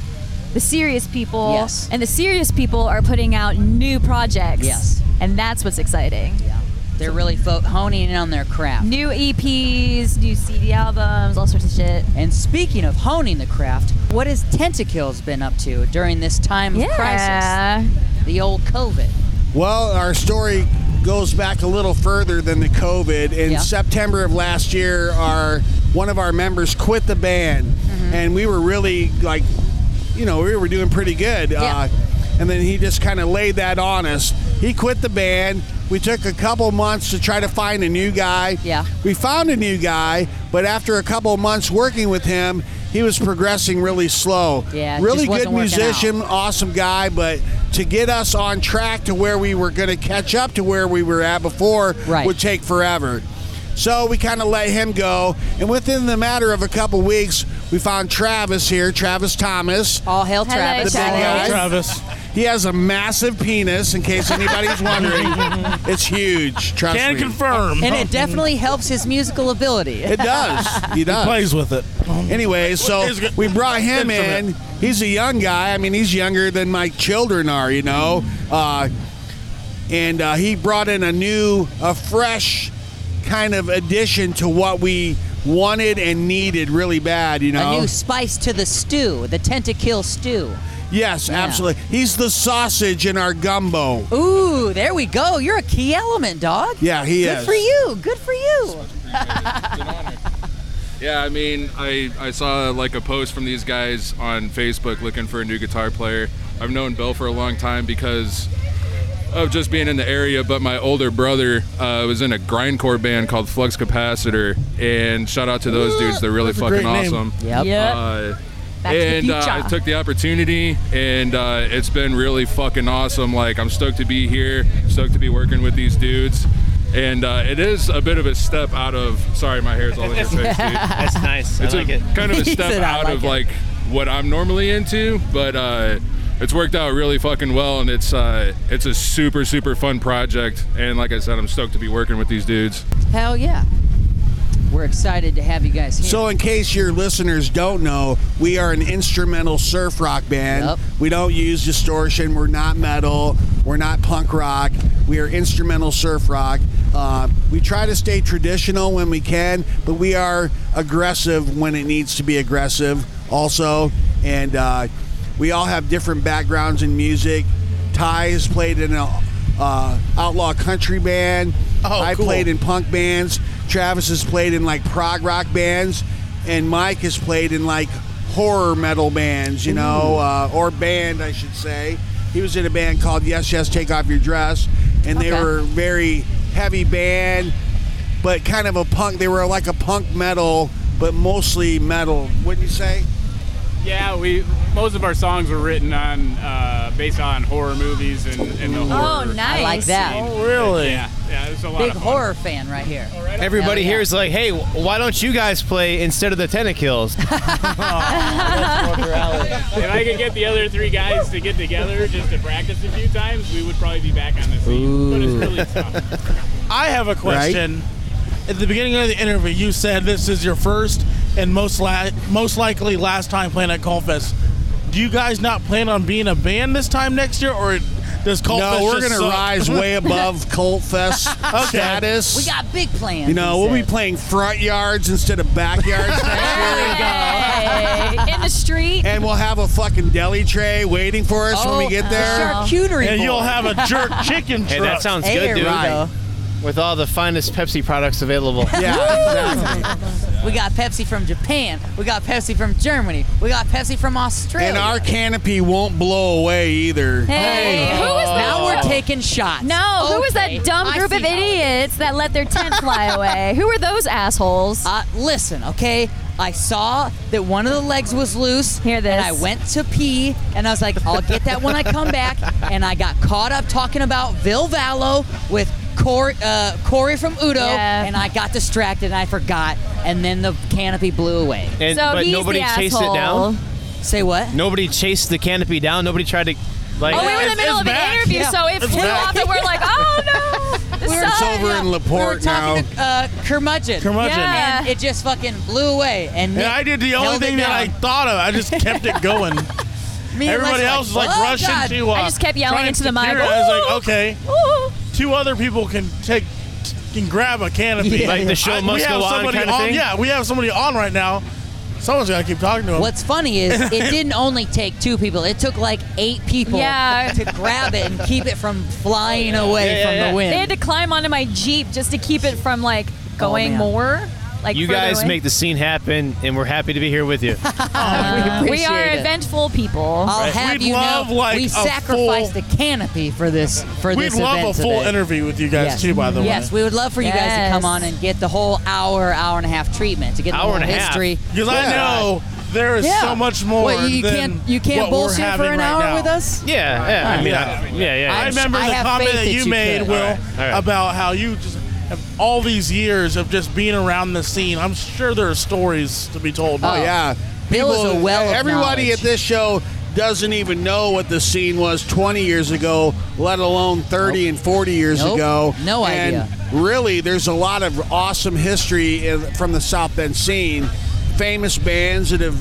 [SPEAKER 3] the serious people,
[SPEAKER 1] Yes.
[SPEAKER 3] and the serious people are putting out new projects.
[SPEAKER 1] Yes.
[SPEAKER 3] and that's what's exciting. Yeah,
[SPEAKER 1] they're really fo- honing in on their craft.
[SPEAKER 3] New EPs, new CD albums, all sorts of shit.
[SPEAKER 1] And speaking of honing the craft, what has Tentacles been up to during this time of crisis? The old COVID.
[SPEAKER 10] Well, our story goes back a little further than the COVID. In
[SPEAKER 1] Yeah.
[SPEAKER 10] September of last year, our one of our members quit the band,
[SPEAKER 1] Mm-hmm.
[SPEAKER 10] and we were really like, you know, we were doing pretty good. Uh, and then he just kind of laid that on us. He quit the band. We took a couple months to try to find a new guy.
[SPEAKER 1] Yeah.
[SPEAKER 10] We found a new guy, but after a couple months working with him, he was progressing really slow.
[SPEAKER 1] Yeah, it
[SPEAKER 10] Really
[SPEAKER 1] just wasn't
[SPEAKER 10] good
[SPEAKER 1] working out.
[SPEAKER 10] musician awesome guy, but to get us on track to where we were going to catch up to where we were at before would take forever. So we kind of let him go, and within the matter of a couple weeks, we found Travis here, Travis Thomas.
[SPEAKER 1] All hail
[SPEAKER 10] the
[SPEAKER 1] Travis.
[SPEAKER 10] big
[SPEAKER 1] All hail
[SPEAKER 10] guy.
[SPEAKER 1] Travis.
[SPEAKER 10] He has a massive penis, in case anybody's wondering. it's huge. Trust
[SPEAKER 2] Can
[SPEAKER 10] me.
[SPEAKER 2] confirm.
[SPEAKER 1] And it definitely helps his musical ability.
[SPEAKER 10] It does. He does.
[SPEAKER 2] plays with it.
[SPEAKER 10] Anyway, so we brought him in. He's a young guy. I mean, he's younger than my children are, you know. Uh, and uh, he brought in a new, a fresh kind of addition to what we wanted and needed really bad, you know.
[SPEAKER 1] A new spice to the stew, the Tentacle stew.
[SPEAKER 10] yes, absolutely. He's the sausage in our gumbo.
[SPEAKER 1] Ooh, there we go. You're a key element, dog.
[SPEAKER 10] Yeah, he
[SPEAKER 1] Good
[SPEAKER 10] is.
[SPEAKER 1] for you. Good for you.
[SPEAKER 21] Yeah, I mean, I, I saw like a post from these guys on Facebook looking for a new guitar player. I've known Bill for a long time because of just being in the area, but my older brother uh, was in a grindcore band called Flux Capacitor, and shout out to those dudes. They're really
[SPEAKER 20] That's a
[SPEAKER 21] fucking
[SPEAKER 20] great name.
[SPEAKER 21] awesome.
[SPEAKER 20] Yep. Yep.
[SPEAKER 21] Uh,
[SPEAKER 20] Back to the
[SPEAKER 21] and uh,
[SPEAKER 20] future.
[SPEAKER 21] I took the opportunity, and uh, it's been really fucking awesome. Like, I'm stoked to be here, stoked to be working with these dudes. And uh, it is a bit of a step out of. Sorry, my hair's all in your face, dude.
[SPEAKER 6] That's nice. I
[SPEAKER 21] It's
[SPEAKER 6] like
[SPEAKER 21] a,
[SPEAKER 6] it.
[SPEAKER 21] kind of a
[SPEAKER 6] He
[SPEAKER 21] step
[SPEAKER 6] said, "I
[SPEAKER 21] out
[SPEAKER 6] like
[SPEAKER 21] of
[SPEAKER 6] it."
[SPEAKER 21] like what I'm normally into, but uh, it's worked out really fucking well, and it's uh, it's a super super fun project. And like I said, I'm stoked to be working with these dudes.
[SPEAKER 1] Hell yeah. we're excited to have you guys here.
[SPEAKER 10] So, in case your listeners don't know, we are an instrumental surf rock band. We don't use distortion. We're not metal. We're not punk rock. We are instrumental surf rock. Uh, we try to stay traditional when we can, but we are aggressive when it needs to be aggressive, also. And uh, we all have different backgrounds in music. Ty has played in an uh, outlaw country band. Oh, I
[SPEAKER 2] cool.
[SPEAKER 10] played in punk bands. Travis has played in like prog rock bands, and Mike has played in like horror metal bands, you know, uh, or band, I should say. He was in a band called Yes Yes Take Off Your Dress, and they
[SPEAKER 2] Okay.
[SPEAKER 10] were a very heavy band, but kind of a punk. They were like a punk metal, but mostly metal, wouldn't you say?
[SPEAKER 22] Yeah, we most of our songs were written on uh, based on horror movies and, and the horror.
[SPEAKER 1] Oh, I like that.
[SPEAKER 22] scene.
[SPEAKER 10] Oh,
[SPEAKER 22] Yeah, yeah, it was a lot
[SPEAKER 1] Big
[SPEAKER 22] of fun.
[SPEAKER 1] horror fan right here.
[SPEAKER 6] Everybody
[SPEAKER 1] Hell yeah.
[SPEAKER 6] here is like, hey, wh- why don't you guys play instead of the Tentacles?
[SPEAKER 22] if I could get the other three guys to get together just to practice a few times, we would probably be back on this.
[SPEAKER 2] I have a question. At the beginning of the interview, you said this is your first and most la- most likely last time playing at Colfest. Do you guys not plan on being a band this time next year, or does Colfest?
[SPEAKER 10] no, we're
[SPEAKER 2] going
[SPEAKER 10] gonna
[SPEAKER 2] to
[SPEAKER 10] rise way above Cult Fest
[SPEAKER 2] Okay.
[SPEAKER 10] status.
[SPEAKER 1] We got big plans.
[SPEAKER 10] You know,
[SPEAKER 1] he
[SPEAKER 10] we'll be
[SPEAKER 1] said.
[SPEAKER 10] playing front yards instead of backyards.
[SPEAKER 9] in the street.
[SPEAKER 10] and we'll have a fucking deli tray waiting for us
[SPEAKER 1] Oh,
[SPEAKER 10] when we get there.
[SPEAKER 2] And you'll have a jerk chicken
[SPEAKER 6] Hey,
[SPEAKER 2] truck.
[SPEAKER 6] that sounds good, dude. With all the finest Pepsi products available.
[SPEAKER 1] We got Pepsi from Japan. We got Pepsi from Germany. We got Pepsi from Australia.
[SPEAKER 10] And our canopy won't blow away either.
[SPEAKER 1] Hey,
[SPEAKER 9] who was
[SPEAKER 2] oh.
[SPEAKER 9] that?
[SPEAKER 1] Now
[SPEAKER 10] Oh.
[SPEAKER 1] we're taking shots.
[SPEAKER 9] No, who was
[SPEAKER 1] Okay,
[SPEAKER 9] that dumb
[SPEAKER 1] I
[SPEAKER 9] group
[SPEAKER 1] see
[SPEAKER 9] of
[SPEAKER 1] how it
[SPEAKER 9] idiots that let their tent fly away? Who were those assholes?
[SPEAKER 1] Uh, listen, okay? I saw that one of the legs was loose. Hear this. And I went to pee, and I was like, I'll get that when I come back. And I got caught up talking about Vil Vallo with Corey, uh, Corey from Udo,
[SPEAKER 9] Yeah.
[SPEAKER 1] and I got distracted and I forgot. And then the canopy blew away.
[SPEAKER 6] And- So but he's nobody the chased it down? asshole.
[SPEAKER 1] Say what?
[SPEAKER 6] Nobody chased the canopy down. Nobody tried to, like.
[SPEAKER 9] oh, we were in the middle of an interview,
[SPEAKER 1] Yeah.
[SPEAKER 9] so it
[SPEAKER 1] It's
[SPEAKER 9] flew
[SPEAKER 1] back.
[SPEAKER 9] off, and we're like, oh no, this
[SPEAKER 1] We're-
[SPEAKER 9] sucks.
[SPEAKER 10] over in
[SPEAKER 1] we
[SPEAKER 10] Laporte
[SPEAKER 1] were talking
[SPEAKER 10] now.
[SPEAKER 1] to uh, Curmudgeon.
[SPEAKER 2] Curmudgeon. Yeah.
[SPEAKER 1] And it just fucking blew away. And,
[SPEAKER 2] And
[SPEAKER 1] Nick
[SPEAKER 2] I did the only
[SPEAKER 1] held it
[SPEAKER 2] thing that I
[SPEAKER 1] down.
[SPEAKER 2] thought of. I just kept it going.
[SPEAKER 1] Me and
[SPEAKER 2] Everybody
[SPEAKER 1] Lex were
[SPEAKER 2] else was like
[SPEAKER 1] "Oh,
[SPEAKER 2] rushing
[SPEAKER 1] God."
[SPEAKER 2] to. Uh,
[SPEAKER 9] I just kept yelling
[SPEAKER 2] trying to
[SPEAKER 9] into the mic,
[SPEAKER 2] secure it. I was
[SPEAKER 9] "Ooh,
[SPEAKER 2] like, okay, two other people can take can grab a canopy.
[SPEAKER 6] Yeah. Like the show
[SPEAKER 2] I- we
[SPEAKER 6] must
[SPEAKER 2] have
[SPEAKER 6] go on
[SPEAKER 2] somebody
[SPEAKER 6] kind of thing?
[SPEAKER 2] Yeah, we have somebody on right now. Someone's got to keep talking to him.
[SPEAKER 1] What's funny is it didn't only take two people. It took like eight people
[SPEAKER 9] Yeah.
[SPEAKER 1] to grab it and keep it from flying away from the wind.
[SPEAKER 9] They had to climb onto my jeep just to keep it from like going
[SPEAKER 6] man.
[SPEAKER 9] more. Like
[SPEAKER 6] you
[SPEAKER 9] further
[SPEAKER 6] guys
[SPEAKER 9] away.
[SPEAKER 6] make the scene happen, and we're happy to be here with you.
[SPEAKER 9] Uh, we
[SPEAKER 1] appreciate
[SPEAKER 9] are
[SPEAKER 1] it.
[SPEAKER 9] eventful people.
[SPEAKER 1] I'll have you know, we sacrificed the canopy for this for
[SPEAKER 2] We'd
[SPEAKER 1] this
[SPEAKER 2] love
[SPEAKER 1] event
[SPEAKER 2] a full
[SPEAKER 1] today.
[SPEAKER 2] interview with you guys
[SPEAKER 1] Yes.
[SPEAKER 2] too. By the way,
[SPEAKER 1] Yes, we would love for you guys to
[SPEAKER 9] Yes.
[SPEAKER 1] come on and get the whole hour, hour and a half treatment to get the
[SPEAKER 2] Hour
[SPEAKER 1] whole
[SPEAKER 2] and a half.
[SPEAKER 1] history.
[SPEAKER 2] Because I know there is so much more
[SPEAKER 1] Well, you
[SPEAKER 2] than
[SPEAKER 1] can't you can't
[SPEAKER 2] what we're
[SPEAKER 1] bullshit for
[SPEAKER 2] having
[SPEAKER 1] an
[SPEAKER 2] right
[SPEAKER 1] hour
[SPEAKER 2] now.
[SPEAKER 1] with us.
[SPEAKER 6] Yeah, yeah. I
[SPEAKER 2] Alright.
[SPEAKER 6] mean, I- yeah, yeah.
[SPEAKER 2] I
[SPEAKER 6] yeah.
[SPEAKER 2] remember the comment that you, made, Will, about how you just have all these years of just being around the scene. I'm sure there are stories to be told.
[SPEAKER 10] Oh, yeah. People- Everybody at
[SPEAKER 2] this.
[SPEAKER 10] this show doesn't even know what the scene was 20 years ago, let alone 30 and 40 years
[SPEAKER 1] Nope.
[SPEAKER 10] ago.
[SPEAKER 1] No
[SPEAKER 10] And
[SPEAKER 1] idea.
[SPEAKER 10] Really, there's a lot of awesome history in, from the South Bend scene. Famous bands that have,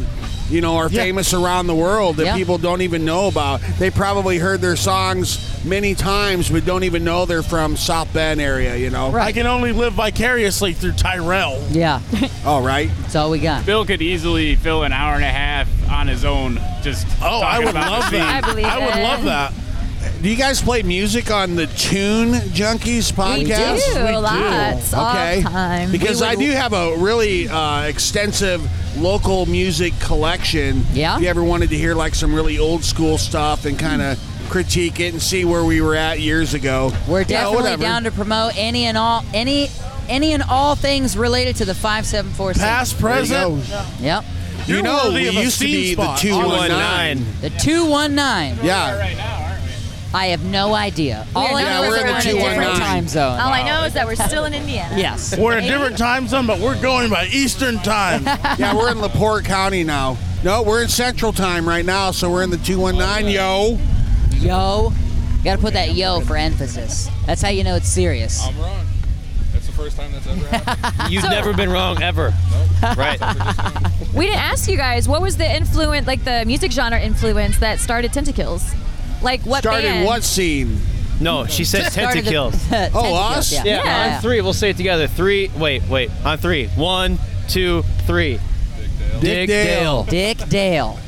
[SPEAKER 10] you know, are famous around the world that
[SPEAKER 1] Yeah.
[SPEAKER 10] people don't even know about. They probably heard their songs many times, but don't even know they're from South Bend area. You know,
[SPEAKER 2] I can only live vicariously through Tyrell.
[SPEAKER 1] Yeah.
[SPEAKER 10] All Oh, right.
[SPEAKER 1] That's all we got.
[SPEAKER 22] Bill could easily fill an hour and a half on his own. Just
[SPEAKER 2] oh,
[SPEAKER 10] I would love that. I believe I would it. love that. Do you guys play music on the Tune Junkies
[SPEAKER 9] We do,
[SPEAKER 10] podcast?
[SPEAKER 9] lots, all the time.
[SPEAKER 10] Because
[SPEAKER 9] We would-
[SPEAKER 10] I do have a really uh, extensive local music collection. Yeah. If you ever wanted to hear like some really old school stuff and kind of critique it and see where we were at years ago,
[SPEAKER 1] We're
[SPEAKER 10] Yeah,
[SPEAKER 1] definitely
[SPEAKER 10] whatever.
[SPEAKER 1] down to promote any and all any any and all things related to the five seven four.
[SPEAKER 2] Past, present.
[SPEAKER 1] Yep.
[SPEAKER 10] You You're know, worthy we of a used to be scene the spot. 219.
[SPEAKER 1] The two one nine.
[SPEAKER 10] Yeah.
[SPEAKER 1] I have no idea. All I know is that we're in a different time zone.
[SPEAKER 9] All I know is that we're still in Indiana.
[SPEAKER 1] Yes.
[SPEAKER 2] We're in a different time zone, but we're going by Eastern time.
[SPEAKER 10] yeah, we're in LaPorte County now. No, we're in Central Time right now, so we're in the 219, yo.
[SPEAKER 1] Yo. Gotta put that yo for emphasis. That's how you know it's serious.
[SPEAKER 21] I'm wrong. That's the first time that's ever happened.
[SPEAKER 6] You've never been wrong ever. Right.
[SPEAKER 3] We didn't ask you guys what was the influence, like the music genre influence that started Tentacles. Like what
[SPEAKER 10] Started
[SPEAKER 3] band?
[SPEAKER 10] what scene?
[SPEAKER 6] No, she said
[SPEAKER 3] Started the-
[SPEAKER 6] tentacles.
[SPEAKER 3] Tentacles,
[SPEAKER 10] Oh, us?
[SPEAKER 6] Yeah,
[SPEAKER 10] yeah. Yeah.
[SPEAKER 6] on three. We'll say it together. Three. Wait, wait. On three. One, two, three.
[SPEAKER 10] Dick Dale.
[SPEAKER 1] Dick Dale.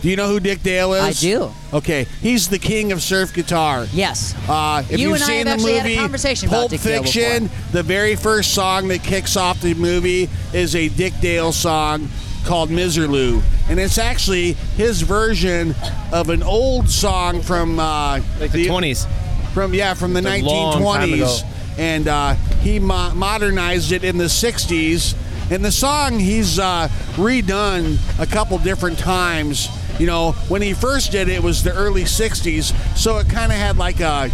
[SPEAKER 10] Do you know who Dick Dale is?
[SPEAKER 1] I do.
[SPEAKER 10] Okay, he's the king of surf guitar.
[SPEAKER 1] Yes.
[SPEAKER 10] Uh, if
[SPEAKER 1] You
[SPEAKER 10] you've
[SPEAKER 1] and I
[SPEAKER 10] seen
[SPEAKER 1] have
[SPEAKER 10] the
[SPEAKER 1] actually
[SPEAKER 10] movie
[SPEAKER 1] had a conversation about
[SPEAKER 10] Pulp
[SPEAKER 1] Dick Dale
[SPEAKER 10] Fiction, the very first song that kicks off the movie is a Dick Dale song called Miserloo. And it's actually his version of an old song from uh, like the
[SPEAKER 6] twenties.
[SPEAKER 10] From yeah, from the
[SPEAKER 6] It's a long time ago.
[SPEAKER 10] 1920s and uh, he mo- modernized it in the 60s. And the song he's uh, redone a couple different times. You know, when he first did it, it was the early 60s, so it kind of had like a,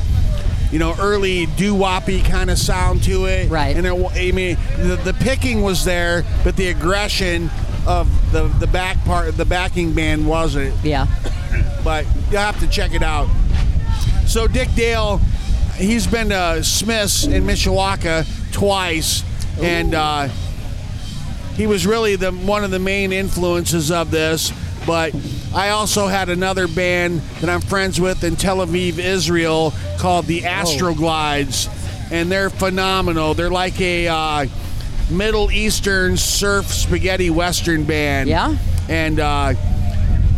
[SPEAKER 10] you know, early doo woppy kind of sound to it. Right. And it, wa- I mean, the, the picking was there, but the aggression of the, the back part, the backing band wasn't.
[SPEAKER 1] Yeah.
[SPEAKER 10] But you'll have to check it out. So Dick Dale, he's been to Smith's in Mishawaka twice, and uh, he was really the one of the main influences of this. But I also had another band that I'm friends with in Tel Aviv, Israel, called the Astroglides, and they're phenomenal. They're like a uh, Middle Eastern surf spaghetti western band. Yeah, and. Uh,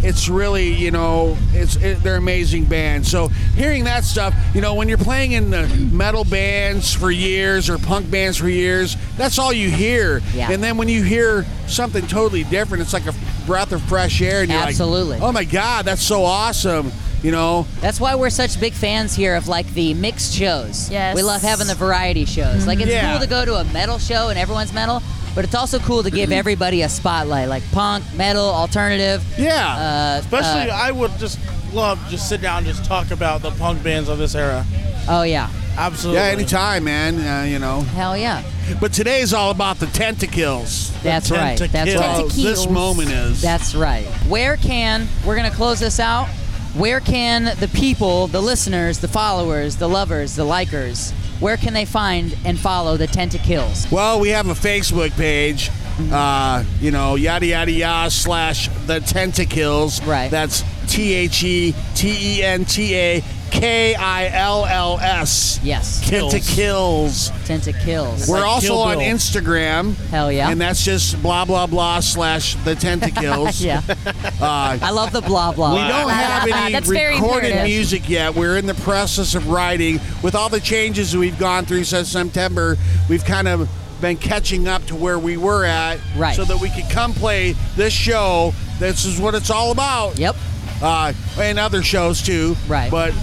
[SPEAKER 10] it's really you know it's it, they're amazing bands so hearing that stuff you know when you're playing in the metal bands for years or punk bands for years that's all you hear
[SPEAKER 1] Yeah.
[SPEAKER 10] and then when you hear something totally different it's like a breath of fresh air and you're
[SPEAKER 1] Absolutely.
[SPEAKER 10] like oh my god that's so awesome you know
[SPEAKER 1] That's why we're such big fans here of like the mixed shows.
[SPEAKER 3] Yes.
[SPEAKER 1] We love having the variety shows. Like it's
[SPEAKER 3] Mhm.
[SPEAKER 1] cool to go to a metal show and everyone's metal, but it's also cool to give
[SPEAKER 10] Mm-hmm.
[SPEAKER 1] everybody a spotlight, like punk, metal, alternative.
[SPEAKER 10] Yeah.
[SPEAKER 1] Uh,
[SPEAKER 2] Especially,
[SPEAKER 1] uh,
[SPEAKER 2] I would just love just sit down and just talk about the punk bands of this era.
[SPEAKER 1] Oh yeah.
[SPEAKER 2] Absolutely.
[SPEAKER 10] yeah anytime man uh, you know
[SPEAKER 1] hell yeah
[SPEAKER 10] but today's all about the tentacles
[SPEAKER 1] That's
[SPEAKER 10] The
[SPEAKER 1] right. That's right.
[SPEAKER 10] tentacles. this moment is
[SPEAKER 1] That's right. Where can we're gonna close this out? Where can the people, the listeners, the followers, the lovers, the likers, where can they find and follow the Tentacles?
[SPEAKER 10] Well, we have a Facebook page. Uh, you know, yada yada yada slash the tentacles. Right. That's T H E T E N T A K I L L S.
[SPEAKER 1] Yes.
[SPEAKER 10] Tentacles.
[SPEAKER 1] Tentacles.
[SPEAKER 10] We're also on Instagram.
[SPEAKER 1] Hell yeah.
[SPEAKER 10] And that's just blah blah blah slash the tentacles.
[SPEAKER 1] Yeah.
[SPEAKER 10] Uh,
[SPEAKER 1] I love the blah blah.
[SPEAKER 10] we don't have any
[SPEAKER 1] That's very
[SPEAKER 10] recorded
[SPEAKER 1] imperative.
[SPEAKER 10] music yet. We're in the process of writing. With all the changes that we've gone through since September, we've kind of been catching up to where we were at,
[SPEAKER 1] Right.
[SPEAKER 10] So that we could come play this show. This is what it's all about.
[SPEAKER 1] Yep.
[SPEAKER 10] Uh, and other shows too. Right. But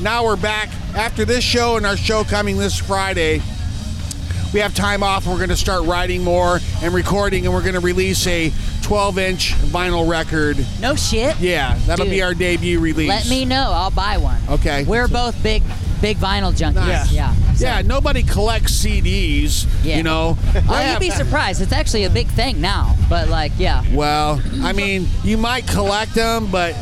[SPEAKER 10] now we're back after this show and our show coming this Friday. We have time off. We're going to start writing more and recording, and we're going to release a 12-inch vinyl record.
[SPEAKER 1] No shit.
[SPEAKER 10] Yeah, that'll
[SPEAKER 1] Dude.
[SPEAKER 10] be our debut release.
[SPEAKER 1] Let me know. I'll buy one.
[SPEAKER 10] Okay.
[SPEAKER 1] We're both big, big vinyl junkies.
[SPEAKER 10] Nice.
[SPEAKER 1] Yeah.
[SPEAKER 10] Yeah. Nobody collects CDs.
[SPEAKER 1] Yeah.
[SPEAKER 10] You know. I
[SPEAKER 1] Oh, you'd
[SPEAKER 10] have-
[SPEAKER 1] be surprised. It's actually a big thing now. But like, yeah.
[SPEAKER 10] Well, I mean, you might collect them, but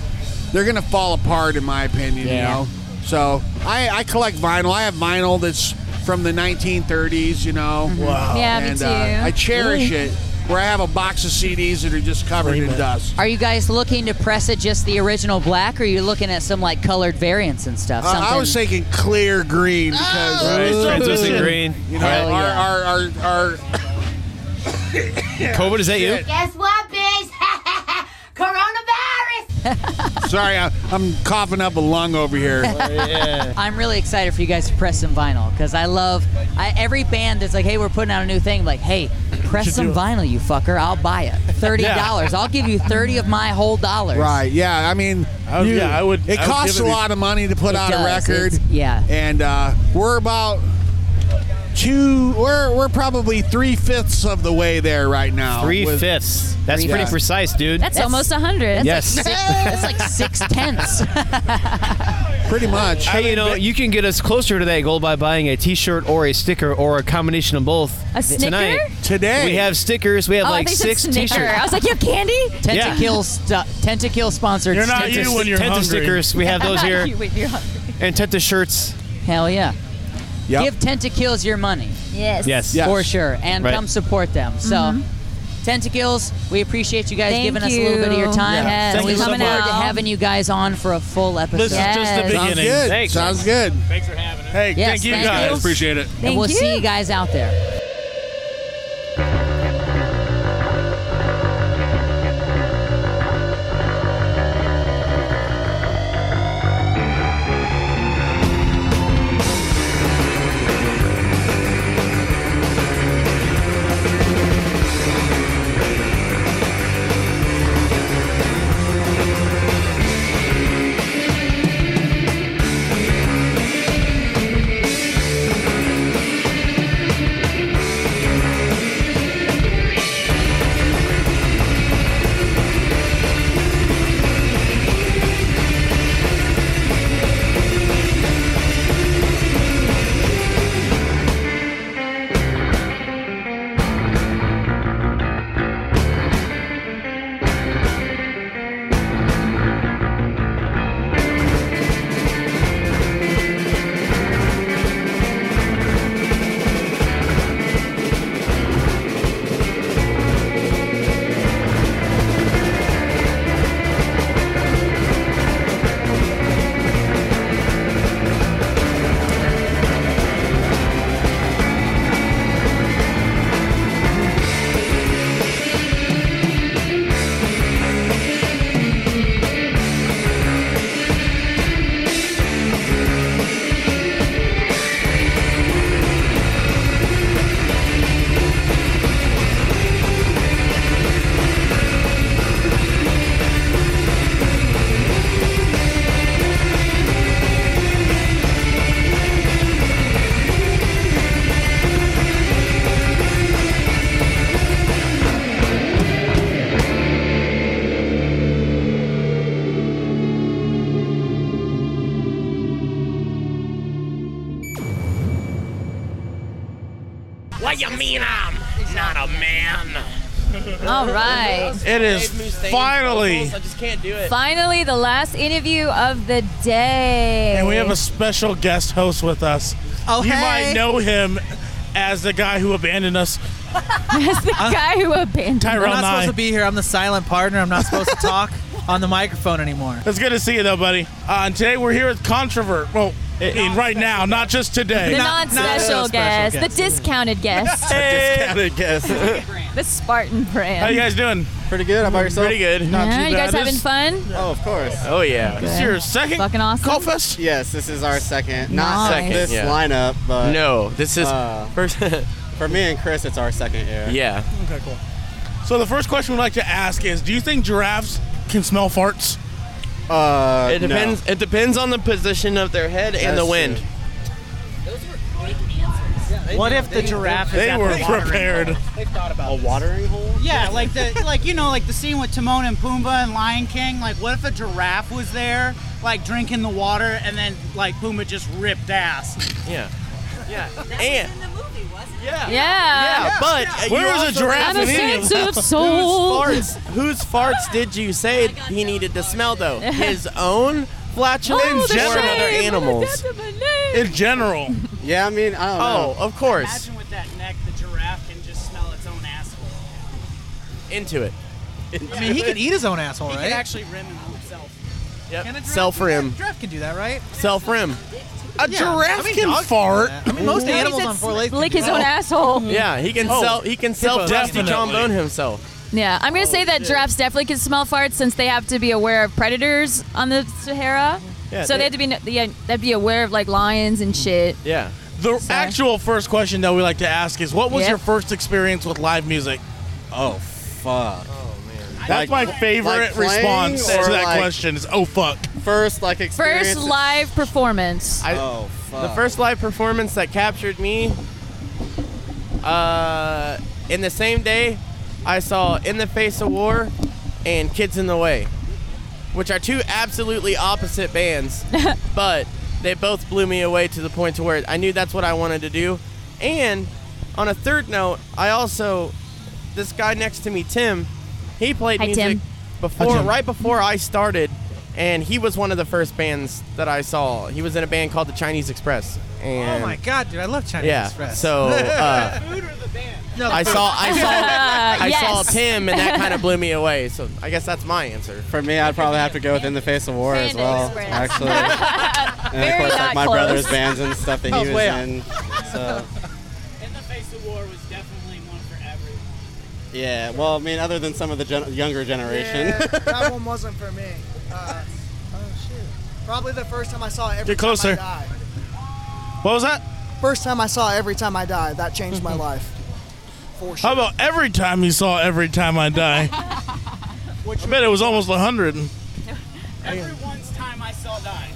[SPEAKER 10] they're gonna fall apart, in my opinion.
[SPEAKER 1] Yeah.
[SPEAKER 10] You know. So I, I collect vinyl. I have vinyl that's from the 1930s. You know. Wow.
[SPEAKER 1] Mm-hmm. Yeah, me
[SPEAKER 10] and,
[SPEAKER 1] too.
[SPEAKER 10] Uh, I cherish
[SPEAKER 1] Really?
[SPEAKER 10] it. Where I have a box of CDs that are just covered in dust.
[SPEAKER 1] Are you guys looking to press it just the original black, or are you looking at some like colored variants and stuff?
[SPEAKER 10] Uh,
[SPEAKER 1] Something. Oh,
[SPEAKER 10] I was thinking clear green because
[SPEAKER 6] Right, translucent green.
[SPEAKER 10] You know,
[SPEAKER 6] Hell
[SPEAKER 10] our,
[SPEAKER 6] yeah.
[SPEAKER 10] our, our, our
[SPEAKER 6] COVID, is that you?
[SPEAKER 23] Guess what, bitch? Coronavirus!
[SPEAKER 10] Sorry, I, I'm coughing up a lung over here.
[SPEAKER 1] Oh, I'm really excited for you guys to press some vinyl because I love I, every band that's like, hey, we're putting out a new thing. I'm like, hey, press some vinyl, you fucker. I'll buy it. Thirty dollars. I'll give you thirty of my whole dollars.
[SPEAKER 10] Right? Yeah. I mean,
[SPEAKER 1] would-
[SPEAKER 10] you-
[SPEAKER 1] yeah, I would-
[SPEAKER 10] It
[SPEAKER 1] I would
[SPEAKER 10] costs
[SPEAKER 1] give
[SPEAKER 10] a
[SPEAKER 1] it a-
[SPEAKER 10] lot of money to put
[SPEAKER 1] It
[SPEAKER 10] out a
[SPEAKER 1] does.
[SPEAKER 10] record.
[SPEAKER 1] It's- yeah.
[SPEAKER 10] And uh, we're about two. We're we're probably three fifths of the way there right now.
[SPEAKER 6] Three fifths. That's pretty
[SPEAKER 10] Yeah.
[SPEAKER 6] precise, dude.
[SPEAKER 3] That's, almost a hundred.
[SPEAKER 6] Yes.
[SPEAKER 3] Like six, that's like six tenths.
[SPEAKER 10] pretty much.
[SPEAKER 6] Hey, you know, you can get us closer to that goal by buying a T-shirt or a sticker or a combination of both.
[SPEAKER 3] A Snicker?
[SPEAKER 6] Tonight,
[SPEAKER 10] today
[SPEAKER 6] we have stickers. We have
[SPEAKER 3] oh, I
[SPEAKER 6] like
[SPEAKER 3] think you said
[SPEAKER 6] six
[SPEAKER 3] Snicker.
[SPEAKER 6] T-shirts.
[SPEAKER 3] I was like, you have candy?
[SPEAKER 1] Tentacle stu- tentacle sponsored.
[SPEAKER 6] You're not you when you're Tenta hungry. stickers, we have
[SPEAKER 3] I'm
[SPEAKER 6] those
[SPEAKER 3] not
[SPEAKER 6] here.
[SPEAKER 3] you when you're hungry.
[SPEAKER 6] and Tenta shirts.
[SPEAKER 1] Hell yeah.
[SPEAKER 10] Yep.
[SPEAKER 1] Give Tentacles your money.
[SPEAKER 3] Yes.
[SPEAKER 10] Yes. Yes.
[SPEAKER 1] For sure. And
[SPEAKER 10] Right.
[SPEAKER 1] come support them. So,
[SPEAKER 3] Mhm.
[SPEAKER 1] Tentacles, we appreciate you guys
[SPEAKER 3] Thank
[SPEAKER 1] giving us a little bit of your
[SPEAKER 3] you.
[SPEAKER 1] time.
[SPEAKER 3] Yeah. Yes. Thank
[SPEAKER 1] we
[SPEAKER 3] you
[SPEAKER 1] look
[SPEAKER 3] so
[SPEAKER 1] forward
[SPEAKER 3] much.
[SPEAKER 1] to having you guys on for a full episode.
[SPEAKER 2] This is just the beginning.
[SPEAKER 10] Sounds good.
[SPEAKER 2] Thanks for having us. Hey,
[SPEAKER 1] Yes,
[SPEAKER 2] thank you
[SPEAKER 1] thank
[SPEAKER 2] guys.
[SPEAKER 1] you.
[SPEAKER 21] Appreciate it.
[SPEAKER 1] and we'll see you guys out there.
[SPEAKER 23] What you mean I'm not a man?
[SPEAKER 3] All right.
[SPEAKER 2] It is finally.
[SPEAKER 3] I just can't do it. Finally, the last interview of the day.
[SPEAKER 2] And we have a special guest host with us.
[SPEAKER 3] Oh,
[SPEAKER 2] you
[SPEAKER 3] hey.
[SPEAKER 2] might know him as the guy who abandoned us.
[SPEAKER 3] That's the guy who abandoned
[SPEAKER 24] I'm
[SPEAKER 2] Tyrell
[SPEAKER 24] not
[SPEAKER 2] Nye.
[SPEAKER 24] supposed to be here. I'm the silent partner. I'm not supposed to talk on the microphone anymore.
[SPEAKER 2] It's good to see you, though, buddy. Uh, and today we're here with Controvert. Well, i- in right now, not just today.
[SPEAKER 3] The non-special guest, the discounted guest,
[SPEAKER 2] discounted guest.
[SPEAKER 3] the Spartan brand.
[SPEAKER 2] How you guys doing? Pretty good. How about yourself? Pretty good. Not
[SPEAKER 3] Yeah,
[SPEAKER 2] too
[SPEAKER 3] you guys
[SPEAKER 2] bad.
[SPEAKER 3] having
[SPEAKER 2] This-
[SPEAKER 3] fun?
[SPEAKER 25] Oh, of course. Oh, yeah.
[SPEAKER 2] This is your second
[SPEAKER 3] Fucking awesome.
[SPEAKER 2] Call Fest?
[SPEAKER 25] Yes, this is our second.
[SPEAKER 3] Nice.
[SPEAKER 25] Not
[SPEAKER 3] Second,
[SPEAKER 25] this
[SPEAKER 3] yeah.
[SPEAKER 25] lineup, but.
[SPEAKER 2] No,
[SPEAKER 25] this is. first for me and Chris, it's our second year.
[SPEAKER 2] Yeah. Okay, cool. So the first question we'd like to ask is, do you think giraffes can smell farts? no.
[SPEAKER 25] Uh, no.
[SPEAKER 26] It depends. It depends on the position of their head and the
[SPEAKER 25] That's
[SPEAKER 26] wind.
[SPEAKER 24] What if the giraffe is
[SPEAKER 25] they
[SPEAKER 24] at
[SPEAKER 25] were
[SPEAKER 24] the watering
[SPEAKER 25] prepared.
[SPEAKER 24] hole? They've thought about
[SPEAKER 25] A
[SPEAKER 24] this.
[SPEAKER 25] watering hole?
[SPEAKER 24] Yeah, like the like you know like the scene with Timon and Pumbaa and Lion King. Like, what if a giraffe was there, like drinking the water, and then like Pumbaa just ripped ass?
[SPEAKER 26] Yeah.
[SPEAKER 24] Yeah,
[SPEAKER 26] and
[SPEAKER 24] yeah,
[SPEAKER 26] Yeah, but uh, you also- Whose farts, whose farts did you say he needed to smell though? His own flatulence
[SPEAKER 25] Oh, the
[SPEAKER 26] or another
[SPEAKER 25] shame.
[SPEAKER 26] animal's?
[SPEAKER 2] In general.
[SPEAKER 25] Yeah, I mean, I don't
[SPEAKER 26] Oh,
[SPEAKER 25] know.
[SPEAKER 26] of course.
[SPEAKER 24] Imagine with that neck, the giraffe can just smell its own asshole.
[SPEAKER 26] Into it.
[SPEAKER 24] I mean, he can eat his own asshole,
[SPEAKER 26] He
[SPEAKER 24] right?
[SPEAKER 26] could actually
[SPEAKER 24] rim himself.
[SPEAKER 26] Yep. Self rim.
[SPEAKER 24] Giraffe can do that, right?
[SPEAKER 26] Self rim. A
[SPEAKER 24] Yeah,
[SPEAKER 26] giraffe
[SPEAKER 24] I mean,
[SPEAKER 26] can
[SPEAKER 24] dogs
[SPEAKER 26] fart.
[SPEAKER 24] do that. I mean, most
[SPEAKER 26] No, he
[SPEAKER 24] animals
[SPEAKER 26] said
[SPEAKER 24] on four legs
[SPEAKER 3] lick
[SPEAKER 24] can do
[SPEAKER 3] his
[SPEAKER 24] that.
[SPEAKER 3] own asshole.
[SPEAKER 26] Yeah, he can
[SPEAKER 24] Oh,
[SPEAKER 26] self he can
[SPEAKER 24] hippo,
[SPEAKER 26] self dusty
[SPEAKER 24] definitely.
[SPEAKER 26] trombone himself.
[SPEAKER 3] Yeah, I'm gonna say that
[SPEAKER 2] Oh,
[SPEAKER 3] giraffes definitely can smell farts since they have to be aware of predators on the Sahara.
[SPEAKER 2] Yeah,
[SPEAKER 3] so
[SPEAKER 2] they-
[SPEAKER 3] they, have to be yeah, they'd be aware of like lions and shit.
[SPEAKER 26] Yeah.
[SPEAKER 2] The actual first question that we like to ask is, what was
[SPEAKER 3] Yep.
[SPEAKER 2] your first experience with live music? Oh, fuck. That's
[SPEAKER 25] Like-
[SPEAKER 2] my favorite
[SPEAKER 25] like playing
[SPEAKER 2] response to
[SPEAKER 25] or
[SPEAKER 2] that
[SPEAKER 25] like-
[SPEAKER 2] question is, oh, fuck.
[SPEAKER 25] First, like,
[SPEAKER 3] First
[SPEAKER 25] experience.
[SPEAKER 3] live performance.
[SPEAKER 26] I,
[SPEAKER 25] Oh,
[SPEAKER 26] The
[SPEAKER 25] fuck.
[SPEAKER 26] first live performance that captured me. Uh, in the same day, I saw In the Face of War and Kids in the Way, which are two absolutely opposite bands, but they both blew me away to the point to where I knew that's what I wanted to do. And on a third note, I also this guy next to me, Tim, he played
[SPEAKER 3] Hi,
[SPEAKER 26] music
[SPEAKER 3] Tim.
[SPEAKER 26] before, right before I started, and he was one of the first bands that I saw. He was in a band called the Chinese Express. And
[SPEAKER 4] oh my god, dude! I love Chinese
[SPEAKER 26] yeah,
[SPEAKER 4] Express.
[SPEAKER 26] so, uh,
[SPEAKER 4] No,
[SPEAKER 26] I saw I saw I
[SPEAKER 4] Yes.
[SPEAKER 26] saw Tim, and that kind of blew me away. So I guess that's my answer.
[SPEAKER 25] For me, I'd probably have to go with In the Face of War as well, actually. and of
[SPEAKER 26] Very
[SPEAKER 25] course, like
[SPEAKER 26] not
[SPEAKER 25] my
[SPEAKER 26] close.
[SPEAKER 25] brother's bands and stuff that
[SPEAKER 24] That was
[SPEAKER 25] he was
[SPEAKER 24] way off.
[SPEAKER 25] in. So
[SPEAKER 24] In the Face of War was definitely one for everyone.
[SPEAKER 25] yeah, well, I mean, other than some of the gen- younger generation.
[SPEAKER 4] Yeah, that one wasn't for me. Uh, oh shoot! Probably the first time I saw it. Every
[SPEAKER 25] Get
[SPEAKER 4] Time I
[SPEAKER 25] closer.
[SPEAKER 4] Died.
[SPEAKER 2] What was that?
[SPEAKER 4] First time I saw it, every time I died. That changed my life. For sure.
[SPEAKER 2] How about every time you saw Every Time I Die? I bet it was almost 100.
[SPEAKER 24] Everyone's time I saw die.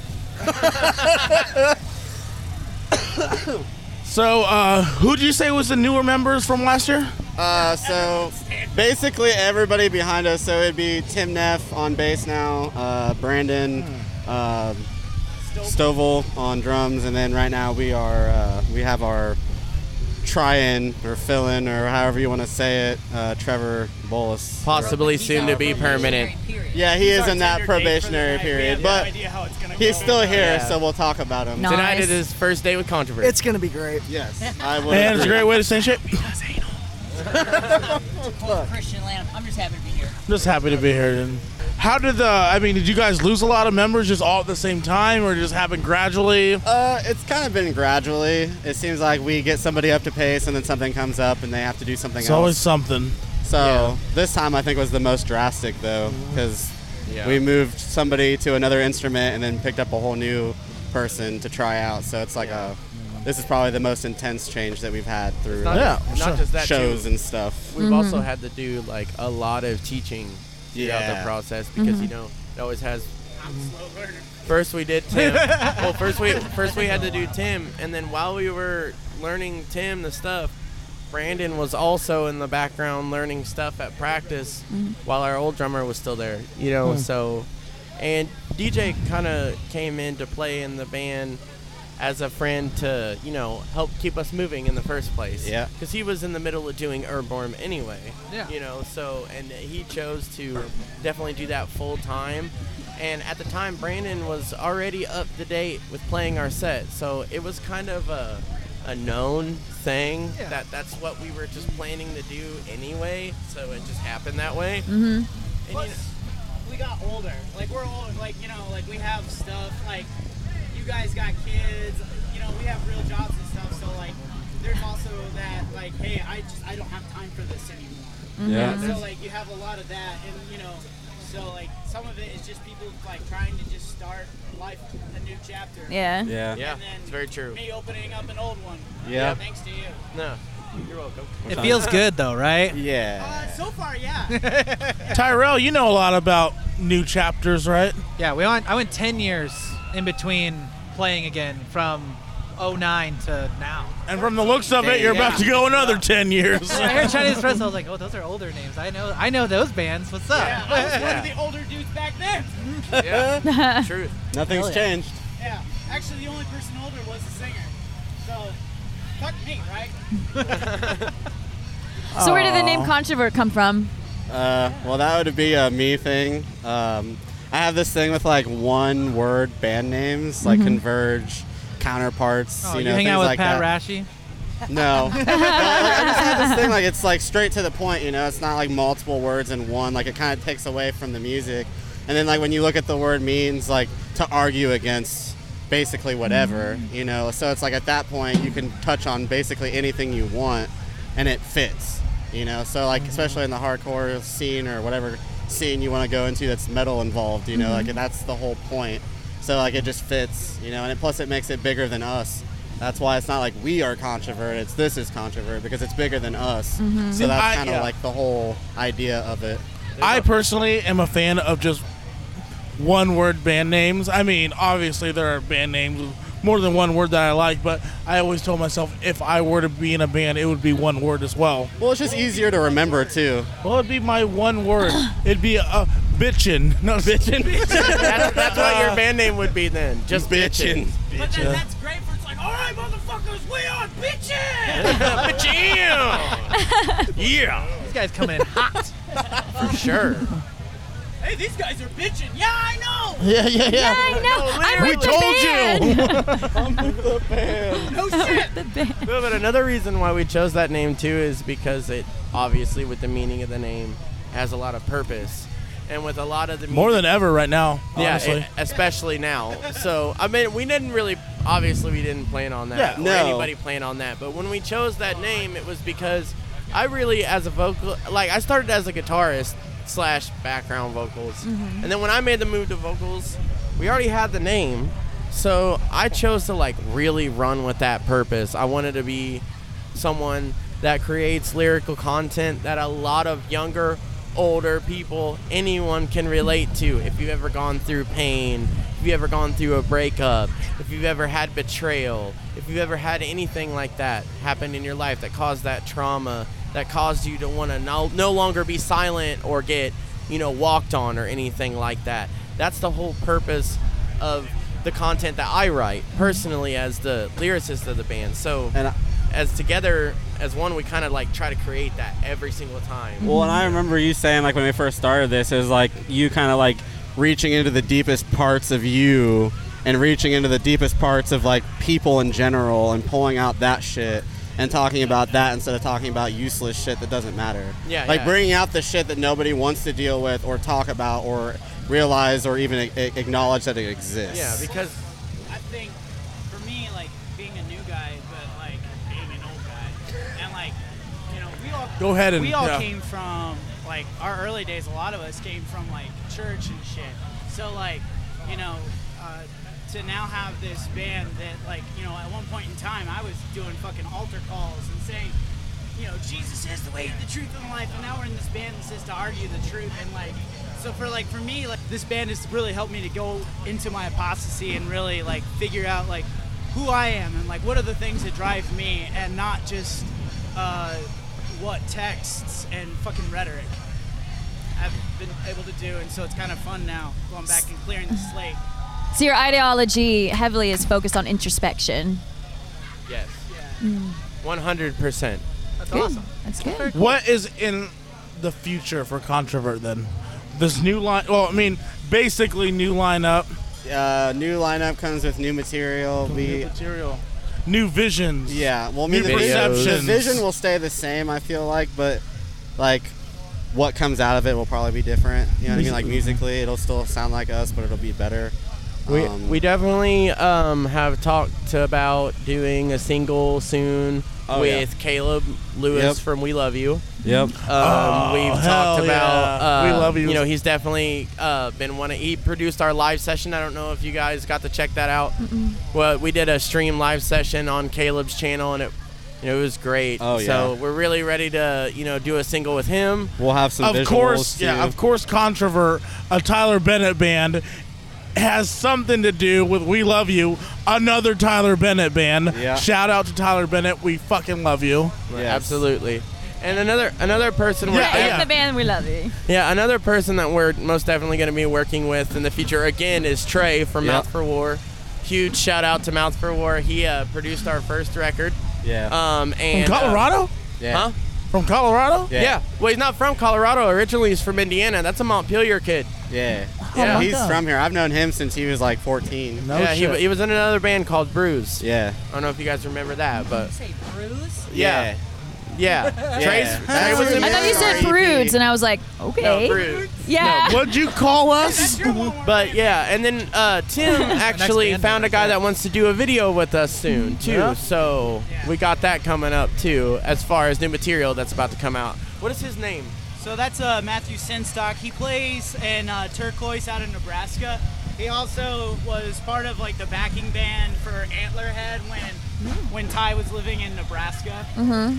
[SPEAKER 2] So, uh, who'd you say was the newer members from last year?
[SPEAKER 25] Uh, so basically everybody behind us. So it'd be Tim Neff on bass now, uh, Brandon,
[SPEAKER 2] Hmm.
[SPEAKER 25] uh, Stovall on drums, and then right now we are uh, we have our try-in or fill-in or however you want to say it. Uh, Trevor Bolus,
[SPEAKER 26] Possibly soon to be permanent.
[SPEAKER 25] Yeah, he
[SPEAKER 26] He's
[SPEAKER 25] is
[SPEAKER 26] on
[SPEAKER 25] in that
[SPEAKER 26] tender date for the
[SPEAKER 25] probationary
[SPEAKER 26] night. We have
[SPEAKER 25] period,
[SPEAKER 26] no
[SPEAKER 25] but
[SPEAKER 26] idea how it's gonna
[SPEAKER 25] he's
[SPEAKER 26] go.
[SPEAKER 25] still here,
[SPEAKER 26] Yeah.
[SPEAKER 25] so we'll talk about him
[SPEAKER 26] Tonight is his first day with controversy.
[SPEAKER 4] It's gonna be great.
[SPEAKER 25] Yes. I would
[SPEAKER 2] And it's a
[SPEAKER 25] agree.
[SPEAKER 2] great way to say shit.
[SPEAKER 1] Christian Lamb. I'm just happy to be here.
[SPEAKER 2] Just happy to be here. And How did the? I mean, did you guys lose a lot of members just all at the same time, or just happen gradually?
[SPEAKER 25] Uh, it's kind of been gradually. It seems like we get somebody up to pace, and then something comes up, and they have to do something
[SPEAKER 2] It's
[SPEAKER 25] else.
[SPEAKER 2] always something.
[SPEAKER 25] So this time I think was the most drastic though, because
[SPEAKER 2] Yeah.
[SPEAKER 25] we moved somebody to another instrument and then picked up a whole new person to try out. So it's like a, this is probably the most intense change that we've had through
[SPEAKER 26] Not,
[SPEAKER 25] like,
[SPEAKER 26] not just that
[SPEAKER 25] shows
[SPEAKER 26] too.
[SPEAKER 25] and stuff.
[SPEAKER 26] We've also had to do like a lot of teaching throughout
[SPEAKER 25] Yeah.
[SPEAKER 26] the process because you
[SPEAKER 25] Mhm.
[SPEAKER 26] know it always has. First we did Tim. well, first we first we had to do Tim, and then while we were learning Tim the stuff, Brandon was also in the background learning stuff at practice
[SPEAKER 25] Mhm.
[SPEAKER 26] while our old drummer was still there. You know,
[SPEAKER 25] Hmm.
[SPEAKER 26] so and DJ kind of came into play in the band as a friend to you know help keep us moving in the first place.
[SPEAKER 25] Yeah.
[SPEAKER 26] because he was in the middle of doing Herbborn anyway.
[SPEAKER 25] Yeah.
[SPEAKER 26] you know, so and he chose to definitely do that full time. And at the time, Brandon was already up to date with playing our set, so it was kind of a a known thing Yeah. that that's what we were just planning to do anyway. So it just happened that way.
[SPEAKER 8] Mm-hmm.
[SPEAKER 24] Plus, we got older. Like we're old. Like you know, like we have stuff. Like you guys got kids. You know, we have real jobs and stuff. So like, there's also that. Like, hey, I just I don't have time for this anymore.
[SPEAKER 25] Mhm. Yeah.
[SPEAKER 24] And So like, you have a lot of that, and you know, so like some of it is just people like trying to just start life a new chapter.
[SPEAKER 26] Yeah.
[SPEAKER 25] Yeah.
[SPEAKER 26] Yeah,
[SPEAKER 24] And then
[SPEAKER 26] it's very true.
[SPEAKER 24] Me opening up an old one.
[SPEAKER 25] Yeah.
[SPEAKER 24] Thanks to you.
[SPEAKER 26] No, you're welcome.
[SPEAKER 4] It feels good though, right?
[SPEAKER 25] Yeah.
[SPEAKER 24] Uh, so far, yeah.
[SPEAKER 2] Tyrell, you know a lot about new chapters, right?
[SPEAKER 4] Yeah, we went. I went ten years in between playing again from 09 to now.
[SPEAKER 2] And from the looks of it, you're about to go another 10 years.
[SPEAKER 4] I heard Chinese Express. I was like, oh, those are older names. I know. I know those bands. What's up?
[SPEAKER 24] Yeah, I was one of the older dudes back then.
[SPEAKER 4] Yeah,
[SPEAKER 26] truth.
[SPEAKER 4] Hell
[SPEAKER 25] Nothing's
[SPEAKER 4] yeah.
[SPEAKER 25] changed.
[SPEAKER 24] Yeah, actually, the only person older was the singer. So, fuck me, right?
[SPEAKER 3] So where did the name
[SPEAKER 25] Aw.
[SPEAKER 3] Controvert come from?
[SPEAKER 25] Uh, well, that would be a me thing. Um, I have this thing with like one word band names, like
[SPEAKER 4] Mhm.
[SPEAKER 25] Converge, Counterparts,
[SPEAKER 4] Oh,
[SPEAKER 25] you
[SPEAKER 4] you
[SPEAKER 25] know,
[SPEAKER 4] hang
[SPEAKER 25] things
[SPEAKER 4] out with
[SPEAKER 25] like
[SPEAKER 4] Pat
[SPEAKER 25] that.
[SPEAKER 4] Rashi?
[SPEAKER 25] No. But, like, I just have this thing like it's like straight to the point, you know. It's not like multiple words in one. Like it kind of takes away from the music. And then like when you look at the word means like to argue against basically whatever, you know. So it's like at that point you can touch on basically anything you want and it fits, you know. So like especially in the hardcore scene or whatever scene you want to go into that's metal involved, you know,
[SPEAKER 4] Mhm.
[SPEAKER 2] Mm-hmm.
[SPEAKER 25] like that's the whole point. So like it just fits, you know, and it, plus it makes it bigger than us. That's why it's not like we are controvert. It's this is controvert because it's bigger than us.
[SPEAKER 2] Mhm. See,
[SPEAKER 25] So
[SPEAKER 2] I-
[SPEAKER 25] that's kind of
[SPEAKER 2] yeah.
[SPEAKER 25] like the whole idea of it.
[SPEAKER 2] I personally am a fan of just one word band names. I mean, obviously there are band names with more than one word that I like, but I always told myself if I were to be in a band, it would be one word as well.
[SPEAKER 25] Well, it's just easier to remember too.
[SPEAKER 2] Well, it'd be my one word. it'd be a, a bitchin, not bitchin.
[SPEAKER 26] that's, that's what your band name would be then. Just bitchin.
[SPEAKER 24] But then
[SPEAKER 2] Yeah.
[SPEAKER 24] that's great for it's like, all right, motherfuckers, we are bitching!
[SPEAKER 26] Bitchin'!
[SPEAKER 24] yeah!
[SPEAKER 4] These guys coming in hot.
[SPEAKER 26] For sure.
[SPEAKER 24] Um, hey, these guys are bitching. Yeah, I know.
[SPEAKER 8] Yeah, yeah, yeah. Yeah, I know. I'm with the
[SPEAKER 24] I'm with the band. No shit.
[SPEAKER 26] No, but another reason why we chose that name too is because it obviously, with the meaning of the name, has a lot of purpose, and with a lot of the
[SPEAKER 2] More
[SPEAKER 26] music-
[SPEAKER 2] than ever right now,
[SPEAKER 26] yeah,
[SPEAKER 2] honestly.
[SPEAKER 26] e- especially now. So I mean, we didn't really, obviously, we didn't plan on that,
[SPEAKER 2] Yeah,
[SPEAKER 26] or
[SPEAKER 2] no.
[SPEAKER 26] anybody plan on that. But when we chose that name, it was because I really, as a vocal, like I started as a guitarist slash background vocals,
[SPEAKER 8] Mhm.
[SPEAKER 26] and then when I made the move to vocals, we already had the name, so I chose to like really run with that purpose. I wanted to be someone that creates lyrical content that a lot of younger, older people, anyone can relate to. If you've ever gone through pain, if you've ever gone through a breakup, if you've ever had betrayal, if you've ever had anything like that happen in your life that caused that trauma, that caused you to want to no, no longer be silent or get, you know, walked on or anything like that. That's the whole purpose of the content that I write personally as the lyricist of the band. So as together as one, we kind of like try to create that every single time.
[SPEAKER 25] Well, and I remember you saying like when we first started this, it was like you kind of like reaching into the deepest parts of you and reaching into the deepest parts of like people in general and pulling out that shit and talking about that instead of talking about useless shit that doesn't matter.
[SPEAKER 26] Yeah,
[SPEAKER 25] Like
[SPEAKER 26] yeah.
[SPEAKER 25] bringing out the shit that nobody wants to deal with or talk about or realize or even a- a- acknowledge that it exists.
[SPEAKER 26] Yeah, because
[SPEAKER 24] I think for me, like being a new guy, but like being an old guy, and like you know, we all
[SPEAKER 2] Go ahead and-
[SPEAKER 24] we all
[SPEAKER 2] yeah.
[SPEAKER 24] came from like our early days. A lot of us came from like church and shit. So like you know, uh, to now have this band that like you know, at one point in time, I was doing fucking altar calls and saying. You know, Jesus is the way, the truth, and the life, and now we're in this band that says to argue the truth, and like, so for like for me, like this band has really helped me to go into my apostasy and really like figure out like who I am and like what are the things that drive me and not just uh, what texts and fucking rhetoric I've been able to do, and so it's kind of fun now going back and clearing the slate.
[SPEAKER 3] So your ideology heavily is focused on introspection.
[SPEAKER 26] Yes. One hundred percent.
[SPEAKER 3] That's good. awesome. That's good.
[SPEAKER 2] What is in the future for Controvert then? This new line. Well, I mean, basically new lineup,
[SPEAKER 25] Uh, new lineup comes with new material. We
[SPEAKER 2] material. new visions.
[SPEAKER 25] Yeah, well, I
[SPEAKER 2] new
[SPEAKER 25] mean, the vision, the
[SPEAKER 2] perceptions.
[SPEAKER 25] vision will stay the same. I feel like, but like what comes out of it will probably be different. You know what I mean? Like musically, it'll still sound like us, but it'll be better.
[SPEAKER 26] We,
[SPEAKER 25] Um,
[SPEAKER 26] we definitely um, have talked about doing a single soon
[SPEAKER 25] Oh, yeah.
[SPEAKER 26] with Caleb Lewis
[SPEAKER 25] Yep.
[SPEAKER 26] from We Love You.
[SPEAKER 25] Yep.
[SPEAKER 26] Um,
[SPEAKER 25] Oh,
[SPEAKER 26] we've
[SPEAKER 25] hell
[SPEAKER 26] talked about
[SPEAKER 25] yeah. We
[SPEAKER 26] uh,
[SPEAKER 25] Love You
[SPEAKER 26] You know,
[SPEAKER 25] was-
[SPEAKER 26] he's definitely uh, been one. Of, he produced our live session. I don't know if you guys got to check that out.
[SPEAKER 25] Mm-mm.
[SPEAKER 26] Well, we did a stream live session on Caleb's channel, and it you know it was great.
[SPEAKER 25] Oh,
[SPEAKER 26] So
[SPEAKER 25] yeah.
[SPEAKER 26] we're really ready to you know do a single with him.
[SPEAKER 25] We'll have some.
[SPEAKER 2] of course, yeah, of course, Controvert, a Tyler Bennett band, has something to do with "We Love You," another Tyler Bennett band.
[SPEAKER 26] Yeah.
[SPEAKER 2] Shout out to Tyler Bennett, we fucking love you.
[SPEAKER 26] Absolutely. And another another person we're
[SPEAKER 3] Yeah, the band we love you.
[SPEAKER 26] Yeah, another person that we're most definitely going to be working with in the future again is Trey from
[SPEAKER 25] Yeah.
[SPEAKER 26] Mouth for War. Huge shout out to Mouth for War. He uh, produced our first record.
[SPEAKER 25] Yeah.
[SPEAKER 26] Um, and uh,
[SPEAKER 2] Colorado?
[SPEAKER 25] Yeah.
[SPEAKER 26] Huh?
[SPEAKER 2] From Colorado?
[SPEAKER 26] Yeah. Well, he's not from Colorado originally. He's from Indiana. That's a Montpelier kid.
[SPEAKER 25] Yeah.
[SPEAKER 26] Oh
[SPEAKER 25] yeah.
[SPEAKER 26] my
[SPEAKER 25] He's
[SPEAKER 26] God.
[SPEAKER 25] from here. I've known him since he was like 14.
[SPEAKER 26] yeah, He, he was in another band called Bruise.
[SPEAKER 25] Yeah.
[SPEAKER 26] I don't know if you guys remember that, but
[SPEAKER 9] Say bruise?
[SPEAKER 25] Yeah.
[SPEAKER 26] yeah, yeah. Trey's, Trey was in
[SPEAKER 3] I thought you said prudes, and I was like, okay.
[SPEAKER 26] No, prudes.
[SPEAKER 3] Yeah.
[SPEAKER 2] what'd you call us?
[SPEAKER 26] but yeah, and then uh, Tim actually found a guy that wants to do a video with us soon too. Yeah. So we got that coming up too, as far as new material that's about to come out. What is his name?
[SPEAKER 24] So that's uh, Matthew Senstock. He plays in uh, Turquoise out of Nebraska. He also was part of like the backing band for Antlerhead when when Ty was living in Nebraska.
[SPEAKER 3] Mhm.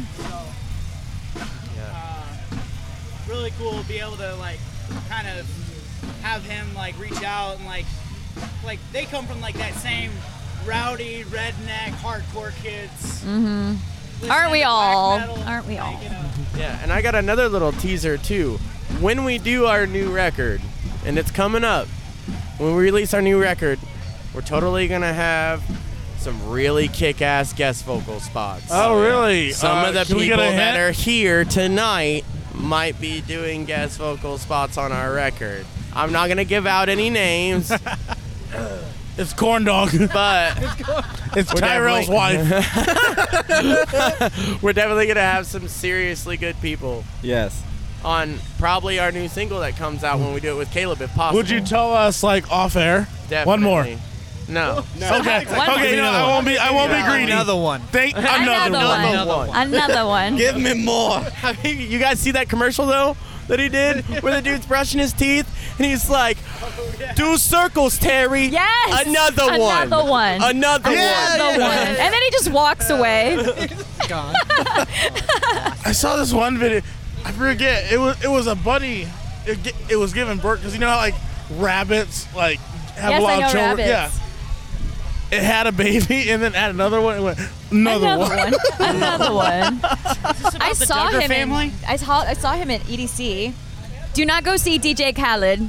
[SPEAKER 24] So uh, really cool to be able to like kind of have him like reach out and like like they come from like that same rowdy redneck hardcore kids.
[SPEAKER 3] Mm-hmm.
[SPEAKER 24] Listen
[SPEAKER 3] Aren't we
[SPEAKER 24] to black
[SPEAKER 3] all?
[SPEAKER 24] metal,
[SPEAKER 3] Aren't we all?
[SPEAKER 26] Yeah, and I got another little teaser too. When we do our new record, and it's coming up, when we release our new record, we're totally gonna have some really kick-ass guest vocal spots.
[SPEAKER 2] Oh, really?
[SPEAKER 26] Some
[SPEAKER 2] Uh,
[SPEAKER 26] of the
[SPEAKER 2] can
[SPEAKER 26] people
[SPEAKER 2] we get a
[SPEAKER 26] that
[SPEAKER 2] hint?
[SPEAKER 26] are here tonight might be doing guest vocal spots on our record. I'm not gonna give out any names.
[SPEAKER 2] it's corn dog.
[SPEAKER 26] But
[SPEAKER 2] It's
[SPEAKER 26] we're
[SPEAKER 2] Tyrell's
[SPEAKER 26] definitely-
[SPEAKER 2] wife.
[SPEAKER 26] we're definitely gonna have some seriously good people
[SPEAKER 25] Yes.
[SPEAKER 26] on probably our new single that comes out when we do it with Caleb, if possible.
[SPEAKER 2] Would you tell us like off air? One more.
[SPEAKER 26] Definitely. No.
[SPEAKER 2] No. Okay. Okay. No, I won't be. I won't be greedy. Thank another,
[SPEAKER 26] Another one. Another one.
[SPEAKER 25] Give me more.
[SPEAKER 26] I mean, you guys see that commercial though that he did, where the dude's brushing his teeth and he's like, "Do circles, Terry."
[SPEAKER 3] Yes.
[SPEAKER 26] Another one.
[SPEAKER 3] Another one.
[SPEAKER 26] Another
[SPEAKER 3] Another
[SPEAKER 26] one.
[SPEAKER 3] one. And then he just walks away.
[SPEAKER 2] I saw this one video. I forget. It was it was a bunny. It, gi- it was given birth because you know how like rabbits like have
[SPEAKER 24] Yes,
[SPEAKER 2] a
[SPEAKER 24] I
[SPEAKER 2] lot
[SPEAKER 24] know
[SPEAKER 2] of children.
[SPEAKER 24] rabbits.
[SPEAKER 2] Yeah. It had a baby and then had another one. It went another,
[SPEAKER 3] Another
[SPEAKER 2] one.
[SPEAKER 3] one. Another one. I
[SPEAKER 24] the
[SPEAKER 3] saw
[SPEAKER 24] Duggar
[SPEAKER 3] him.
[SPEAKER 24] family?
[SPEAKER 3] In, I saw I saw him at EDC. Do not go see DJ Khaled.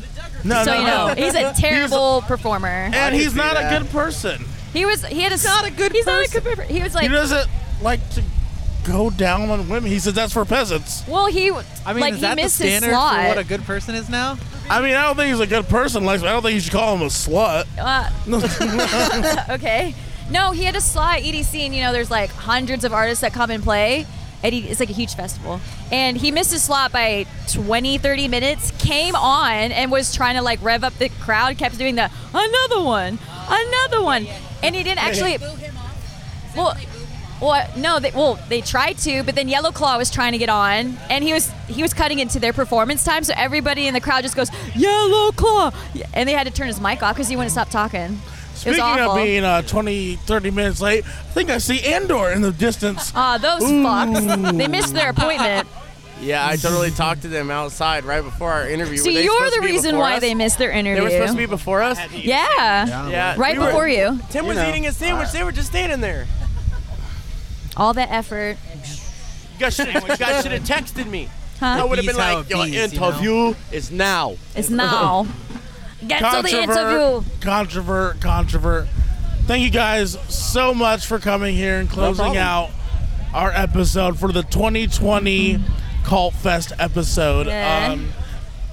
[SPEAKER 2] No,
[SPEAKER 3] so
[SPEAKER 2] no,
[SPEAKER 3] you know,
[SPEAKER 2] no.
[SPEAKER 3] he's a
[SPEAKER 2] He's a-
[SPEAKER 3] terrible performer.
[SPEAKER 2] and he's not a good person.
[SPEAKER 3] He was. He had a. Not a good. He's not a good. perfor- He was like.
[SPEAKER 2] he doesn't like to go down on women. He says that's for peasants.
[SPEAKER 3] Well, he.
[SPEAKER 2] I mean,
[SPEAKER 3] like,
[SPEAKER 2] is
[SPEAKER 3] he
[SPEAKER 2] that the
[SPEAKER 3] missed his
[SPEAKER 2] standard for
[SPEAKER 3] slot.
[SPEAKER 2] what
[SPEAKER 4] a good person is now.
[SPEAKER 2] I mean, I don't think he's a good person. Like, I don't think you should call him a slut.
[SPEAKER 3] Uh, okay. No, he had a slot at EDC, and you know, there's like hundreds of artists that come and play. And he, it's like a huge festival. And he missed his slot by 20, 30 minutes, came on and was trying to like rev up the crowd, kept doing the another one, another one. And he didn't actually. Well, well, no, they, well, they tried to, but then Yellow Claw was trying to get on, and he was he was cutting into their performance time, so everybody in the crowd just goes Yellow Claw, and they had to turn his mic off because he wouldn't stop talking. it was
[SPEAKER 2] Speaking
[SPEAKER 3] awful.
[SPEAKER 2] of being uh, 20, 30 minutes late, I think I see Andor in the distance.
[SPEAKER 3] Ah, those fucks. They missed their appointment.
[SPEAKER 26] Yeah, I totally talked to them outside right before our interview.
[SPEAKER 3] so
[SPEAKER 26] Were they
[SPEAKER 3] you're
[SPEAKER 26] supposed
[SPEAKER 3] the
[SPEAKER 26] to be
[SPEAKER 3] reason
[SPEAKER 26] before
[SPEAKER 3] why
[SPEAKER 26] us?
[SPEAKER 3] they missed their interview.
[SPEAKER 26] They were supposed to be before us.
[SPEAKER 3] Yeah.
[SPEAKER 26] Yeah,
[SPEAKER 3] Right
[SPEAKER 26] we were-
[SPEAKER 3] before you.
[SPEAKER 26] Tim was eating a sandwich. They were just standing there.
[SPEAKER 3] All that effort.
[SPEAKER 26] You guys should have texted me.
[SPEAKER 3] Huh?
[SPEAKER 26] I would have been
[SPEAKER 3] Bees how
[SPEAKER 26] like,
[SPEAKER 3] it
[SPEAKER 26] your
[SPEAKER 3] bees, you know?
[SPEAKER 26] interview is now.
[SPEAKER 3] It's now. Get to the interview.
[SPEAKER 2] Controvert, Controvert, controvert. Thank you guys so much for coming here and closing
[SPEAKER 26] problem.
[SPEAKER 2] out our episode for the 2020 Cult Fest episode.
[SPEAKER 26] Yeah.
[SPEAKER 2] Um,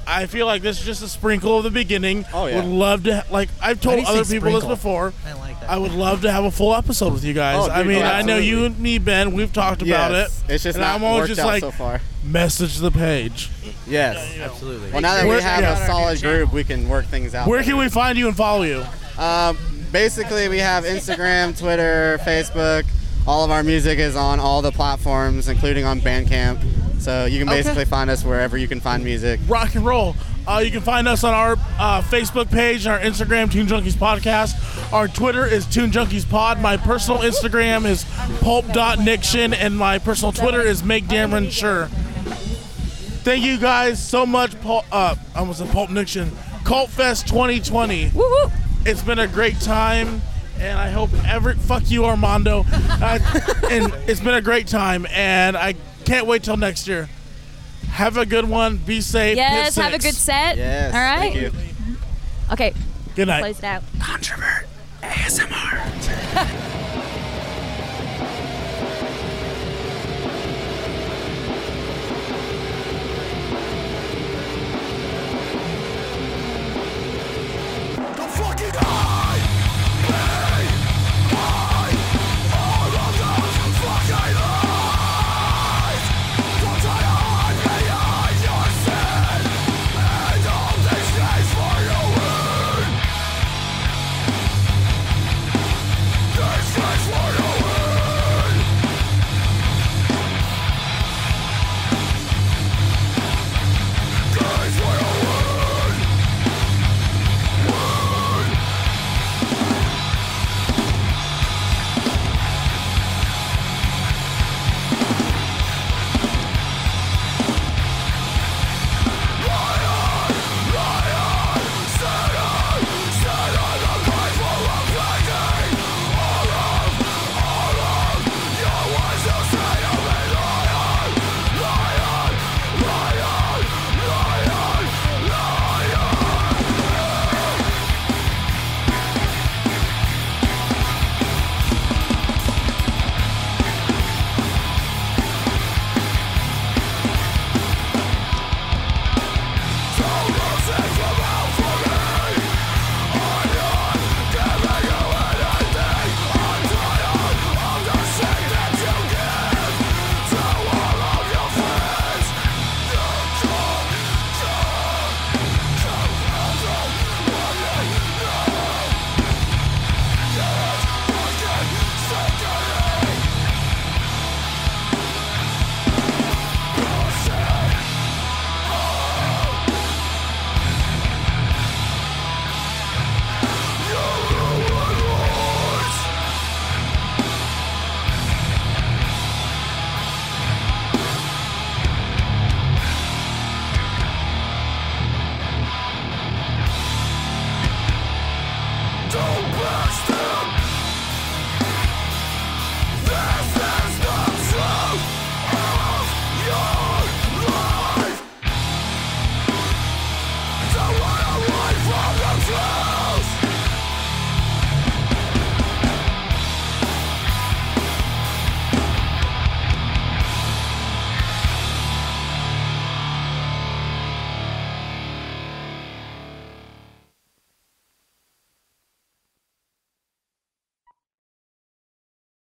[SPEAKER 2] I feel like this is just a sprinkle of the beginning. Oh,
[SPEAKER 26] yeah.
[SPEAKER 2] Would love to, ha- like, I've
[SPEAKER 26] Why do
[SPEAKER 2] told
[SPEAKER 26] you
[SPEAKER 2] other
[SPEAKER 26] say
[SPEAKER 2] people this
[SPEAKER 26] sprinkle?
[SPEAKER 2] before. I like that. I would love to have a full episode with you guys.
[SPEAKER 25] Oh, dude,
[SPEAKER 2] I mean,
[SPEAKER 25] oh,
[SPEAKER 2] I know
[SPEAKER 25] absolutely.
[SPEAKER 2] you and me, Ben, we've talked about
[SPEAKER 25] Yes.
[SPEAKER 2] it.
[SPEAKER 25] It's just
[SPEAKER 2] and
[SPEAKER 25] not
[SPEAKER 2] I'm always
[SPEAKER 25] worked
[SPEAKER 2] just
[SPEAKER 25] out
[SPEAKER 2] like,
[SPEAKER 25] so far.
[SPEAKER 2] message the page.
[SPEAKER 25] Yes,
[SPEAKER 26] absolutely.
[SPEAKER 25] Well, now that we
[SPEAKER 2] Where-
[SPEAKER 25] have
[SPEAKER 2] yeah.
[SPEAKER 25] a solid group, we can work things out.
[SPEAKER 2] Where can we find you and follow you?
[SPEAKER 25] Um, basically, we have Instagram, Twitter, Facebook. All of our music is on all the platforms, including on Bandcamp. So you can
[SPEAKER 2] Okay.
[SPEAKER 25] basically find us wherever you can find music.
[SPEAKER 2] rock and roll. Uh, you can find us on our uh, Facebook page and our Instagram, Tune Junkies Podcast. Our Twitter is Tune Junkies Pod. My personal Instagram is pulp.niction, and my personal Twitter is Make Dameron Sure. Thank you guys so much. Pul- uh, I almost said Pulp Niction. Cult Fest 2020.
[SPEAKER 3] Woo-hoo.
[SPEAKER 2] It's been a great time, and I hope every fuck you Armando. Uh, and it's been a great time, and I can't wait till next year. Have a good one. Be safe.
[SPEAKER 3] Yes,
[SPEAKER 2] Hit
[SPEAKER 3] have a
[SPEAKER 2] six.
[SPEAKER 3] good set. All right. Okay.
[SPEAKER 2] Good night.
[SPEAKER 3] Close it out. Controvert ASMR.